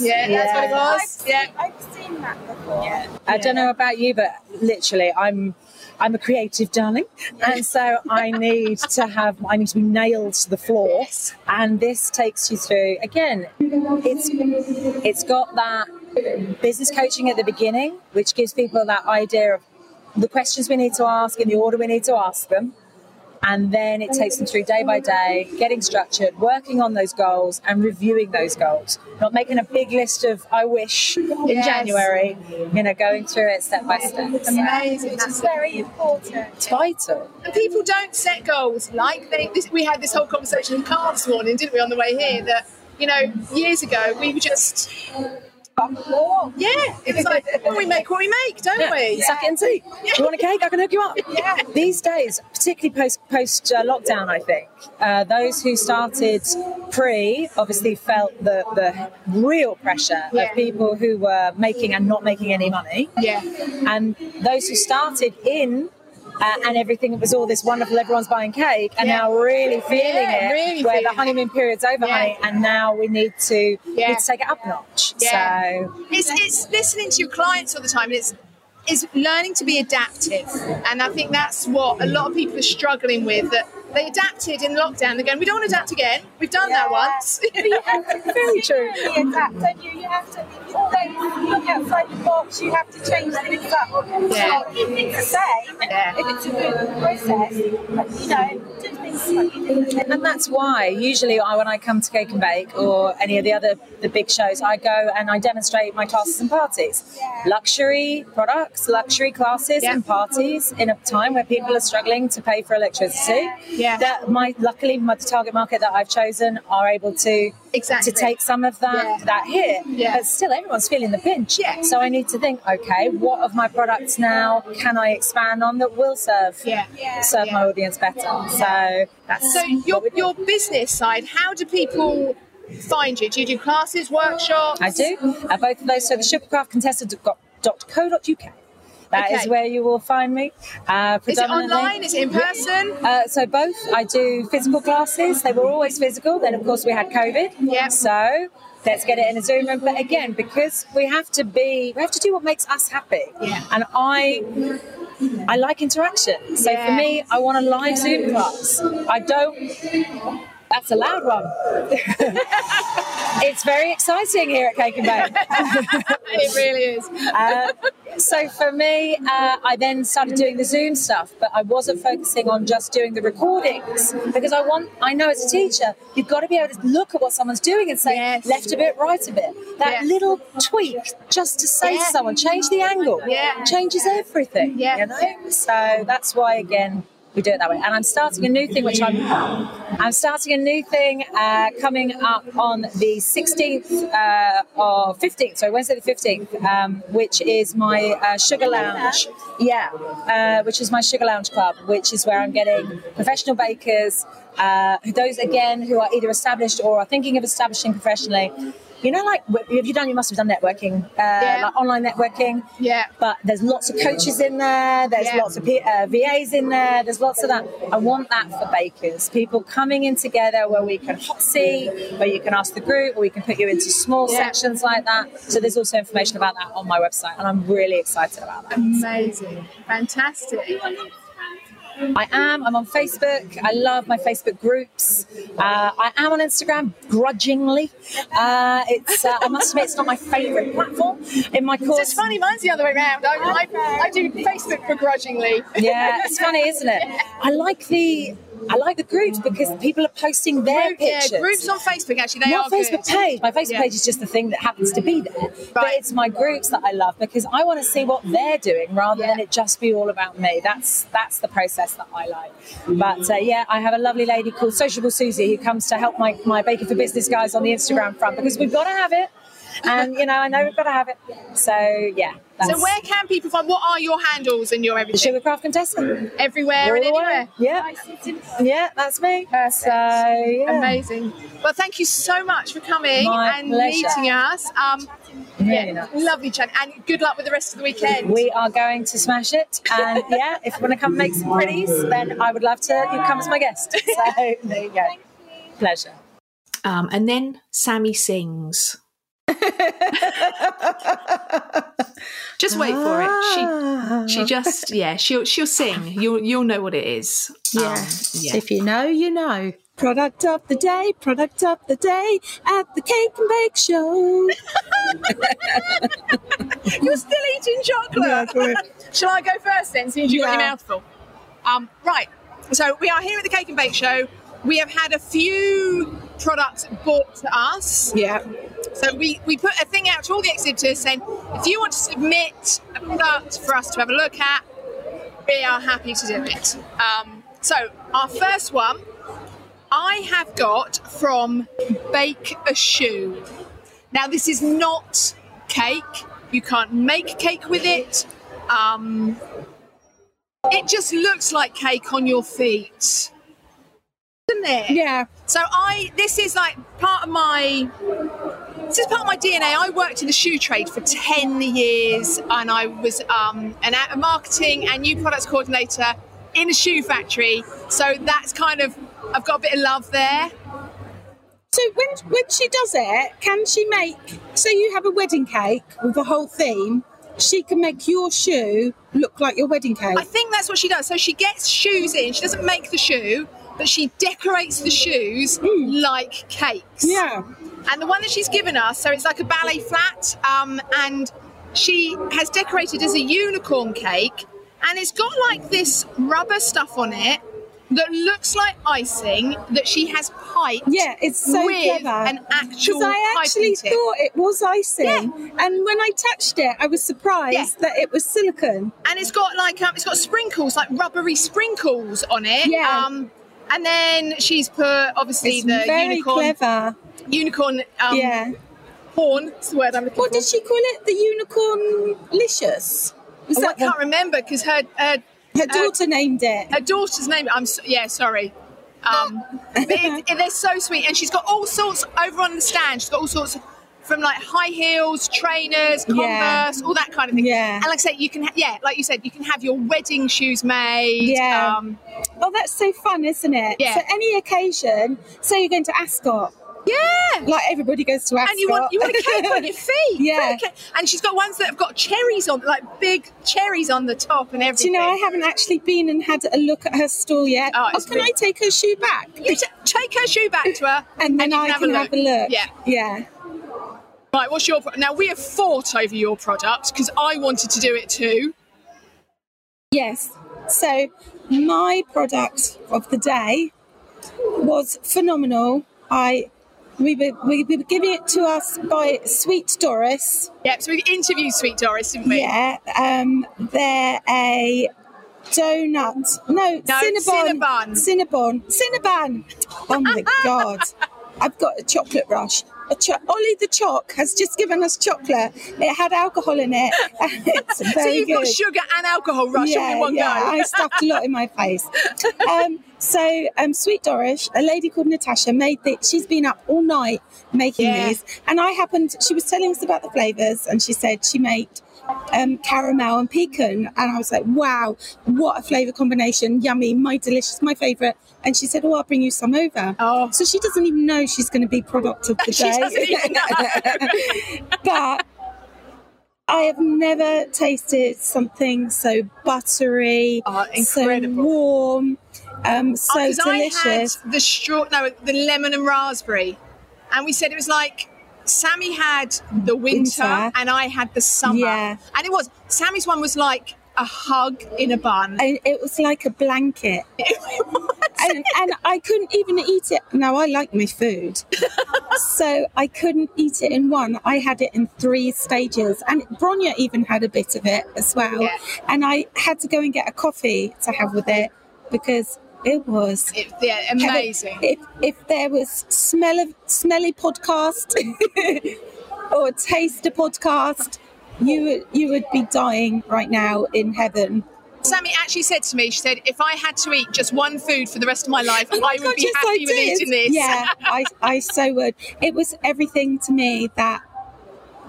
Speaker 4: Ah, Yeah, that's what it was.
Speaker 2: Yeah.
Speaker 4: I've seen that before.
Speaker 13: I don't know about you, but literally, I'm I'm a creative darling, and so
Speaker 4: [LAUGHS]
Speaker 13: I need to have I need to be nailed to the floor. And this takes you through again. It's it's got that business coaching at the beginning, which gives people that idea of the questions we need to ask and the order we need to ask them. And then it takes them through day by day, getting structured, working on those goals, and reviewing those goals. Not making a big list of I wish in
Speaker 4: Yes.
Speaker 13: January, you know, going through it step by step.
Speaker 2: It's amazing.
Speaker 4: It's very important.
Speaker 13: It's vital.
Speaker 2: And people don't set goals like they. This, we had this whole conversation with Carl this morning, didn't we, on the way here? That you know, years ago we were just. Yeah, it was like, well, we make what we make, don't
Speaker 13: Yeah.
Speaker 2: we?
Speaker 13: Suck it and see. You want a cake? I can hook you up.
Speaker 2: Yeah.
Speaker 13: These days, particularly post post uh, lockdown, I think uh, those who started pre obviously felt the the real pressure
Speaker 3: Yeah.
Speaker 13: of people who were making and not making any money.
Speaker 2: Yeah.
Speaker 13: And those who started in. Uh, and everything it was all this wonderful. Everyone's buying cake, and
Speaker 3: Yeah.
Speaker 13: now really feeling
Speaker 3: Yeah,
Speaker 13: it.
Speaker 3: really
Speaker 13: where
Speaker 3: feeling
Speaker 13: the honeymoon period's over,
Speaker 2: Yeah.
Speaker 13: honey, and now we need to
Speaker 2: Yeah.
Speaker 13: need to take it up a notch.
Speaker 2: Yeah.
Speaker 13: So
Speaker 2: It's, it's listening to your clients all the time. It's is learning to be adaptive, and I think that's what a lot of people are struggling with. That they adapted in lockdown. They're going, we
Speaker 13: [LAUGHS]
Speaker 2: don't want to adapt again. We've done that once.
Speaker 4: But you have to
Speaker 2: [LAUGHS]
Speaker 13: Very true.
Speaker 4: continually adapt, don't you? You have to. I mean,
Speaker 13: Oh,
Speaker 3: don't look outside the box, you have to change things up.
Speaker 13: Yeah.
Speaker 3: So if it's the same, if it's a good process, you know, do things slightly differently.
Speaker 13: And that's why usually I, when I come to Cake and Bake or any of the other the big shows, I go and I demonstrate my classes and parties, luxury products, luxury classes and parties in a time where people are struggling to pay for electricity.
Speaker 2: Yeah.
Speaker 13: That my luckily my the target market that I've chosen are able to
Speaker 2: Exactly.
Speaker 13: to take some of that
Speaker 2: Yeah.
Speaker 13: that here.
Speaker 2: Yeah.
Speaker 13: But still everyone's feeling the pinch. Yeah. So I need to think, okay, what of my products now can I expand on that will serve
Speaker 2: Yeah.
Speaker 13: serve my audience better? So that's
Speaker 2: So your your business side, how do people find you? Do you do classes, workshops?
Speaker 13: I do. Uh, both of those. So the sugarcraftcontestant.co.uk. That is
Speaker 2: Okay.
Speaker 13: where you will find me. Uh,
Speaker 2: Is it
Speaker 13: predominantly.
Speaker 2: online? Is it in person?
Speaker 13: Uh, so both. I do physical classes. They were always physical. Then of course we had COVID. Yeah. So let's get it in a Zoom room. But again, because we have to be, we have to do what makes us happy. Yeah. And I, I like interaction. So for me, I want a live Zoom class. I don't. That's a loud one. it's very exciting here at Cake and Bake.
Speaker 2: [LAUGHS] it really is.
Speaker 13: Uh, so for me, uh, I then started doing the Zoom stuff, but I wasn't focusing on just doing the recordings because I want. I know as a teacher, you've got to be able to look at what someone's doing and say left a bit, right a bit. That little tweak just to say to someone, change the angle, yeah. changes everything. Yeah. You know? So that's why again. We do it that way, and I'm starting a new thing, which I'm I'm starting a new thing uh, coming up on the 16th uh, or 15th, sorry, Wednesday the 15th, um, which is my uh, Sugar Lounge. Yeah, uh, which is my Sugar Lounge Club, which is where I'm getting professional bakers, uh, those again who are either established or are thinking of establishing professionally. You know, like wh- have you done? You must have done networking, uh, like online networking.
Speaker 2: Yeah.
Speaker 13: But there's lots of coaches in there. There's
Speaker 2: Yeah.
Speaker 13: lots of P- uh, VAs in there. There's lots of that. I want that for bakers. People coming in together where we can hot seat, where you can ask the group, or we can put you into small sections like that. So there's also information about that on my website, and I'm really excited about that.
Speaker 2: Amazing. Fantastic.
Speaker 13: I am. I'm on Facebook. I love my Facebook groups. Uh, I am on Instagram, grudgingly. Uh, it's. Uh, I must admit, it's not my favourite platform in my course.
Speaker 2: It's funny, mine's the other way around. I, I, I do Facebook begrudgingly.
Speaker 13: [LAUGHS] yeah, it's funny, isn't
Speaker 2: [LAUGHS]
Speaker 13: it? I like the I like the groups because people are posting their
Speaker 2: Group- yeah,
Speaker 13: pictures.
Speaker 2: groups on Facebook, actually, they
Speaker 13: My
Speaker 2: are good.
Speaker 13: Facebook page. My Facebook
Speaker 2: Yeah.
Speaker 13: page is just the thing that happens to be there, but it's my groups that I love because I want to see what they're doing rather than it just be all about me. That's that's the process that I like. But uh, yeah, I have a lovely lady called Sociable Susie who comes to help my my Baker for Business guys on the Instagram front because we've got to have it, and you know I know we've got to have it. So yeah.
Speaker 2: So
Speaker 13: that's-
Speaker 2: where can people find? What are your handles and your everything?
Speaker 13: The Sugarcraft contestant.
Speaker 2: Everywhere and
Speaker 13: All the way.
Speaker 2: anywhere.
Speaker 13: Yeah. Yeah, that's me. So yeah.
Speaker 2: Amazing. Well, thank you so much for coming
Speaker 13: My
Speaker 2: and
Speaker 13: pleasure.
Speaker 2: meeting us. Um,
Speaker 13: Really
Speaker 2: yeah,
Speaker 13: nice.
Speaker 2: lovely chat, and good luck with the rest of the weekend.
Speaker 13: We are going to smash it. And yeah, if you want to come make some pretties, then I would love to. You come as my guest. [LAUGHS] So there you go. Pleasure.
Speaker 7: Um, and then Sammy sings. [LAUGHS] just
Speaker 3: Ah.
Speaker 7: wait for it.
Speaker 13: Ah.
Speaker 7: She she just yeah she'll she'll sing. You'll you'll know what it is. Um,
Speaker 3: Yeah.
Speaker 7: yeah.
Speaker 3: If you know, you know. Product of the day, product of the day at the Cake and
Speaker 7: [LAUGHS]
Speaker 3: Bake Show.
Speaker 2: [LAUGHS] You're still eating chocolate. [LAUGHS] Shall I go first then, since you've got your
Speaker 3: Yeah.
Speaker 2: mouthful? Um, right. So we are here at the Cake and Bake Show. We have had a few products bought to us.
Speaker 3: Yeah.
Speaker 2: So we, we put a thing out to all the exhibitors saying, if you want to submit a product for us to have a look at, we are happy to do it. Um, so our first one I have got from Bake a Shoe. Now, this is not cake. You can't make cake with it. Um, it just looks like cake on your feet, doesn't it?
Speaker 3: Yeah.
Speaker 2: So I, this is like part of my, this is part of my DNA. I worked in the shoe trade for ten years, and I was um, an a- a marketing and new products coordinator in a shoe factory. So that's kind of, I've got a bit of love there.
Speaker 3: So when when she does it, can she make? So you have a wedding cake with a whole theme. She can make your shoe look like your wedding cake.
Speaker 2: I think that's what she does. So she gets shoes in. She doesn't make the shoe, but she decorates the shoes like cakes.
Speaker 3: Yeah.
Speaker 2: And the one that she's given us, so it's like a ballet flat, um, and she has decorated as a unicorn cake, and it's got like this rubber stuff on it that looks like icing that she has piped.
Speaker 3: Yeah, it's so
Speaker 2: with
Speaker 3: clever.
Speaker 2: an actual.
Speaker 3: Because I actually
Speaker 2: piping tip.
Speaker 3: thought it was icing, and when I touched it, I was surprised that it was silicone.
Speaker 2: and it's got like um, it's got sprinkles, like rubbery sprinkles on it.
Speaker 3: Yeah.
Speaker 2: Um, and then she's put obviously
Speaker 3: It's
Speaker 2: the
Speaker 3: very
Speaker 2: unicorn
Speaker 3: clever.
Speaker 2: unicorn um,
Speaker 3: Yeah.
Speaker 2: horn. That's the word I'm looking
Speaker 3: What
Speaker 2: for.
Speaker 3: did she call it? The unicorn licious. Was
Speaker 2: Oh,
Speaker 3: that
Speaker 2: I can't remember because her, her
Speaker 3: her daughter named it.
Speaker 2: Her daughter's name. I'm so, yeah, sorry.
Speaker 3: [LAUGHS]
Speaker 2: Um, but it, it- they're so sweet, and she's got all sorts over on the stand. She's got all sorts from like high heels, trainers,
Speaker 3: Yeah.
Speaker 2: Converse, all that kind of thing.
Speaker 3: Yeah.
Speaker 2: And like I said, you can ha- yeah, like you said, you can have your wedding shoes made.
Speaker 3: Yeah.
Speaker 2: Um,
Speaker 3: oh, that's so fun, isn't it?
Speaker 2: Yeah.
Speaker 3: So any occasion, so you're going to Ascot.
Speaker 2: Yeah.
Speaker 3: Like everybody goes to Ascot.
Speaker 2: and you want you want a cake on
Speaker 3: [LAUGHS]
Speaker 2: your feet.
Speaker 3: Yeah.
Speaker 2: Okay. And she's got ones that have got cherries on, like big cherries on the top and
Speaker 3: Do you
Speaker 2: everything.
Speaker 3: know, I haven't actually been and had a look at her stall yet.
Speaker 2: Oh,
Speaker 3: Oh,
Speaker 2: it's
Speaker 3: can I
Speaker 2: been-
Speaker 3: take her shoe back?
Speaker 2: You t- take her shoe back to her,
Speaker 3: And then
Speaker 2: you
Speaker 3: I can have a look.
Speaker 2: Yeah.
Speaker 3: Yeah.
Speaker 2: Right, what's your pro- now? We have fought over your product because I wanted to do it too.
Speaker 3: Yes. So my product of the day was phenomenal. I we were, we were giving it to us by Sweet Doris.
Speaker 2: Yep. So we interviewed Sweet Doris, didn't we?
Speaker 3: Yeah, um, they're a donut. No, Cinnabon. Cinnabon. Cinnabon. Oh
Speaker 2: [LAUGHS]
Speaker 3: my God. I've got a chocolate rush. A cho- Ollie the Choc has just given us chocolate. It had alcohol in it. [LAUGHS] and it's
Speaker 2: [LAUGHS] so
Speaker 3: very
Speaker 2: you've got
Speaker 3: good
Speaker 2: sugar and alcohol rush all in one
Speaker 3: yeah,
Speaker 2: go.
Speaker 3: I stuffed a lot in my face. Um, so, um, Sweet Dorish, a lady called Natasha, made the, she's been up all night making
Speaker 2: Yeah.
Speaker 3: these. And I happened, she was telling us about the flavours and she said she made um, caramel and pecan. And I was like, wow, what a flavour combination. Yummy, my delicious, my favourite. And she said, oh, I'll bring you some over.
Speaker 2: Oh.
Speaker 3: So she doesn't even know she's going to be product of the
Speaker 2: [LAUGHS] She
Speaker 3: day.
Speaker 2: doesn't
Speaker 3: [LAUGHS]
Speaker 2: even know.
Speaker 3: but I have never tasted something so buttery,
Speaker 2: Oh,
Speaker 3: so warm, um, so
Speaker 2: Because
Speaker 3: delicious.
Speaker 2: Oh, I had the straw, no, the lemon and raspberry, and we said it was like Sammy had the winter,
Speaker 3: Winter.
Speaker 2: and I had the summer,
Speaker 3: Yeah.
Speaker 2: and it was Sammy's one was like a hug in a bun.
Speaker 3: And it was like a blanket. [LAUGHS] and, and I couldn't even eat it. Now, I like my
Speaker 2: [LAUGHS]
Speaker 3: food. so I couldn't eat it in one. I had it in three stages. And Bronya even had a bit of it as well.
Speaker 2: Yeah.
Speaker 3: And I had to go and get a coffee to have with it because it was
Speaker 2: It- yeah,
Speaker 3: Kevin,
Speaker 2: amazing.
Speaker 3: If if there was smell of smelly
Speaker 2: [LAUGHS]
Speaker 3: podcast or taste a podcast, you would you would be dying right now in heaven.
Speaker 2: [LAUGHS] Sammy actually said to me, she said, if I had to eat just one food for the rest of my life,
Speaker 3: Oh my
Speaker 2: I
Speaker 3: God,
Speaker 2: would be
Speaker 3: yes,
Speaker 2: happy with
Speaker 3: did.
Speaker 2: eating this.
Speaker 3: Yeah, I, I so would. It was everything to me that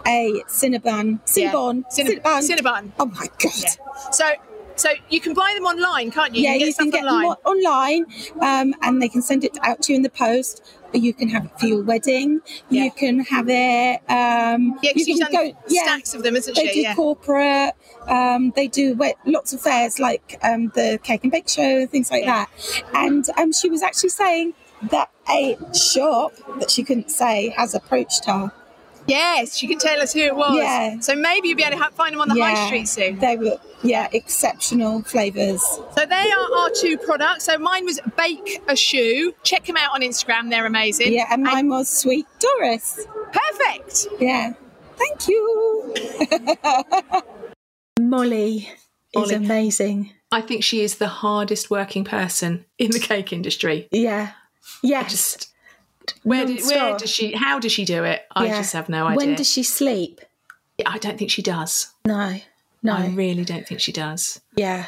Speaker 3: a Cinnabon,
Speaker 2: Yeah.
Speaker 3: Cinnabon,
Speaker 2: Cinna-
Speaker 3: Cinnabon,
Speaker 2: Cinnabon.
Speaker 3: Oh my God.
Speaker 2: So, [LAUGHS] so you can buy them online, can't you?
Speaker 3: yeah, you
Speaker 2: you
Speaker 3: can
Speaker 2: can
Speaker 3: get
Speaker 2: get stuff online.
Speaker 3: them o- online, um, and they can send it out to you in the post. You can have it for your wedding. You can have it. Um,
Speaker 2: Yeah, 'cause
Speaker 3: you
Speaker 2: you've
Speaker 3: can
Speaker 2: done
Speaker 3: go. Yeah,
Speaker 2: stacks of them, isn't
Speaker 3: they
Speaker 2: she?
Speaker 3: do
Speaker 2: Yeah.
Speaker 3: corporate. Um, they do we- lots of fairs like um, the cake and bake show, things like that. And um, she was actually saying that a shop that she couldn't say has approached her.
Speaker 2: Yes, she can tell us who it was.
Speaker 3: Yeah.
Speaker 2: So maybe you'll be able to ha- find them on the high street soon.
Speaker 3: They were yeah exceptional flavors.
Speaker 2: So they are our two products. So mine was Bake a Shoe. Check them out on Instagram. They're amazing.
Speaker 3: Yeah, and mine was sweet Doris.
Speaker 2: Perfect.
Speaker 3: Yeah. Thank you.
Speaker 1: [LAUGHS] Molly is
Speaker 7: Molly.
Speaker 1: amazing.
Speaker 7: I think she is the hardest working person in the cake industry.
Speaker 1: Yeah. Yes.
Speaker 7: Just where did, where
Speaker 1: Non-stop.
Speaker 7: does she? How does she do it? I
Speaker 1: Yeah.
Speaker 7: just have no idea.
Speaker 1: When does she sleep?
Speaker 7: I don't think she does.
Speaker 1: No. No.
Speaker 7: I really don't think she does.
Speaker 1: yeah.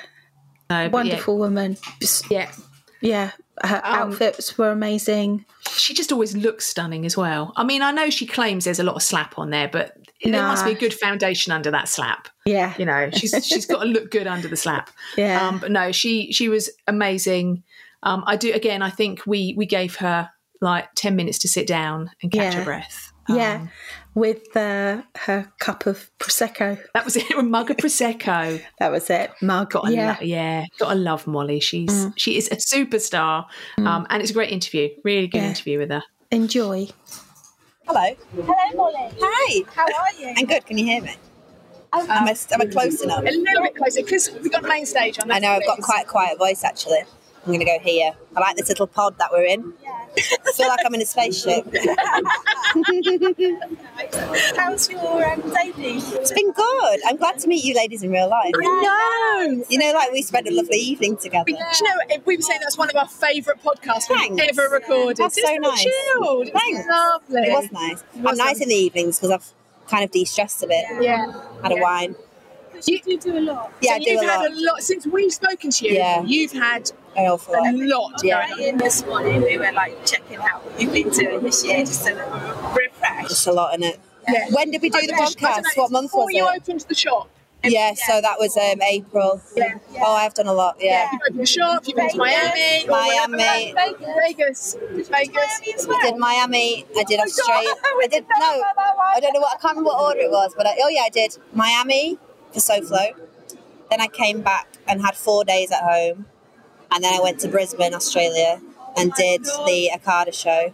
Speaker 7: No, but yeah,
Speaker 1: Wonderful woman. Just-
Speaker 7: Yeah.
Speaker 1: Yeah. Her outfits were amazing.
Speaker 7: Um, She just always looks stunning as well. I mean, I know she claims there's a lot of slap on there, but there
Speaker 1: Nah.
Speaker 7: must be a good foundation under that slap.
Speaker 1: Yeah.
Speaker 7: You know,
Speaker 1: [LAUGHS]
Speaker 7: she's she's got to look good under the slap.
Speaker 1: Yeah.
Speaker 7: Um, but no, she she was amazing. Um, I do again. I think we we gave her like ten minutes to sit down and catch
Speaker 1: Yeah.
Speaker 7: her breath. Um,
Speaker 1: yeah. With uh, her cup of Prosecco.
Speaker 7: That was [LAUGHS] it. A mug of prosecco.
Speaker 1: That was it. Mug.
Speaker 7: Gotta
Speaker 1: yeah. Mm.
Speaker 7: love, yeah, gotta love Molly. She's she is a superstar, um, and it's a great interview. Really good interview with her.
Speaker 1: Enjoy.
Speaker 5: Hello.
Speaker 3: Hello, Molly.
Speaker 5: Hi.
Speaker 3: How are you?
Speaker 5: I'm good. Can you hear me? Am I, am I close enough?
Speaker 2: A little bit closer because we've got main stage on.
Speaker 5: I know I've got
Speaker 2: that's-
Speaker 5: quite a quiet voice actually. I'm going to go here. I like this little pod that we're in. I feel like I'm in a
Speaker 2: [LAUGHS]
Speaker 5: spaceship.
Speaker 3: How's your um, day been?
Speaker 5: It's been good. I'm glad to meet you ladies in real life.
Speaker 2: I know.
Speaker 5: You know, like we spent a lovely evening together.
Speaker 2: Do you know, we were saying that's one of our favourite podcasts we've ever recorded.
Speaker 5: That's
Speaker 2: It's
Speaker 5: so nice.
Speaker 2: Chilled. It's
Speaker 5: Thanks.
Speaker 2: lovely.
Speaker 5: It was nice. I'm nice in the evenings because I've kind of de-stressed a bit.
Speaker 2: Yeah.
Speaker 5: Had a wine.
Speaker 2: You do, do a lot.
Speaker 5: Yeah,
Speaker 2: so
Speaker 5: I do
Speaker 2: you've
Speaker 5: a
Speaker 2: had
Speaker 5: lot.
Speaker 2: a lot since we've spoken to you.
Speaker 5: Yeah.
Speaker 2: You've had
Speaker 5: an awful
Speaker 2: lot.
Speaker 5: Yeah.
Speaker 2: going on.
Speaker 3: In this morning, we were like checking out what you've been doing this year, just so that we're refreshed.
Speaker 5: Just a lot in it.
Speaker 3: Yeah.
Speaker 5: When did we do
Speaker 3: Oh,
Speaker 5: the
Speaker 3: yeah. I
Speaker 5: podcast?
Speaker 3: don't know,
Speaker 5: What month
Speaker 3: before
Speaker 5: was it?
Speaker 3: you
Speaker 2: opened the shop.
Speaker 5: Yeah, so that was um, April. Yeah. Oh, I've done a lot. Yeah.
Speaker 2: You've opened a shop. You've been to Miami.
Speaker 5: Miami.
Speaker 2: Vegas. Vegas. Vegas.
Speaker 5: I did Miami.
Speaker 2: Oh
Speaker 5: I did
Speaker 2: [LAUGHS]
Speaker 5: Australia. I did no. I don't know what I can't remember what order it was, but I, oh yeah, I did Miami for SoFlo. Then I came back and had four days at home, and then I went to Brisbane, Australia, and did the Akada show.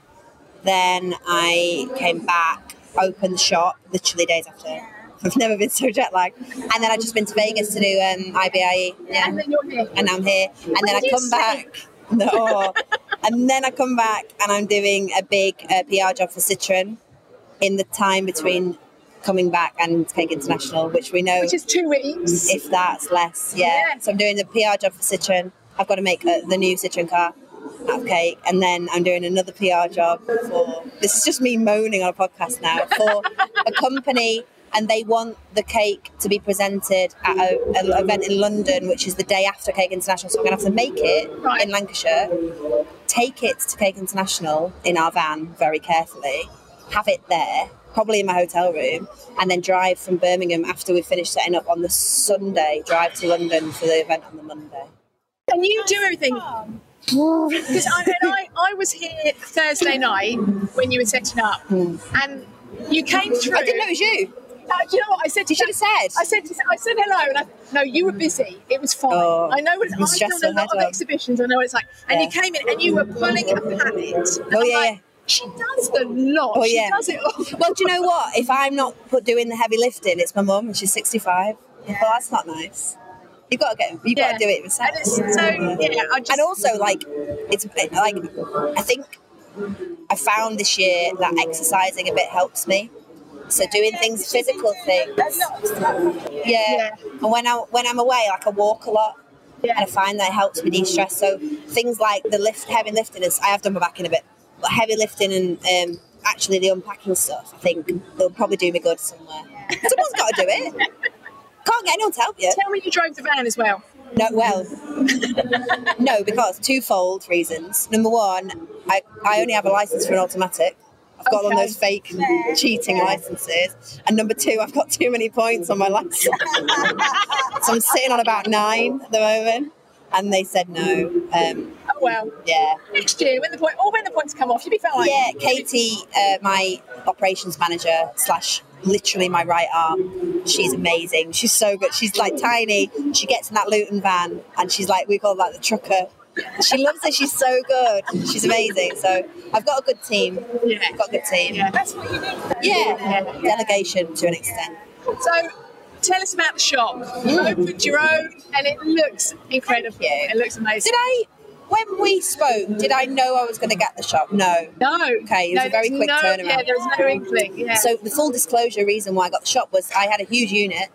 Speaker 5: Then I came back, opened the shop, literally days after. [LAUGHS] I've never been so jet lagged. And then I've just been to Vegas to do um, IBIE. Yeah.
Speaker 2: And then you're here.
Speaker 5: And I'm here. And
Speaker 2: When
Speaker 5: then I
Speaker 2: do you
Speaker 5: come back.
Speaker 2: [LAUGHS]
Speaker 5: No. and then I come back and I'm doing a big uh, PR job for Citroen in the time between coming back and Cake International, which we know.
Speaker 2: Which is two weeks.
Speaker 5: If that's less, yeah.
Speaker 2: Yeah.
Speaker 5: So I'm doing the PR job for Citroen. I've got to make uh, the new Citroen car out of cake. And then I'm doing another PR job for. This is just me moaning on a podcast now. For a company. And they want the cake to be presented at an event in London, which is the day after Cake International. So we're going to have to make it in Lancashire take it to Cake International in our van very carefully, have it there, probably in my hotel room, and then drive from Birmingham after we finish setting up on the Sunday, drive to London for the event on the Monday.
Speaker 2: And you do everything. [LAUGHS] Because I, and I, I was here Thursday night when you were setting up, and you came through.
Speaker 5: I didn't know it was you.
Speaker 2: Uh, do you know what I said? You should have
Speaker 5: said.
Speaker 2: I said. I said hello, and I, no, you were busy. It was fine.
Speaker 5: Oh,
Speaker 2: I know. What
Speaker 5: it
Speaker 2: it's,
Speaker 5: was
Speaker 2: I've done
Speaker 5: stressful,
Speaker 2: a lot
Speaker 5: had
Speaker 2: of
Speaker 5: one.
Speaker 2: exhibitions. I know what it's like. And
Speaker 5: Yeah.
Speaker 2: you came in, and you were pulling a pallet. And
Speaker 5: Oh
Speaker 2: I'm
Speaker 5: yeah,
Speaker 2: like,
Speaker 5: yeah.
Speaker 2: She does the lot.
Speaker 5: Oh
Speaker 2: she
Speaker 5: yeah.
Speaker 2: does it all.
Speaker 5: well, do you know what? If I'm not put doing the heavy lifting, it's my mum and she's 65. Well, that's not nice. You've got to get. You've got to do it yourself.
Speaker 2: it's- so, yeah, I
Speaker 5: and also like it's it- like I think I found this year that exercising a bit helps me. So doing things, physical things. Yeah. And when I when I'm away, like I walk a lot. And I find that helps me de-stress. So things like the lift, heavy lifting, is I have done my back in a bit, but heavy lifting and um, actually the unpacking stuff, I think they'll probably do me good somewhere. Someone's got to do it. Can't get anyone to help you.
Speaker 2: Tell me you drove the van as well.
Speaker 5: No, well, no, because twofold reasons. Number one, I, I only have a license for an automatic. I've got one of those fake cheating licenses. And number two, I've got too many points on my license. [LAUGHS] so I'm sitting on about nine at the moment. And they said no. Um,
Speaker 2: oh, well.
Speaker 5: Yeah.
Speaker 2: Next year, when the oh, point, or when the points come off, you'll be fine.
Speaker 5: Yeah, Katie, uh, my operations manager slash literally my right arm. She's amazing. She's so good. She's like tiny. She gets in that Luton van and she's like, we call that the trucker. She loves it. She's so good. She's amazing. So I've got a good team. Yeah. I've got a good team. Yeah.
Speaker 2: That's what you need.
Speaker 5: Yeah. Delegation to an extent.
Speaker 2: So, tell us about the shop. You opened your own, and it looks incredible. It looks amazing.
Speaker 5: Did I, when we spoke, did I know I was going to get the shop? No.
Speaker 2: No.
Speaker 5: Okay, it was
Speaker 2: No,
Speaker 5: a very
Speaker 2: there's
Speaker 5: quick
Speaker 2: no-
Speaker 5: turnaround.
Speaker 2: yeah, there was no inkling, yeah.
Speaker 5: So the full disclosure reason why I got the shop was I had a huge unit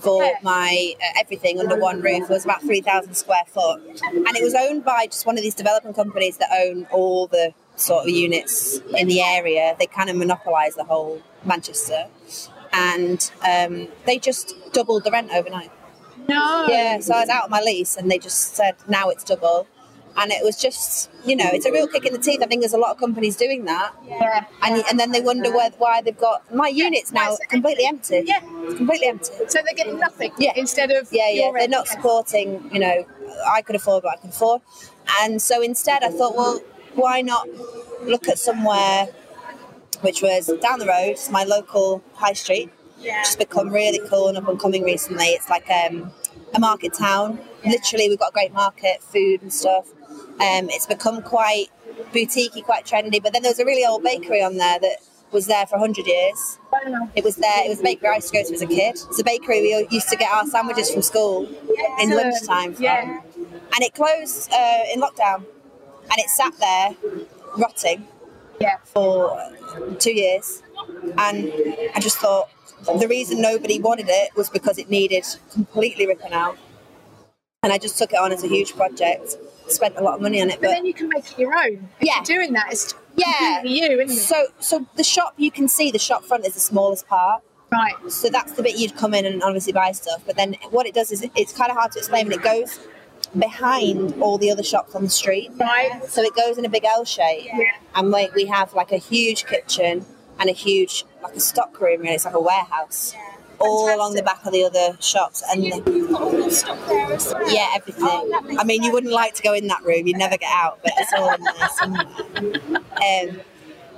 Speaker 5: for my uh, everything under one roof. It was about 3,000 square foot. And it was owned by just one of these development companies that own all the sort of units in the area. They kind of monopolise the whole Manchester. And um, they just doubled the rent overnight.
Speaker 2: No.
Speaker 5: Yeah, so I was out of my lease and they just said, now it's double. And it was just, you know, it's a real kick in the teeth. I think there's a lot of companies doing that.
Speaker 2: Yeah.
Speaker 5: And, and then they wonder where, why they've got my unit's now completely empty. Yeah. completely empty.
Speaker 2: So they're getting nothing
Speaker 5: yeah.
Speaker 2: instead of.
Speaker 5: Yeah, yeah.
Speaker 2: your
Speaker 5: They're
Speaker 2: rent,
Speaker 5: not
Speaker 2: yeah.
Speaker 5: supporting, you know, I could afford what I could afford. And so instead I thought, well, why not look at somewhere which was down the road, it's my local high street. Yeah. Just become really cool and up and coming recently. It's like um, a market town. Literally, we've got a great market, food and stuff. Um, it's become quite boutiquey, quite trendy. But then there was a really old bakery on there that was there for 100 years. It was there, it was a bakery I used to go to as a kid. It's a bakery we used to get our sandwiches from school in
Speaker 3: Excellent.
Speaker 5: lunchtime from. And it closed uh, in lockdown and it sat there rotting for two years. And I just thought the reason nobody wanted it was because it needed completely ripping out. And I just took it on as a huge project, spent a lot of money on it.
Speaker 2: But
Speaker 5: But
Speaker 2: then you can make it your own. If
Speaker 5: Yeah.
Speaker 2: you're doing that, it's
Speaker 5: yeah,
Speaker 2: completely you, isn't it?
Speaker 5: So, so the shop you can see the shop front is the smallest part.
Speaker 2: Right.
Speaker 5: So that's the bit you'd come in and obviously buy stuff. But then what it does is it's kind of hard to explain, but it goes behind all the other shops on the street.
Speaker 2: Right.
Speaker 5: So it goes in a big L shape. And like we have like a huge kitchen and a huge like a stock room. Really, it's like a warehouse. All along the back of the other shops, and yeah, everything. I mean, you wouldn't like to go in that room; you'd never get out. But it's all in there somewhere. Um,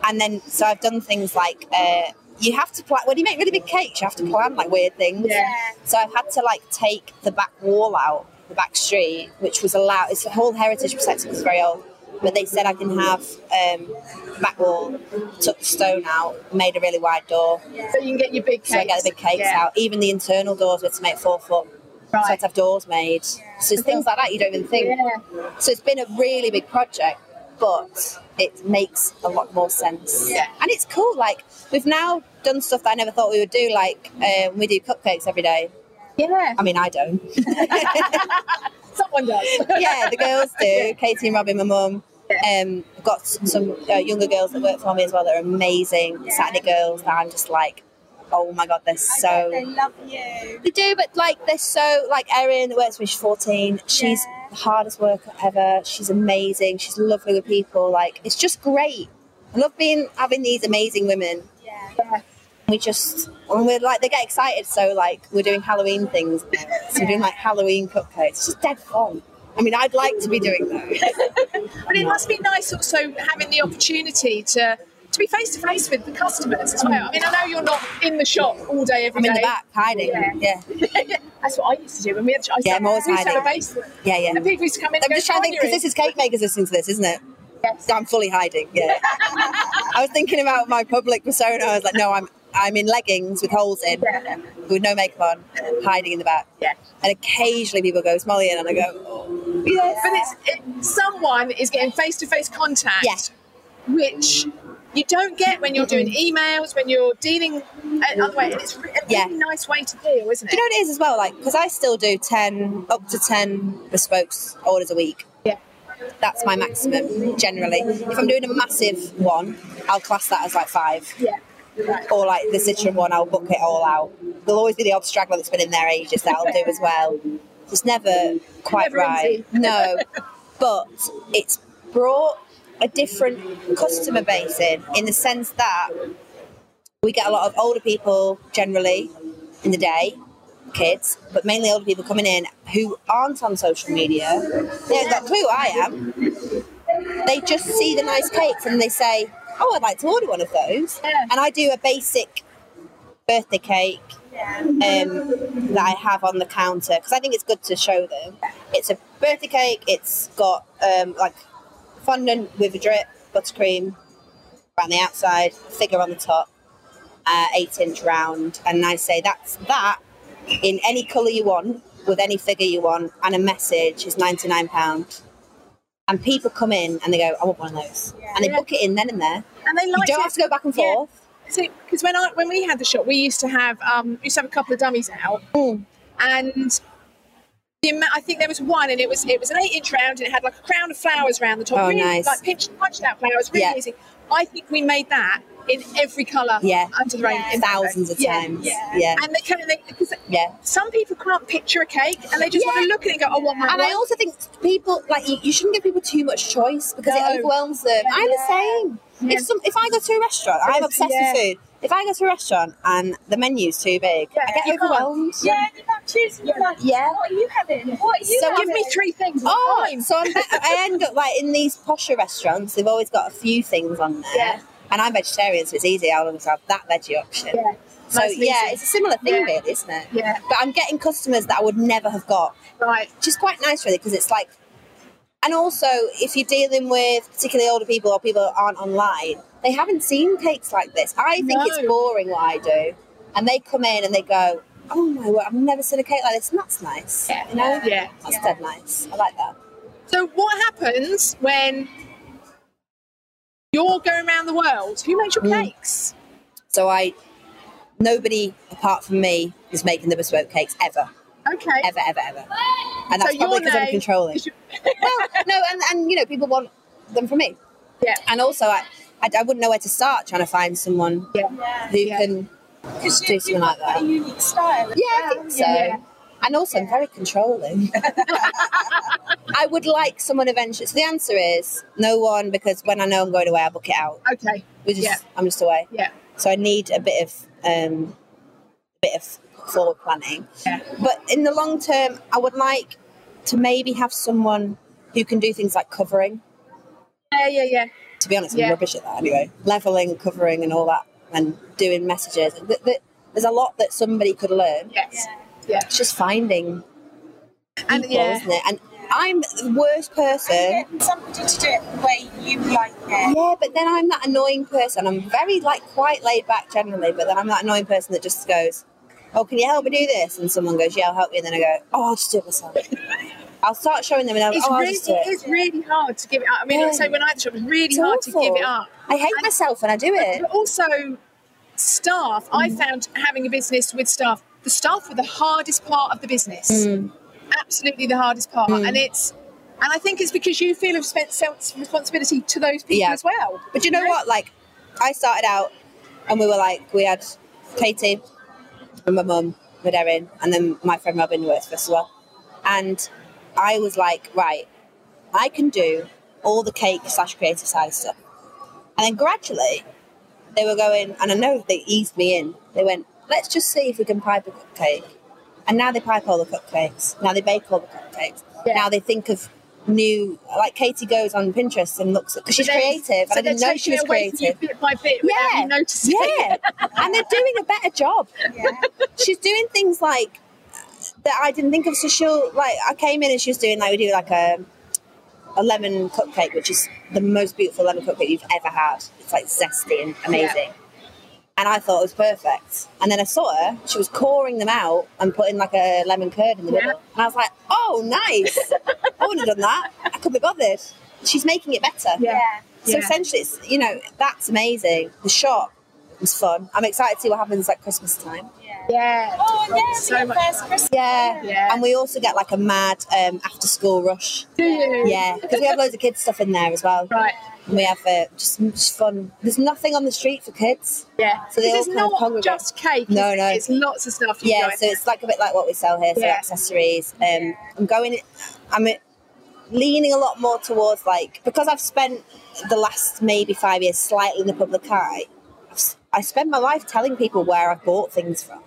Speaker 5: and then, so I've done things like uh, you have to plan. When you make really big cakes, you have to plan like weird things.
Speaker 2: Yeah.
Speaker 5: So I've had to like take the back wall out, the back street, which was allowed. It's a whole heritage protected. It's very old. But they said I can have um, back wall, took the stone out, made a really wide door.
Speaker 2: So you can get your big cakes.
Speaker 5: So I get the big cakes
Speaker 2: Yeah.
Speaker 5: out. Even the internal doors were to make four foot. So I had to have doors made. So it's things like that you don't even think. So it's been a really big project, but it makes a lot more sense.
Speaker 2: Yeah.
Speaker 5: And it's cool. Like we've now done stuff that I never thought we would do. Like um, we do cupcakes every day.
Speaker 2: Yeah.
Speaker 5: I mean, I don't.
Speaker 2: [LAUGHS] Someone does.
Speaker 5: yeah, the girls do. Katie and Robin, my mum. Um, I've got s- some uh, younger girls that work for me as well. They're amazing Saturday girls that I'm just like, oh my god, they're so.
Speaker 3: They love you.
Speaker 5: They do, but like they're so like Erin that works for me. She's fourteen. She's the hardest worker ever. She's amazing. She's lovely with people. Like it's just great. I love being having these amazing women.
Speaker 2: Yeah.
Speaker 5: We just and we're like they get excited. So like we're doing Halloween things. So we're doing like Halloween cupcakes. It's just dead fun. I mean, I'd like to be doing those.
Speaker 2: But it must be nice also having the opportunity to to be face to face with the customers as well. I mean, I know you're not in the shop all day every
Speaker 5: I'm
Speaker 2: day.
Speaker 5: in the back hiding. Yeah.
Speaker 2: [LAUGHS] That's what I used to do when we had. I used
Speaker 5: Yeah,
Speaker 2: to,
Speaker 5: I'm always
Speaker 2: we used to have a
Speaker 5: hiding.
Speaker 2: basement.
Speaker 5: Yeah, yeah.
Speaker 2: And people used to come in.
Speaker 5: I'm
Speaker 2: and
Speaker 5: just
Speaker 2: go,
Speaker 5: trying to think because this is cake makers listening to this, isn't it?
Speaker 2: Yes.
Speaker 5: I'm fully hiding.
Speaker 2: [LAUGHS]
Speaker 5: Yeah. I was thinking about my public persona. I was like, no, I'm I'm in leggings with holes in, with no makeup on, hiding in the back.
Speaker 2: Yeah.
Speaker 5: And occasionally people go, "It's Molly," in," and I go,
Speaker 2: Yes. But it's it, someone is getting face to face contact, which you don't get when you're doing emails, when you're dealing another way. And it's re- a really nice way to deal, isn't it?
Speaker 5: Do you know what it is as well? Like, because I still do 10, up to 10 bespoke orders a week.
Speaker 2: Yeah.
Speaker 5: That's my maximum, generally. If I'm doing a massive one, I'll class that as like five.
Speaker 2: Yeah.
Speaker 5: Or like the Citroen one, I'll book it all out. There'll always be the odd straggler that's been in there ages that I'll do as well. It's never quite
Speaker 2: Never
Speaker 5: right.
Speaker 2: empty.
Speaker 5: No. but it's brought a different customer base in, in the sense that we get a lot of older people generally in the day, kids, but mainly older people coming in who aren't on social media. They haven't got a clue who I am. They just see the nice cakes and they say, Oh, I'd like to order one of those. And I do a basic birthday cake um, that I have on the counter because I think it's good to show them. It's a birthday cake, it's got um, like fondant with a drip, buttercream around the outside, figure on the top uh, eight inch round, and I say that's that in any colour you want, with any figure you want, and a message is ninety nine pound. And people come in and they go, I want one of those, and they book it in then and there.
Speaker 2: and they like
Speaker 5: you don't
Speaker 2: it.
Speaker 5: have to go back and
Speaker 2: Yeah.
Speaker 5: forth.
Speaker 2: See, because when I when we had the shop, we used to have um, we used to have a couple of dummies out,
Speaker 5: Mm.
Speaker 2: and the, ama- I think there was one, and it was it was an eight inch round, and it had like a crown of flowers around the top,
Speaker 5: Oh,
Speaker 2: really
Speaker 5: nice.
Speaker 2: like pinched punched out flowers, really
Speaker 5: Yeah.
Speaker 2: easy. I think we made that in every colour,
Speaker 5: Yeah.
Speaker 2: under the rain,
Speaker 5: Yeah.
Speaker 2: in-
Speaker 5: Thousands of
Speaker 2: yeah.
Speaker 5: times.
Speaker 2: yeah,
Speaker 5: Yeah.
Speaker 2: and they kind of they, because
Speaker 5: Yeah.
Speaker 2: some people can't picture a cake, and they just want to
Speaker 5: Yeah.
Speaker 2: look at it and go, oh, what
Speaker 5: And I also think people like you, you shouldn't give people too much choice because
Speaker 2: No.
Speaker 5: it overwhelms them. I'm the same.
Speaker 2: Yeah.
Speaker 5: If some, if I go to a restaurant, I'm
Speaker 2: Yes,
Speaker 5: obsessed
Speaker 2: yeah.
Speaker 5: with food. If I go to a restaurant and the menu's too big, I get overwhelmed.
Speaker 3: Yeah, you can't choose. You're like,
Speaker 5: Yeah.
Speaker 3: What are you having? What are you
Speaker 5: So
Speaker 3: having?
Speaker 5: give me
Speaker 2: three things.
Speaker 5: Oh, so I'm,
Speaker 2: [LAUGHS]
Speaker 5: I
Speaker 3: [LAUGHS]
Speaker 5: end up like in these posher restaurants. They've always got a few things on there.
Speaker 2: Yeah.
Speaker 5: And I'm vegetarian, so it's easy. I'll always have that veggie option.
Speaker 2: Yeah.
Speaker 5: So
Speaker 2: Nice and
Speaker 5: yeah,
Speaker 2: easy.
Speaker 5: it's a similar thing,
Speaker 2: Yeah.
Speaker 5: really, isn't it?
Speaker 2: Yeah.
Speaker 5: But I'm getting customers that I would never have got.
Speaker 2: Right.
Speaker 5: Which is quite nice, really, because it's like And also, if you're dealing with particularly older people or people that aren't online, they haven't seen cakes like this. I think it's boring what I do. And they come in and they go, oh my word, I've never seen a cake like this. And that's nice. Yeah. You know?
Speaker 2: Yeah.
Speaker 5: That's dead nice. I like that.
Speaker 2: So what happens when you're going around the world? Who makes your cakes?
Speaker 5: Mm. So I, nobody apart from me is making the bespoke cakes ever.
Speaker 2: Okay.
Speaker 5: Ever, ever, ever. And that's
Speaker 2: So your
Speaker 5: probably because I'm
Speaker 2: name
Speaker 5: controlling. [LAUGHS]
Speaker 2: [LAUGHS]
Speaker 5: well, no, and, and you know, people want them from me.
Speaker 2: Yeah.
Speaker 5: And also, I, I, I wouldn't know where to start trying to find someone who can do
Speaker 3: Because you,
Speaker 5: something
Speaker 3: you've got
Speaker 5: like that.
Speaker 3: quite a unique style. as
Speaker 5: Yeah, I
Speaker 3: well.
Speaker 5: think so. And also, I'm very controlling. I would like someone eventually. So the answer is no one because when I know I'm going away, I book it out.
Speaker 2: Okay.
Speaker 5: We just,
Speaker 2: Yeah.
Speaker 5: I'm just away.
Speaker 2: Yeah.
Speaker 5: So I need a bit of um, a bit of forward planning. But in the long term, I would like to maybe have someone who can do things like covering.
Speaker 2: Yeah, yeah, yeah.
Speaker 5: To be honest, I'm
Speaker 2: Yeah.
Speaker 5: rubbish at that anyway. Leveling, covering, and all that, and doing messages. Th- th- There's a lot that somebody could learn.
Speaker 2: Yes. Yeah.
Speaker 5: It's just finding
Speaker 2: and
Speaker 5: people, isn't it? And I'm the worst person.
Speaker 3: Somebody to do it the way you like it.
Speaker 5: Yeah, but then I'm that annoying person. I'm very like quite laid back generally, but then I'm that annoying person that just goes, "Oh, can you help me do this?" And someone goes, "Yeah, I'll help you." And then I go, "Oh, I'll just do
Speaker 3: [LAUGHS]
Speaker 5: it myself." I'll start showing them, and I'll,
Speaker 2: It's
Speaker 5: oh, I'll
Speaker 2: really,
Speaker 5: just do it.
Speaker 2: it's really hard to give it up. I mean, like I say when I had the shop, it was really
Speaker 5: It's
Speaker 2: hard
Speaker 5: awful.
Speaker 2: to give it up.
Speaker 5: I hate myself when I do it. Mm.
Speaker 2: But also, staff. I found having a business with staff. The staff were the hardest part of the business. Absolutely the hardest part,
Speaker 5: Mm.
Speaker 2: and it's. And I think it's because you feel you've spent self responsibility to those people
Speaker 5: Yeah.
Speaker 2: as well.
Speaker 5: But you know what? Like, I started out, and we were like, we had Katie and my mum with Erin, and then my friend Robin works for us as well. And I was like, right, I can do all the cake slash creative side stuff. And then gradually, they were going, and I know they eased me in. They went, let's just see if we can pipe a cupcake. And now they pipe all the cupcakes. Now they bake all the cupcakes. Now they think of new, like Katie goes on Pinterest and looks at, because she's
Speaker 2: But then-
Speaker 5: creative.
Speaker 2: so
Speaker 5: and I didn't
Speaker 2: they're
Speaker 5: know she
Speaker 2: taking
Speaker 5: was
Speaker 2: it away from you
Speaker 5: creative.
Speaker 2: bit by bit without you noticing.
Speaker 5: Yeah. and they're doing a better job. She's doing things like uh, that I didn't think of. So she'll, like, I came in and she was doing, like, we do like a, a lemon cupcake, which is the most beautiful lemon cupcake you've ever had. It's like zesty and amazing. And I thought it was perfect. And then I saw her, she was coring them out and putting like a lemon curd in the middle. And I was like, oh, nice. I wouldn't have done that. I could be bothered. She's making it better.
Speaker 3: Yeah.
Speaker 5: So
Speaker 3: Yeah.
Speaker 5: essentially, it's, you know, that's amazing. The shop was fun. I'm excited to see what happens at Christmas time.
Speaker 2: Yeah.
Speaker 3: Oh, yeah, so first Christmas.
Speaker 5: Yeah.
Speaker 2: Yeah.
Speaker 5: And we also get like a mad um, after school rush.
Speaker 2: Do you?
Speaker 5: Yeah, because we have loads of kids stuff in there as well.
Speaker 2: Right.
Speaker 5: And we have uh, just, just fun. There's nothing on the street for kids.
Speaker 2: Yeah.
Speaker 5: So they all
Speaker 2: this is
Speaker 5: kind of
Speaker 2: not
Speaker 5: congregate.
Speaker 2: just cake.
Speaker 5: No,
Speaker 2: is it?
Speaker 5: no.
Speaker 2: It's lots of stuff. you
Speaker 5: Yeah,
Speaker 2: guys
Speaker 5: so
Speaker 2: do.
Speaker 5: it's like a bit like what we sell here, so
Speaker 2: Yeah.
Speaker 5: accessories. Um, I'm going, I'm leaning a lot more towards like because I've spent the last maybe five years slightly in the public eye. I've, s- I spend my life telling people where I've bought things from,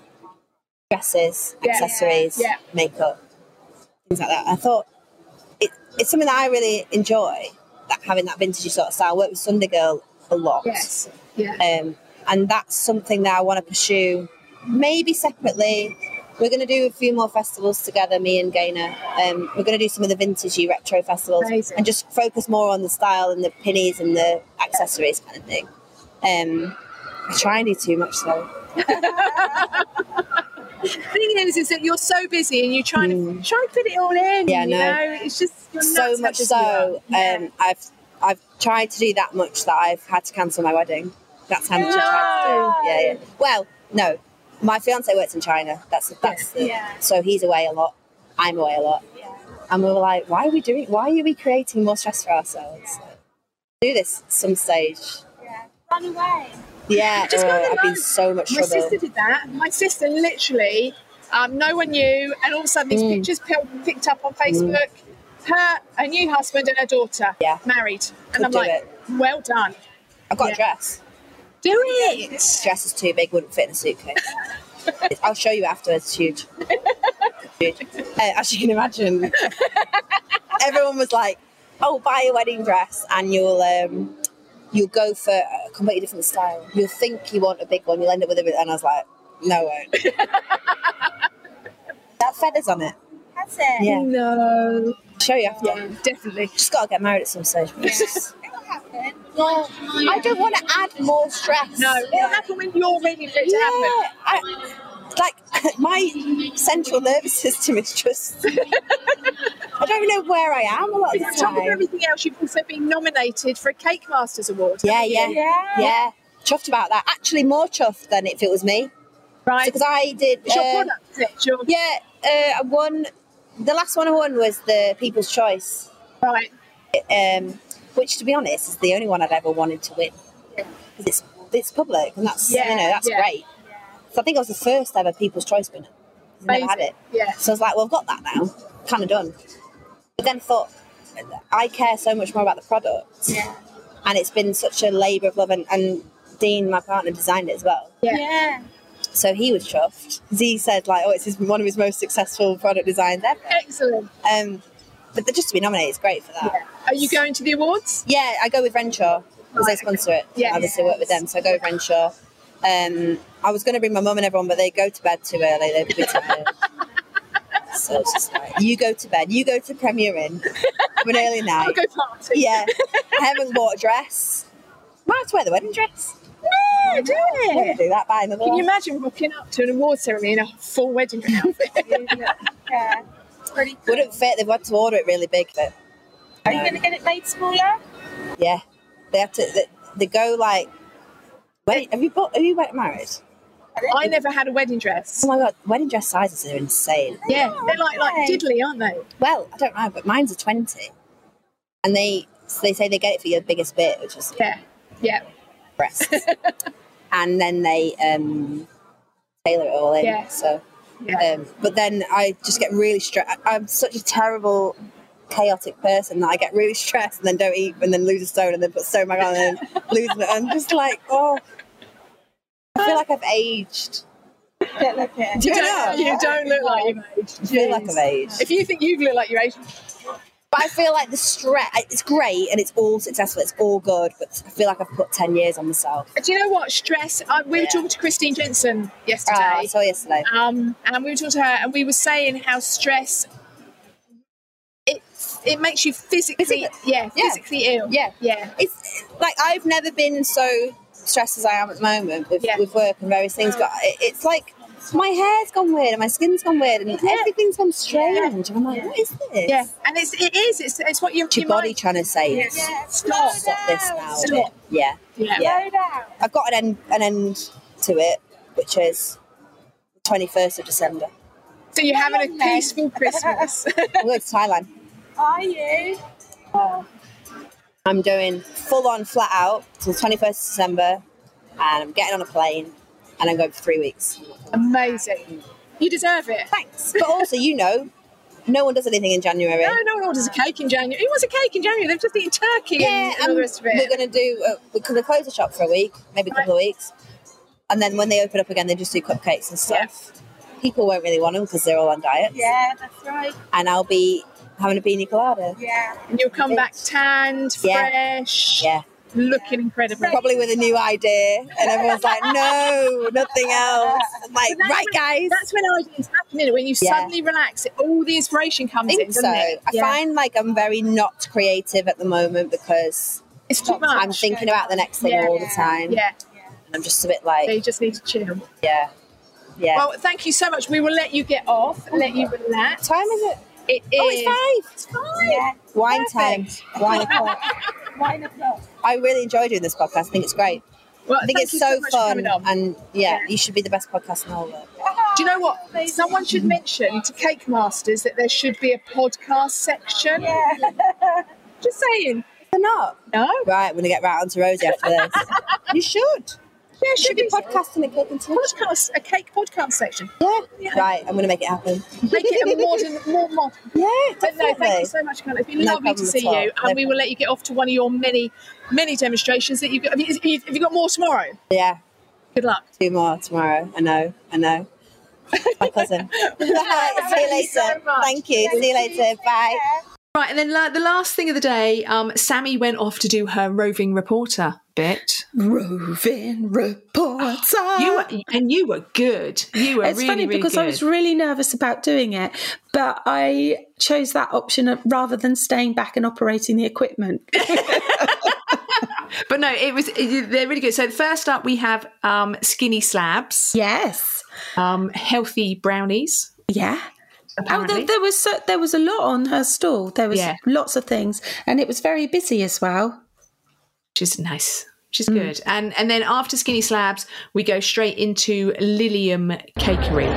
Speaker 5: dresses,
Speaker 2: Yeah.
Speaker 5: accessories,
Speaker 2: Yeah.
Speaker 5: makeup, things like that. I thought it, it's something that I really enjoy, that having that vintagey sort of style. I work with Sunday Girl a lot.
Speaker 2: Yes. Yeah.
Speaker 5: Um, and that's something that I want to pursue, maybe separately. We're going to do a few more festivals together, me and Gaynor. Um, we're going to do some of the vintagey retro festivals
Speaker 2: Amazing.
Speaker 5: and just focus more on the style and the pinnies and the accessories kind of thing. Um, I try and do too much though.
Speaker 2: [LAUGHS] The thing is, is that you're so busy and you're trying
Speaker 5: Mm.
Speaker 2: to try and fit it all in.
Speaker 5: Yeah, I
Speaker 2: you
Speaker 5: know.
Speaker 2: know, it's just you're
Speaker 5: so
Speaker 2: nuts how
Speaker 5: much
Speaker 2: busy
Speaker 5: so
Speaker 2: you are. Yeah.
Speaker 5: um, I've I've tried to do that much that I've had to cancel my wedding. That's how much I tried to do. Yeah, yeah. Well, no, my fiance works in China. That's that's the, so he's away a lot. I'm away a lot. And we were like, why are we doing? Why are we creating more stress for ourselves? Do this at some stage.
Speaker 3: Run away.
Speaker 5: Yeah,
Speaker 2: Just go
Speaker 5: or
Speaker 2: on the
Speaker 5: I've been
Speaker 2: road.
Speaker 5: so much
Speaker 2: My
Speaker 5: trouble.
Speaker 2: sister did that. My sister literally, um, no one knew, and all of a sudden these
Speaker 5: Mm.
Speaker 2: pictures pe- picked up on Facebook. Her, her new husband and her daughter,
Speaker 5: Hmm. Yeah.
Speaker 2: married, and
Speaker 5: Could
Speaker 2: I'm
Speaker 5: do
Speaker 2: like,
Speaker 5: it.
Speaker 2: well done.
Speaker 5: I've got
Speaker 2: Yeah.
Speaker 5: a dress.
Speaker 2: Do it.
Speaker 5: This dress is too big, wouldn't fit in a
Speaker 2: [LAUGHS]
Speaker 5: suitcase. It's- I'll show you afterwards. It's huge. huge. Uh, as you can
Speaker 2: [LAUGHS]
Speaker 5: imagine, everyone was like, "Oh, buy a wedding dress, and you'll um, you'll go for a completely different style. You'll think you want a big one, you'll end up with a bit." And I was like, "No, I won't."
Speaker 2: [LAUGHS]
Speaker 5: that feathers on it.
Speaker 3: That's it.
Speaker 5: Yeah.
Speaker 2: No.
Speaker 5: Show you after.
Speaker 2: definitely.
Speaker 5: Just gotta get married at some stage.
Speaker 15: [LAUGHS]
Speaker 3: Well,
Speaker 5: I don't want to add more stress.
Speaker 2: No, it'll happen when you're ready for it to happen.
Speaker 5: I, like [LAUGHS] my central nervous system is
Speaker 2: [LAUGHS]
Speaker 5: just. I don't know where I am a lot of
Speaker 2: On
Speaker 5: the
Speaker 2: top of
Speaker 5: time.
Speaker 2: everything else, you've also been nominated for a Cake Masters Award.
Speaker 5: Yeah,
Speaker 2: haven't
Speaker 5: yeah,
Speaker 2: you?
Speaker 5: yeah, Chuffed about that. Actually, more chuffed than if it was me.
Speaker 2: Right.
Speaker 5: Because I did.
Speaker 2: It's your
Speaker 5: uh,
Speaker 2: product, is it? Your-
Speaker 5: Yeah, uh, I won. The last one I won was the People's Choice.
Speaker 2: Right.
Speaker 5: Um, which, to be honest, is the only one I've ever wanted to win. Because it's it's public, and that's
Speaker 2: Yeah,
Speaker 5: you know that's
Speaker 2: yeah.
Speaker 5: great. So I think I was the first ever People's Choice winner. I've Never had
Speaker 2: Amazing.
Speaker 5: it.
Speaker 2: Yeah.
Speaker 5: So I was like, well, I've got that now. Kind of done. But then I thought, I care so much more about the product.
Speaker 3: Yeah.
Speaker 5: And it's been such a labour of love, and, and Dean, my partner, designed it as well.
Speaker 3: yeah.
Speaker 5: So he was chuffed. 'Cause He said, like, oh, it's his, one of his most successful product designs ever.
Speaker 2: Excellent.
Speaker 5: Um, but the- just to be nominated is great for that.
Speaker 2: Are you going to the awards?
Speaker 5: Yeah, I go with Renshaw because they sponsor it.
Speaker 2: Yeah.
Speaker 5: I obviously work with them, so I go with Renshaw. Um, I was going to bring my mum and everyone, but they go to bed too early. They'd be tired. so it's just like, you go to bed. You go to premiere in. Have an early night.
Speaker 2: [LAUGHS] I'll go party.
Speaker 5: Yeah. I haven't bought a dress. Might have to wear the wedding dress.
Speaker 2: No, do it.
Speaker 5: I'm gonna do that. Buy another
Speaker 2: Can you
Speaker 5: one.
Speaker 2: imagine walking up to an award ceremony in a full wedding
Speaker 5: [LAUGHS]
Speaker 2: outfit?
Speaker 3: yeah.
Speaker 2: Pretty
Speaker 5: Wouldn't fit. They've had to order it really big, but
Speaker 3: Are you going to get it made smaller?
Speaker 5: yeah, they have to. They, they go like, wait, have you bought? Have you went married?
Speaker 2: I never had a wedding dress.
Speaker 5: Oh my god, wedding dress sizes are insane.
Speaker 2: Yeah, they're like like diddly, aren't they?
Speaker 5: Well, I don't know, but mine's a twenty, and they so they say they get it for your biggest bit, which is
Speaker 2: yeah, yeah,
Speaker 5: breasts, [LAUGHS] and then they um, tailor it all in.
Speaker 2: Yeah.
Speaker 5: So,
Speaker 2: Yeah.
Speaker 5: um, but then I just get really stressed. I'm such a terrible, chaotic person that I get really stressed and then don't eat and then lose a stone and then put stone back on and then lose it. I'm just like, oh, I feel like I've aged.
Speaker 3: Don't look it.
Speaker 5: Do you
Speaker 2: don't,
Speaker 5: know?
Speaker 2: you don't look like you've aged.
Speaker 5: feel like
Speaker 2: Jeez.
Speaker 5: I've aged.
Speaker 2: If you think you look like you're aged,
Speaker 5: But I feel like the stress, it's great and it's all successful, it's all good, but I feel like I've put 10 years on myself.
Speaker 2: do you know what? Stress. I, we were
Speaker 5: Yeah.
Speaker 2: talking to Christine Jensen
Speaker 5: Oh,
Speaker 2: yesterday.
Speaker 5: I saw yesterday.
Speaker 2: um, and we were talking to her, and we were saying how stress it it makes you physically, yeah,
Speaker 5: Yeah.
Speaker 2: physically ill.
Speaker 5: Yeah.
Speaker 2: yeah,
Speaker 5: It's like I've never been so stressed as I am at the moment with,
Speaker 2: Yeah.
Speaker 5: with work and various things, but it, it's like my hair's gone weird and my skin's gone weird and everything's gone strange. And I'm like, what is this?
Speaker 2: yeah. And it's it is it's it's what your,
Speaker 5: It's your
Speaker 2: your
Speaker 5: body
Speaker 2: mind-
Speaker 5: trying to say,
Speaker 2: Stop.
Speaker 5: stop this now.
Speaker 2: Stop.
Speaker 5: Yeah.
Speaker 2: Yeah.
Speaker 5: yeah. I've got an end, an end to it, which is the 21st of December.
Speaker 2: So you're having a peaceful
Speaker 5: [LAUGHS]
Speaker 2: Christmas.
Speaker 5: I'm going to Thailand.
Speaker 3: Are you? Oh,
Speaker 5: I'm doing full on flat out till 21st of December, and I'm getting on a plane, and I'm going for three weeks.
Speaker 2: Amazing. You deserve it.
Speaker 5: Thanks. But also, you know, no one does anything in January.
Speaker 2: No, no one orders a cake in January. Who wants a cake in January? They've just eaten turkey
Speaker 5: yeah,
Speaker 2: and all
Speaker 5: and
Speaker 2: the
Speaker 5: we're
Speaker 2: rest of it.
Speaker 5: going to do. Uh, we're going to close the shop for a week, maybe a couple of weeks, and then when they open up again, they just do cupcakes and stuff. People won't really want them because they're all on diet,
Speaker 3: Yeah, that's right.
Speaker 5: and I'll be having a beanie colada.
Speaker 3: Yeah.
Speaker 2: and you'll come back tanned,
Speaker 5: Yeah.
Speaker 2: fresh,
Speaker 5: Yeah.
Speaker 2: looking incredible.
Speaker 5: Probably with a new idea, and everyone's
Speaker 2: [LAUGHS]
Speaker 5: like, "No, nothing else." I'm like,
Speaker 2: That's
Speaker 5: right,
Speaker 2: when-
Speaker 5: guys.
Speaker 2: That's when ideas happen, is it? When you
Speaker 5: Yeah.
Speaker 2: suddenly relax, it- all the inspiration comes
Speaker 5: I
Speaker 2: in,
Speaker 5: think so.
Speaker 2: doesn't it?
Speaker 5: I
Speaker 2: Yeah.
Speaker 5: find like I'm very not creative at the moment because
Speaker 2: it's too much.
Speaker 5: I'm thinking about the next thing
Speaker 2: Yeah.
Speaker 5: all the time.
Speaker 2: Yeah,
Speaker 5: And I'm just a bit
Speaker 2: so you
Speaker 5: like,
Speaker 2: just need to chill.
Speaker 5: yeah, yeah.
Speaker 2: Well, thank you so much. We will let you get off, let you
Speaker 5: what
Speaker 2: relax.
Speaker 5: time is it?
Speaker 2: It is.
Speaker 5: Oh, it's five.
Speaker 3: Yeah.
Speaker 5: Wine time.
Speaker 2: [LAUGHS]
Speaker 5: Wine o'clock.
Speaker 3: Wine o'clock.
Speaker 5: I really enjoy doing this podcast. I think it's great.
Speaker 2: Well,
Speaker 5: I think
Speaker 2: thank
Speaker 5: it's
Speaker 2: you
Speaker 5: so,
Speaker 2: much for
Speaker 5: fun.
Speaker 2: coming on.
Speaker 5: And yeah,
Speaker 2: Yeah.
Speaker 5: you should be the best podcast in the whole world.
Speaker 2: Do you know
Speaker 5: Oh,
Speaker 2: what? Someone should mention to Cake Masters that there should be a podcast
Speaker 5: [LAUGHS]
Speaker 2: section.
Speaker 3: Yeah.
Speaker 2: Just saying.
Speaker 5: They're not.
Speaker 2: No?
Speaker 5: Right, we're going to get right onto Rosie after this.
Speaker 2: [LAUGHS]
Speaker 5: you should.
Speaker 2: Yeah,
Speaker 5: You should be podcasting at Cake and Tea.
Speaker 2: podcast, a cake podcast section.
Speaker 5: Yeah. Right, I'm going to make it happen.
Speaker 2: Make it a modern, more modern.
Speaker 5: [LAUGHS] Yeah,
Speaker 2: But no, thank
Speaker 5: definitely.
Speaker 2: you so much, Carla. It's been
Speaker 5: No
Speaker 2: lovely to
Speaker 5: problem
Speaker 2: see
Speaker 5: at all.
Speaker 2: you,
Speaker 5: No
Speaker 2: and we will let you get off to one of your many, many demonstrations that you've got. Have you, have you got more tomorrow?
Speaker 5: Yeah.
Speaker 2: Good luck.
Speaker 5: Two more tomorrow. I know. I know. My cousin. [LAUGHS] Right, See you
Speaker 2: [LAUGHS] Thank you so
Speaker 5: later.
Speaker 2: much.
Speaker 5: Thank you. See you later. Bye.
Speaker 2: Right, and then la- the last thing of the day, um, Sammy went off to do her roving reporter bit.
Speaker 15: Roving reporter.
Speaker 2: You were, and you were good. You were
Speaker 15: it's
Speaker 2: really,
Speaker 15: funny
Speaker 2: really
Speaker 15: because I was
Speaker 2: good.
Speaker 15: really nervous about doing it, but I chose that option rather than staying back and operating the equipment.
Speaker 2: But no, it was it, they're really good. So first up, we have um, skinny slabs.
Speaker 15: Yes.
Speaker 2: Um, healthy brownies.
Speaker 15: Yeah. Oh,
Speaker 2: Apparently.
Speaker 15: there, there was so, there was a lot on her stall. There was
Speaker 2: Yeah.
Speaker 15: lots of things, and it was very busy as well. Mm.
Speaker 2: which is nice. Which is good. And and then after skinny slabs, we go straight into Lilium Cakery.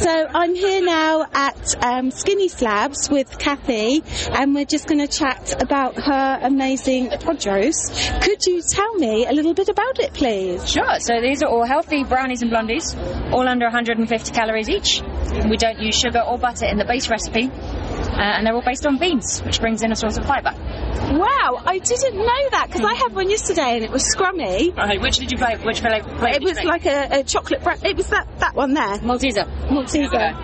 Speaker 3: So I'm here now at um, Skinny Slabs with Kathy, and we're just going to chat about her amazing produce. Could you tell me a little bit about it, please?
Speaker 16: Sure. So these are all healthy brownies and blondies, all under 150 calories each. We don't use sugar or butter in the base recipe, uh, and they're all based on beans, which brings in a source of fibre.
Speaker 3: Wow, I didn't know that because I had one yesterday and it was scrummy.
Speaker 16: Right, which did you play? Which flavor?
Speaker 3: It was like a, a chocolate bread. It was that, that one there.
Speaker 16: Malteser.
Speaker 3: Malteser.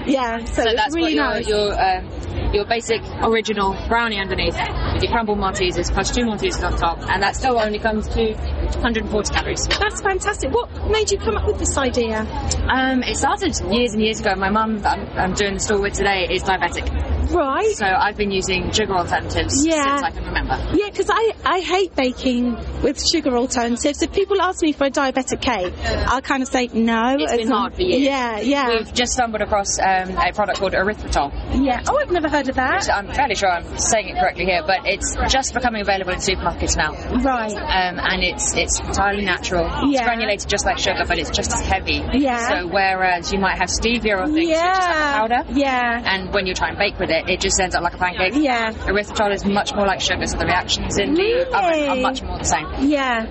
Speaker 3: Yeah, so, it was
Speaker 16: that's
Speaker 3: really
Speaker 16: what
Speaker 3: nice.
Speaker 16: your your, uh, your basic original brownie underneath with your crumbled Maltesers plus two Maltesers on top, and that still only comes to 140 calories.
Speaker 3: That's fantastic. What made you come up with this idea?
Speaker 16: Um, it started years and years ago. My mum that I'm, I'm doing the store with today is diabetic.
Speaker 3: Right.
Speaker 16: So I've been using sugar alternatives
Speaker 3: Yeah.
Speaker 16: since I can remember.
Speaker 3: Yeah, because I, I hate baking with sugar alternatives. If people ask me for a diabetic cake, I'll kind of say no.
Speaker 16: It's been
Speaker 3: as a-
Speaker 16: hard for years.
Speaker 3: Yeah, yeah.
Speaker 16: We've just stumbled across um, a product called erythritol.
Speaker 3: Yeah. Oh, I've never heard of that.
Speaker 16: Which I'm fairly sure I'm saying it correctly here, but it's just becoming available in supermarkets now.
Speaker 3: Right.
Speaker 16: Um, and it's it's entirely natural. It's
Speaker 3: Yeah.
Speaker 16: granulated just like sugar, but it's just as heavy.
Speaker 3: Yeah.
Speaker 16: So whereas you might have stevia or things, which is like a
Speaker 3: Yeah.
Speaker 16: powder.
Speaker 3: Yeah.
Speaker 16: And when you try and bake with it, it just ends up like a pancake.
Speaker 3: Yeah.
Speaker 16: Erythritol is much more like sugar, so the reactions in the oven are much more the same.
Speaker 3: Yeah.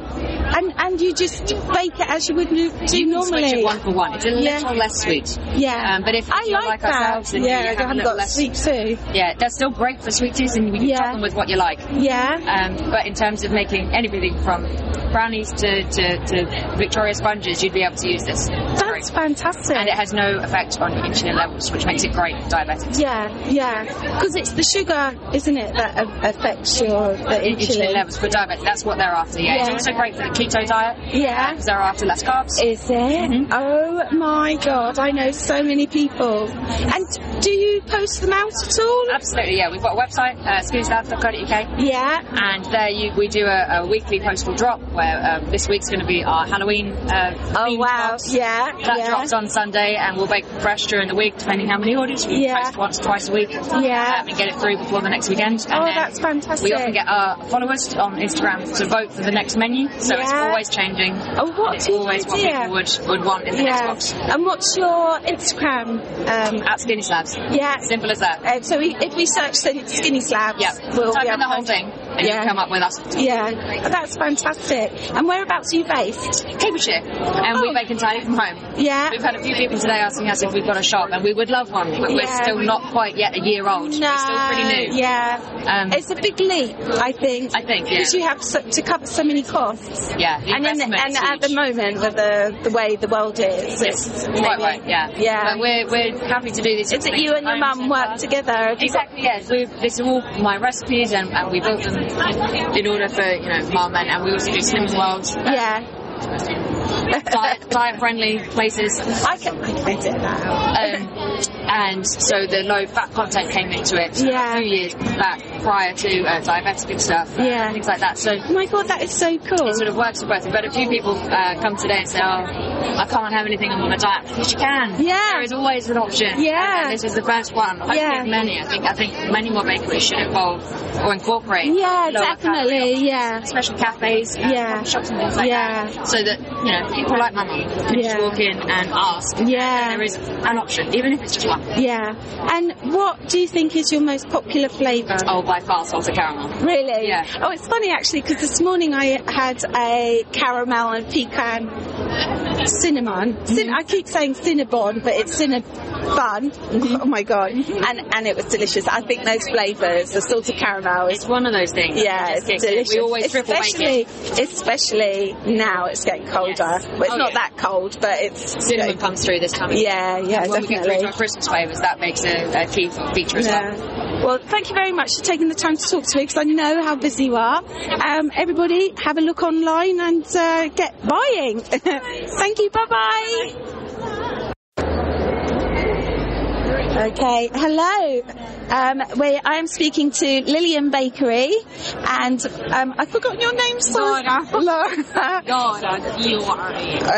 Speaker 3: And and you just bake it as you would do
Speaker 16: you can
Speaker 3: normally.
Speaker 16: switch it one for one. It's a
Speaker 3: Yeah.
Speaker 16: little less sweet.
Speaker 3: Yeah.
Speaker 16: Um, but if
Speaker 3: I
Speaker 16: you're
Speaker 3: like
Speaker 16: like
Speaker 3: that.
Speaker 16: ourselves, and
Speaker 3: Yeah,
Speaker 16: you
Speaker 3: I
Speaker 16: have a
Speaker 3: haven't
Speaker 16: little
Speaker 3: got
Speaker 16: less
Speaker 3: sweet too.
Speaker 16: Yeah, that's still great for sweeties, and you can top them with what you like.
Speaker 3: Yeah.
Speaker 16: Um, but in terms of making anything from brownies to, to, to Victoria sponges, you'd be able to use this. That's
Speaker 3: fantastic.
Speaker 16: And it has no effect on your insulin levels, which makes it great for diabetics.
Speaker 3: Yeah, yeah. Because it's the sugar, isn't it, that a- affects your the
Speaker 16: Uh,
Speaker 3: insulin.
Speaker 16: levels for diabetics. That's what they're after. Yeah, it's
Speaker 3: Yeah.
Speaker 16: also great for the keto diet.
Speaker 3: Yeah.
Speaker 16: because they're after less carbs. Mm-hmm.
Speaker 3: Is it? Oh my god, I know so many people. And do you post them out at all?
Speaker 16: Absolutely, yeah. We've got a website, uh, scootslab.co.uk.
Speaker 3: Yeah.
Speaker 16: And there you, we do a, a weekly postal drop where um, this week's going to be our Halloween. Uh, oh, wow.
Speaker 3: Yeah.
Speaker 16: That
Speaker 3: yeah.
Speaker 16: drops on Sunday, and we'll bake fresh during the week, depending how many orders we
Speaker 3: Yeah.
Speaker 16: post once, twice a week.
Speaker 3: Yeah.
Speaker 16: Um, and get it through before the next weekend. And
Speaker 3: Oh,
Speaker 16: then
Speaker 3: that's fantastic.
Speaker 16: We often get our followers on Instagram to vote for the next menu, so it's
Speaker 3: Yeah.
Speaker 16: always changing.
Speaker 3: Oh, what?
Speaker 16: It's always what
Speaker 3: idea.
Speaker 16: people would, would want in the next
Speaker 3: yeah.
Speaker 16: box.
Speaker 3: And what's your Instagram? Um,
Speaker 16: At Skinny Slabs.
Speaker 3: Yeah.
Speaker 16: Simple as that.
Speaker 3: Uh, so we, if we search Skin- Skinny Slabs,
Speaker 16: Yeah.
Speaker 3: we'll
Speaker 16: Type
Speaker 3: be
Speaker 16: in the
Speaker 3: able
Speaker 16: whole
Speaker 3: to-
Speaker 16: thing, and you
Speaker 3: Yeah.
Speaker 16: can come up with us.
Speaker 3: Yeah, that's fantastic. And whereabouts are you based?
Speaker 16: Cambridgeshire. And we bake entirely from home.
Speaker 3: Oh. Yeah.
Speaker 16: We've had a few people today asking us if we've got a shop, and we would love one, but we're
Speaker 3: Yeah.
Speaker 16: still not quite yet a year old.
Speaker 3: No,
Speaker 16: We're still pretty new.
Speaker 3: Yeah,
Speaker 16: Um,
Speaker 3: it's a big leap, I think. I
Speaker 16: think, yeah.
Speaker 3: because you have so, to cover so many costs.
Speaker 16: Yeah, the
Speaker 3: and in the, and
Speaker 16: investment's
Speaker 3: at the moment, with the the way the world is,
Speaker 16: Yes,
Speaker 3: it's
Speaker 16: quite
Speaker 3: maybe-
Speaker 16: right, yeah.
Speaker 3: yeah.
Speaker 16: But we're, we're happy to do this.
Speaker 3: Is it you and your mum work together?
Speaker 16: Exactly, yes. We've, this are all my recipes, and, and we built them in order for, you know, mum, and, and we also do Slim's World.
Speaker 3: Yeah.
Speaker 16: diet, diet friendly places. I
Speaker 3: can edit that
Speaker 16: Um, and so the low fat content came into it
Speaker 3: Yeah.
Speaker 16: a few years back prior to uh, diabetic and stuff, uh,
Speaker 3: Yeah. Oh
Speaker 16: things like that. So
Speaker 3: my god, that is so cool.
Speaker 16: It sort of works for both. But a few people uh, come today and say, "Oh, I can't have anything. I'm on a diet." Yes, you can.
Speaker 3: Yeah.
Speaker 16: there is always an option.
Speaker 3: Yeah.
Speaker 16: and, and this is the first one. Hopefully
Speaker 3: Yeah.
Speaker 16: many. I think I think many more bakeries should involve or incorporate.
Speaker 3: Yeah,
Speaker 16: lower
Speaker 3: definitely. Yeah,
Speaker 16: special cafes, uh,
Speaker 3: Yeah.
Speaker 16: coffee shops, and things like
Speaker 3: Yeah.
Speaker 16: that. So that you know, people like my mum can just
Speaker 3: Yeah.
Speaker 16: walk in and ask. Yeah, there is an option, even if it's just one.
Speaker 3: Yeah. And what do you think is your most popular flavour?
Speaker 16: Oh, by far, salted caramel.
Speaker 3: Really? Yeah. Oh, it's funny actually because this morning I had a caramel and pecan cinnamon. Cin- I keep saying cinnabon, but it's cinnabun. Oh my god! And and it was delicious. I think those flavours, the salted caramel, is
Speaker 16: one of those things.
Speaker 3: Yeah,
Speaker 16: It
Speaker 3: it's
Speaker 16: just kicks in. We
Speaker 3: delicious.
Speaker 16: always triple bake
Speaker 3: especially, especially now it's getting colder. Well, it's
Speaker 16: Oh,
Speaker 3: not
Speaker 16: yeah.
Speaker 3: that cold, but it's
Speaker 16: Cinnamon comes through this time. of year.
Speaker 3: Yeah, yeah,
Speaker 16: And When we get through
Speaker 3: definitely.
Speaker 16: to our Christmas flavours, that makes a, a key feature as
Speaker 3: Yeah.
Speaker 16: well.
Speaker 3: Well, thank you very much for taking the time to talk to me because I know how busy you are. Um, everybody, have a look online and uh, get buying. [LAUGHS] thank you. Bye bye. Okay, hello. Um, we, I am speaking to Lillian Bakery, and um, I've forgotten your name, sorry. [LAUGHS] Laura.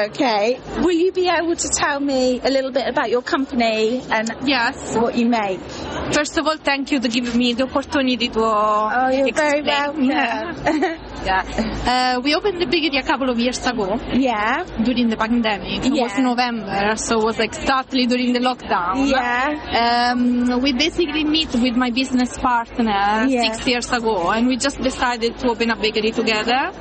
Speaker 3: Okay. Will you be able to tell me a little bit about your company and yes. what you make?
Speaker 17: First of all, thank you to give me the opportunity to. Oh,
Speaker 3: you're very
Speaker 17: explain.
Speaker 3: welcome.
Speaker 17: yeah. Uh, we opened the bakery a couple of years ago.
Speaker 3: Yeah.
Speaker 17: During the pandemic. It was
Speaker 3: Yeah.
Speaker 17: November, so it was like startly during the lockdown.
Speaker 3: Yeah.
Speaker 17: Um, we basically meet with my business partner
Speaker 3: Yeah.
Speaker 17: six years ago, and we just decided to open a bakery together.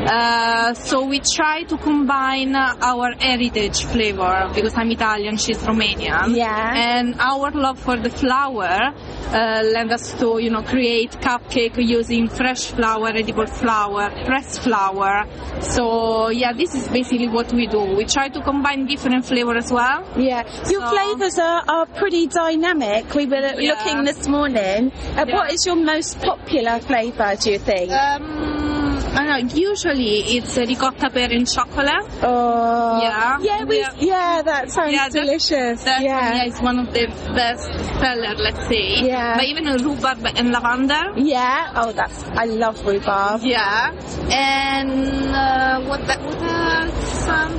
Speaker 17: Uh, so we try to combine uh, our heritage flavor because I'm Italian, she's Romanian.
Speaker 3: Yeah.
Speaker 17: And our love for the flour uh, led us to, you know, create cupcake using fresh flour, edible flour, pressed flour. So yeah, this is basically what we do. We try to combine different flavor as well.
Speaker 3: Yeah. Your flavours are, are pretty dynamic. We were
Speaker 17: Yeah.
Speaker 3: looking this morning. Uh, What
Speaker 17: Yeah.
Speaker 3: is your most popular flavour, do you think?
Speaker 17: Um, I don't know, usually it's a ricotta pear and chocolate.
Speaker 3: Oh.
Speaker 17: Yeah.
Speaker 3: Yeah, we, yeah. that sounds delicious.
Speaker 17: That
Speaker 3: yeah.
Speaker 17: yeah, is one of the best seller, let's say.
Speaker 3: Yeah.
Speaker 17: But even a rhubarb and lavender.
Speaker 3: Yeah. Oh, that's I love rhubarb.
Speaker 17: Yeah. And uh, what the, what else? Um,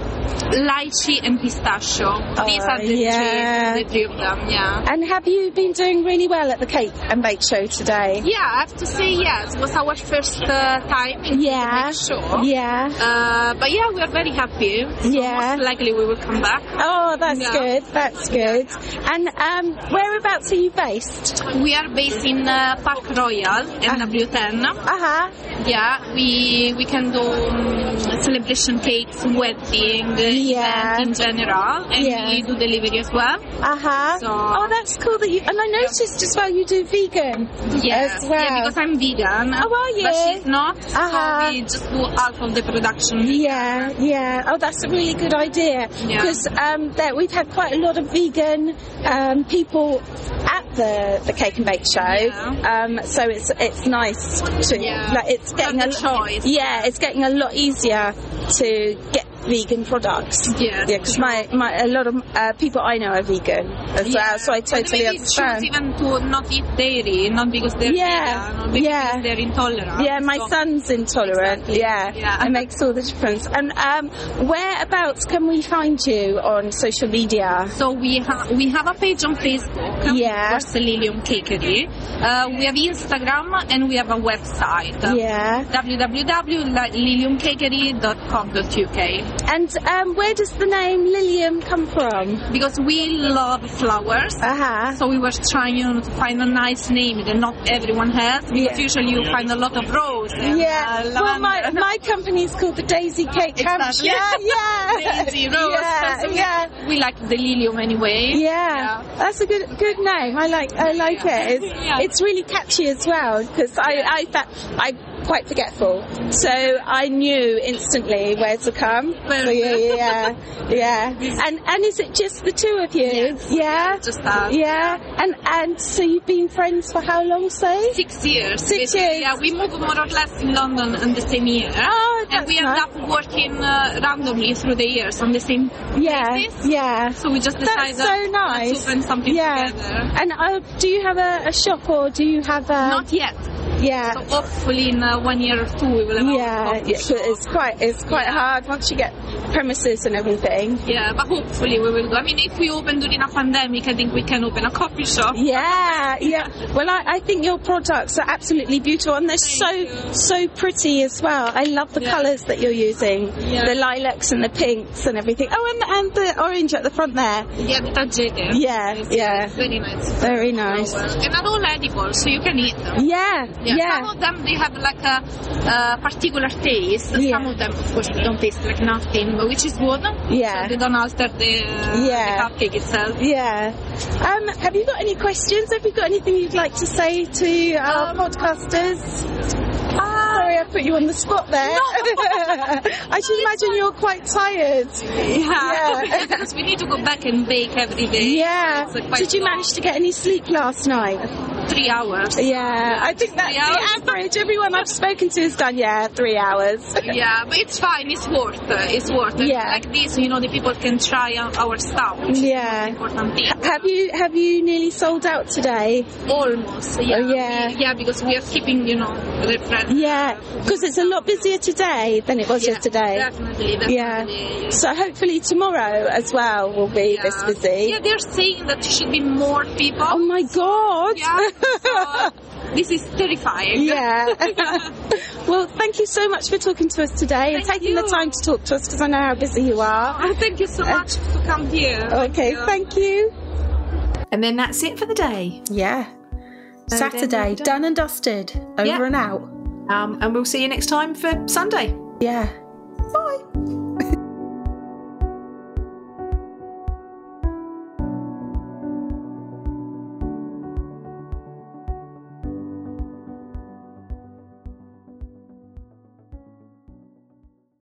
Speaker 17: lychee and pistachio. These
Speaker 3: Oh,
Speaker 17: are the
Speaker 3: yeah.
Speaker 17: three, the three of them. Yeah.
Speaker 3: And have you been doing really well at the cake and bake show today?
Speaker 17: Yeah, I have to say yes. It was our first uh, time in
Speaker 3: Yeah.
Speaker 17: the show.
Speaker 3: Yeah.
Speaker 17: Uh, but yeah, we are very happy. So
Speaker 3: Yeah.
Speaker 17: Most likely we will come back.
Speaker 3: Oh, that's
Speaker 17: Yeah.
Speaker 3: good. That's good. And um, whereabouts are you based? Uh-huh.
Speaker 17: We are based in uh, Park Royal, NW10. Uh
Speaker 3: huh.
Speaker 17: Yeah, we we can do um, celebration cakes, wedding, uh,
Speaker 3: Yeah.
Speaker 17: event in general, and
Speaker 3: Yeah.
Speaker 17: we do delivery as well.
Speaker 3: Uh huh. oh, that's cool that you. And I noticed as well you do vegan.
Speaker 17: Yes,
Speaker 3: As well.
Speaker 17: yeah, because I'm vegan.
Speaker 3: Oh, are you?
Speaker 17: But she's not,
Speaker 3: Uh-huh.
Speaker 17: so we just do half of the production.
Speaker 3: Yeah, yeah. Oh, that's a really good idea
Speaker 17: Yeah.
Speaker 3: because um, that we've had quite a lot of vegan um, people at the, the cake and bake show. Um, so it's it's nice to like it's getting a choice. Yeah, it's getting a lot easier to get vegan products.
Speaker 17: Yes.
Speaker 3: yeah. Because my, my a lot of uh, people I know are vegan as well, so I
Speaker 17: But
Speaker 3: totally
Speaker 17: maybe
Speaker 3: understand.
Speaker 17: choose even to not eat dairy, not because they're
Speaker 3: Yeah,
Speaker 17: vegan, or because
Speaker 3: yeah.
Speaker 17: they're intolerant.
Speaker 3: Yeah, my
Speaker 17: So-
Speaker 3: son's intolerant. Yeah,
Speaker 17: Yeah.
Speaker 3: it makes all the difference. And um, whereabouts can we find you on social media?
Speaker 17: So we have we have a page on Facebook.
Speaker 3: Yeah.
Speaker 17: For Celilium Cakery. Uh, we have Instagram and we have a website.
Speaker 3: Yeah.
Speaker 17: www.liliumcakery.com.uk.
Speaker 3: And um, where does the name Lilium come from?
Speaker 17: Because we love flowers,
Speaker 3: uh-huh.
Speaker 17: so we were trying you know, to find a nice name that not everyone has. Because
Speaker 3: Yeah.
Speaker 17: usually you find a lot of rose. And,
Speaker 3: yeah.
Speaker 17: uh,
Speaker 3: well, my
Speaker 17: lavender.
Speaker 3: my company's called the Daisy Cake
Speaker 17: [LAUGHS]
Speaker 3: Company.
Speaker 17: Exactly.
Speaker 3: Yeah, yeah.
Speaker 17: [LAUGHS] Daisy, rose.
Speaker 3: [LAUGHS] Yeah,
Speaker 17: [LAUGHS] So we-
Speaker 3: yeah.
Speaker 17: We like the lilium anyway.
Speaker 3: Yeah, that's a good good name. I like I like
Speaker 17: [LAUGHS]
Speaker 3: it. It's, it's really catchy as well because I I fa- I'm quite forgetful, so I knew instantly where to come. So yeah, yeah, yeah.
Speaker 17: [LAUGHS]
Speaker 3: yeah. And and is it just the two of you? Yeah,
Speaker 17: just us.
Speaker 3: Yeah, and and so you've been friends for how long? Say
Speaker 17: six years.
Speaker 3: Six
Speaker 17: basically.
Speaker 3: years. Ah,
Speaker 17: Yeah, we moved more or less in London in the same year. and we ended up working uh, randomly through the years on the same
Speaker 3: Yeah, yeah.
Speaker 17: So we just decided
Speaker 3: That's so
Speaker 17: let's
Speaker 3: nice.
Speaker 17: open something
Speaker 3: yeah.
Speaker 17: together.
Speaker 3: And uh, do you have a, a shop or do you have a?
Speaker 17: Not yet.
Speaker 3: Yeah.
Speaker 17: So hopefully in uh, one year or two we will have our
Speaker 3: yeah,
Speaker 17: coffee
Speaker 3: yeah,
Speaker 17: shop.
Speaker 3: but it's quite it's quite hard once you get premises and everything.
Speaker 17: Yeah, Uh, but hopefully we will. I mean, if we open during a pandemic, I think we can open a coffee shop.
Speaker 3: Yeah, Ah, yeah. Well, I, I think your products are absolutely beautiful, and they're so so pretty as well. I love the colours that you're using,
Speaker 17: Yeah.
Speaker 3: the lilacs and the pinks and everything. Oh, and, and the orange at the front there.
Speaker 17: Yeah, the tajete.
Speaker 3: Yeah, yeah.
Speaker 17: Very nice.
Speaker 3: Very nice.
Speaker 17: And are all edible, so you can eat them.
Speaker 3: Yeah, yeah.
Speaker 17: Some of them they have like a uh, particular taste. Some of them, of course, they don't taste like nothing, but which is good.
Speaker 3: Yeah.
Speaker 17: So they don't alter the, uh,
Speaker 3: Yeah.
Speaker 17: the cupcake itself.
Speaker 3: Yeah. Um, have you got any questions? Have you got anything you'd like to say to our
Speaker 17: Um,
Speaker 3: podcasters?
Speaker 17: uh,
Speaker 3: Sorry, I put you on the spot there. [LAUGHS] I should imagine you're quite tired.
Speaker 17: Yeah,
Speaker 3: Yeah.
Speaker 17: because we need to go back and bake every day.
Speaker 3: Yeah.
Speaker 17: It's, uh, E quite
Speaker 3: Did you
Speaker 17: long.
Speaker 3: manage to get any sleep last night?
Speaker 17: three hours.
Speaker 3: Yeah, I think that's
Speaker 17: Three hours?
Speaker 3: the average. Everyone I've spoken to has done, yeah, three hours.
Speaker 17: yeah, but it's fine. It's worth. it. It's worth. it.
Speaker 3: Yeah.
Speaker 17: Like this, you know, the people can try out our stuff. which is
Speaker 3: Yeah.
Speaker 17: the most Important thing.
Speaker 3: Have you have you nearly sold out today?
Speaker 17: Almost. Yeah.
Speaker 3: Oh, yeah.
Speaker 17: Yeah, because we are keeping, you know, the friends.
Speaker 3: Yeah, because it's a lot busier today than it was
Speaker 17: Yeah,
Speaker 3: yesterday.
Speaker 17: definitely,
Speaker 3: Yeah. So hopefully tomorrow as well will be this busy.
Speaker 17: Yeah, they're saying that should be more people. Oh
Speaker 3: my god!
Speaker 17: Yeah.
Speaker 3: [LAUGHS]
Speaker 17: so this is terrifying. [LAUGHS]
Speaker 3: Yeah. well, thank you so much for talking to us today and taking the time to talk to us because I know how busy you are.
Speaker 17: Oh,
Speaker 3: Uh,
Speaker 17: Thank you so much for coming here.
Speaker 3: Okay, thank you.
Speaker 2: And then that's it for the day.
Speaker 18: Yeah.
Speaker 2: So then
Speaker 18: Saturday,
Speaker 2: we're
Speaker 18: done.
Speaker 2: done.
Speaker 18: and dusted, over
Speaker 2: Yeah.
Speaker 18: and out.
Speaker 2: Um, and we'll see you next time for Sunday.
Speaker 18: Yeah.
Speaker 2: Bye.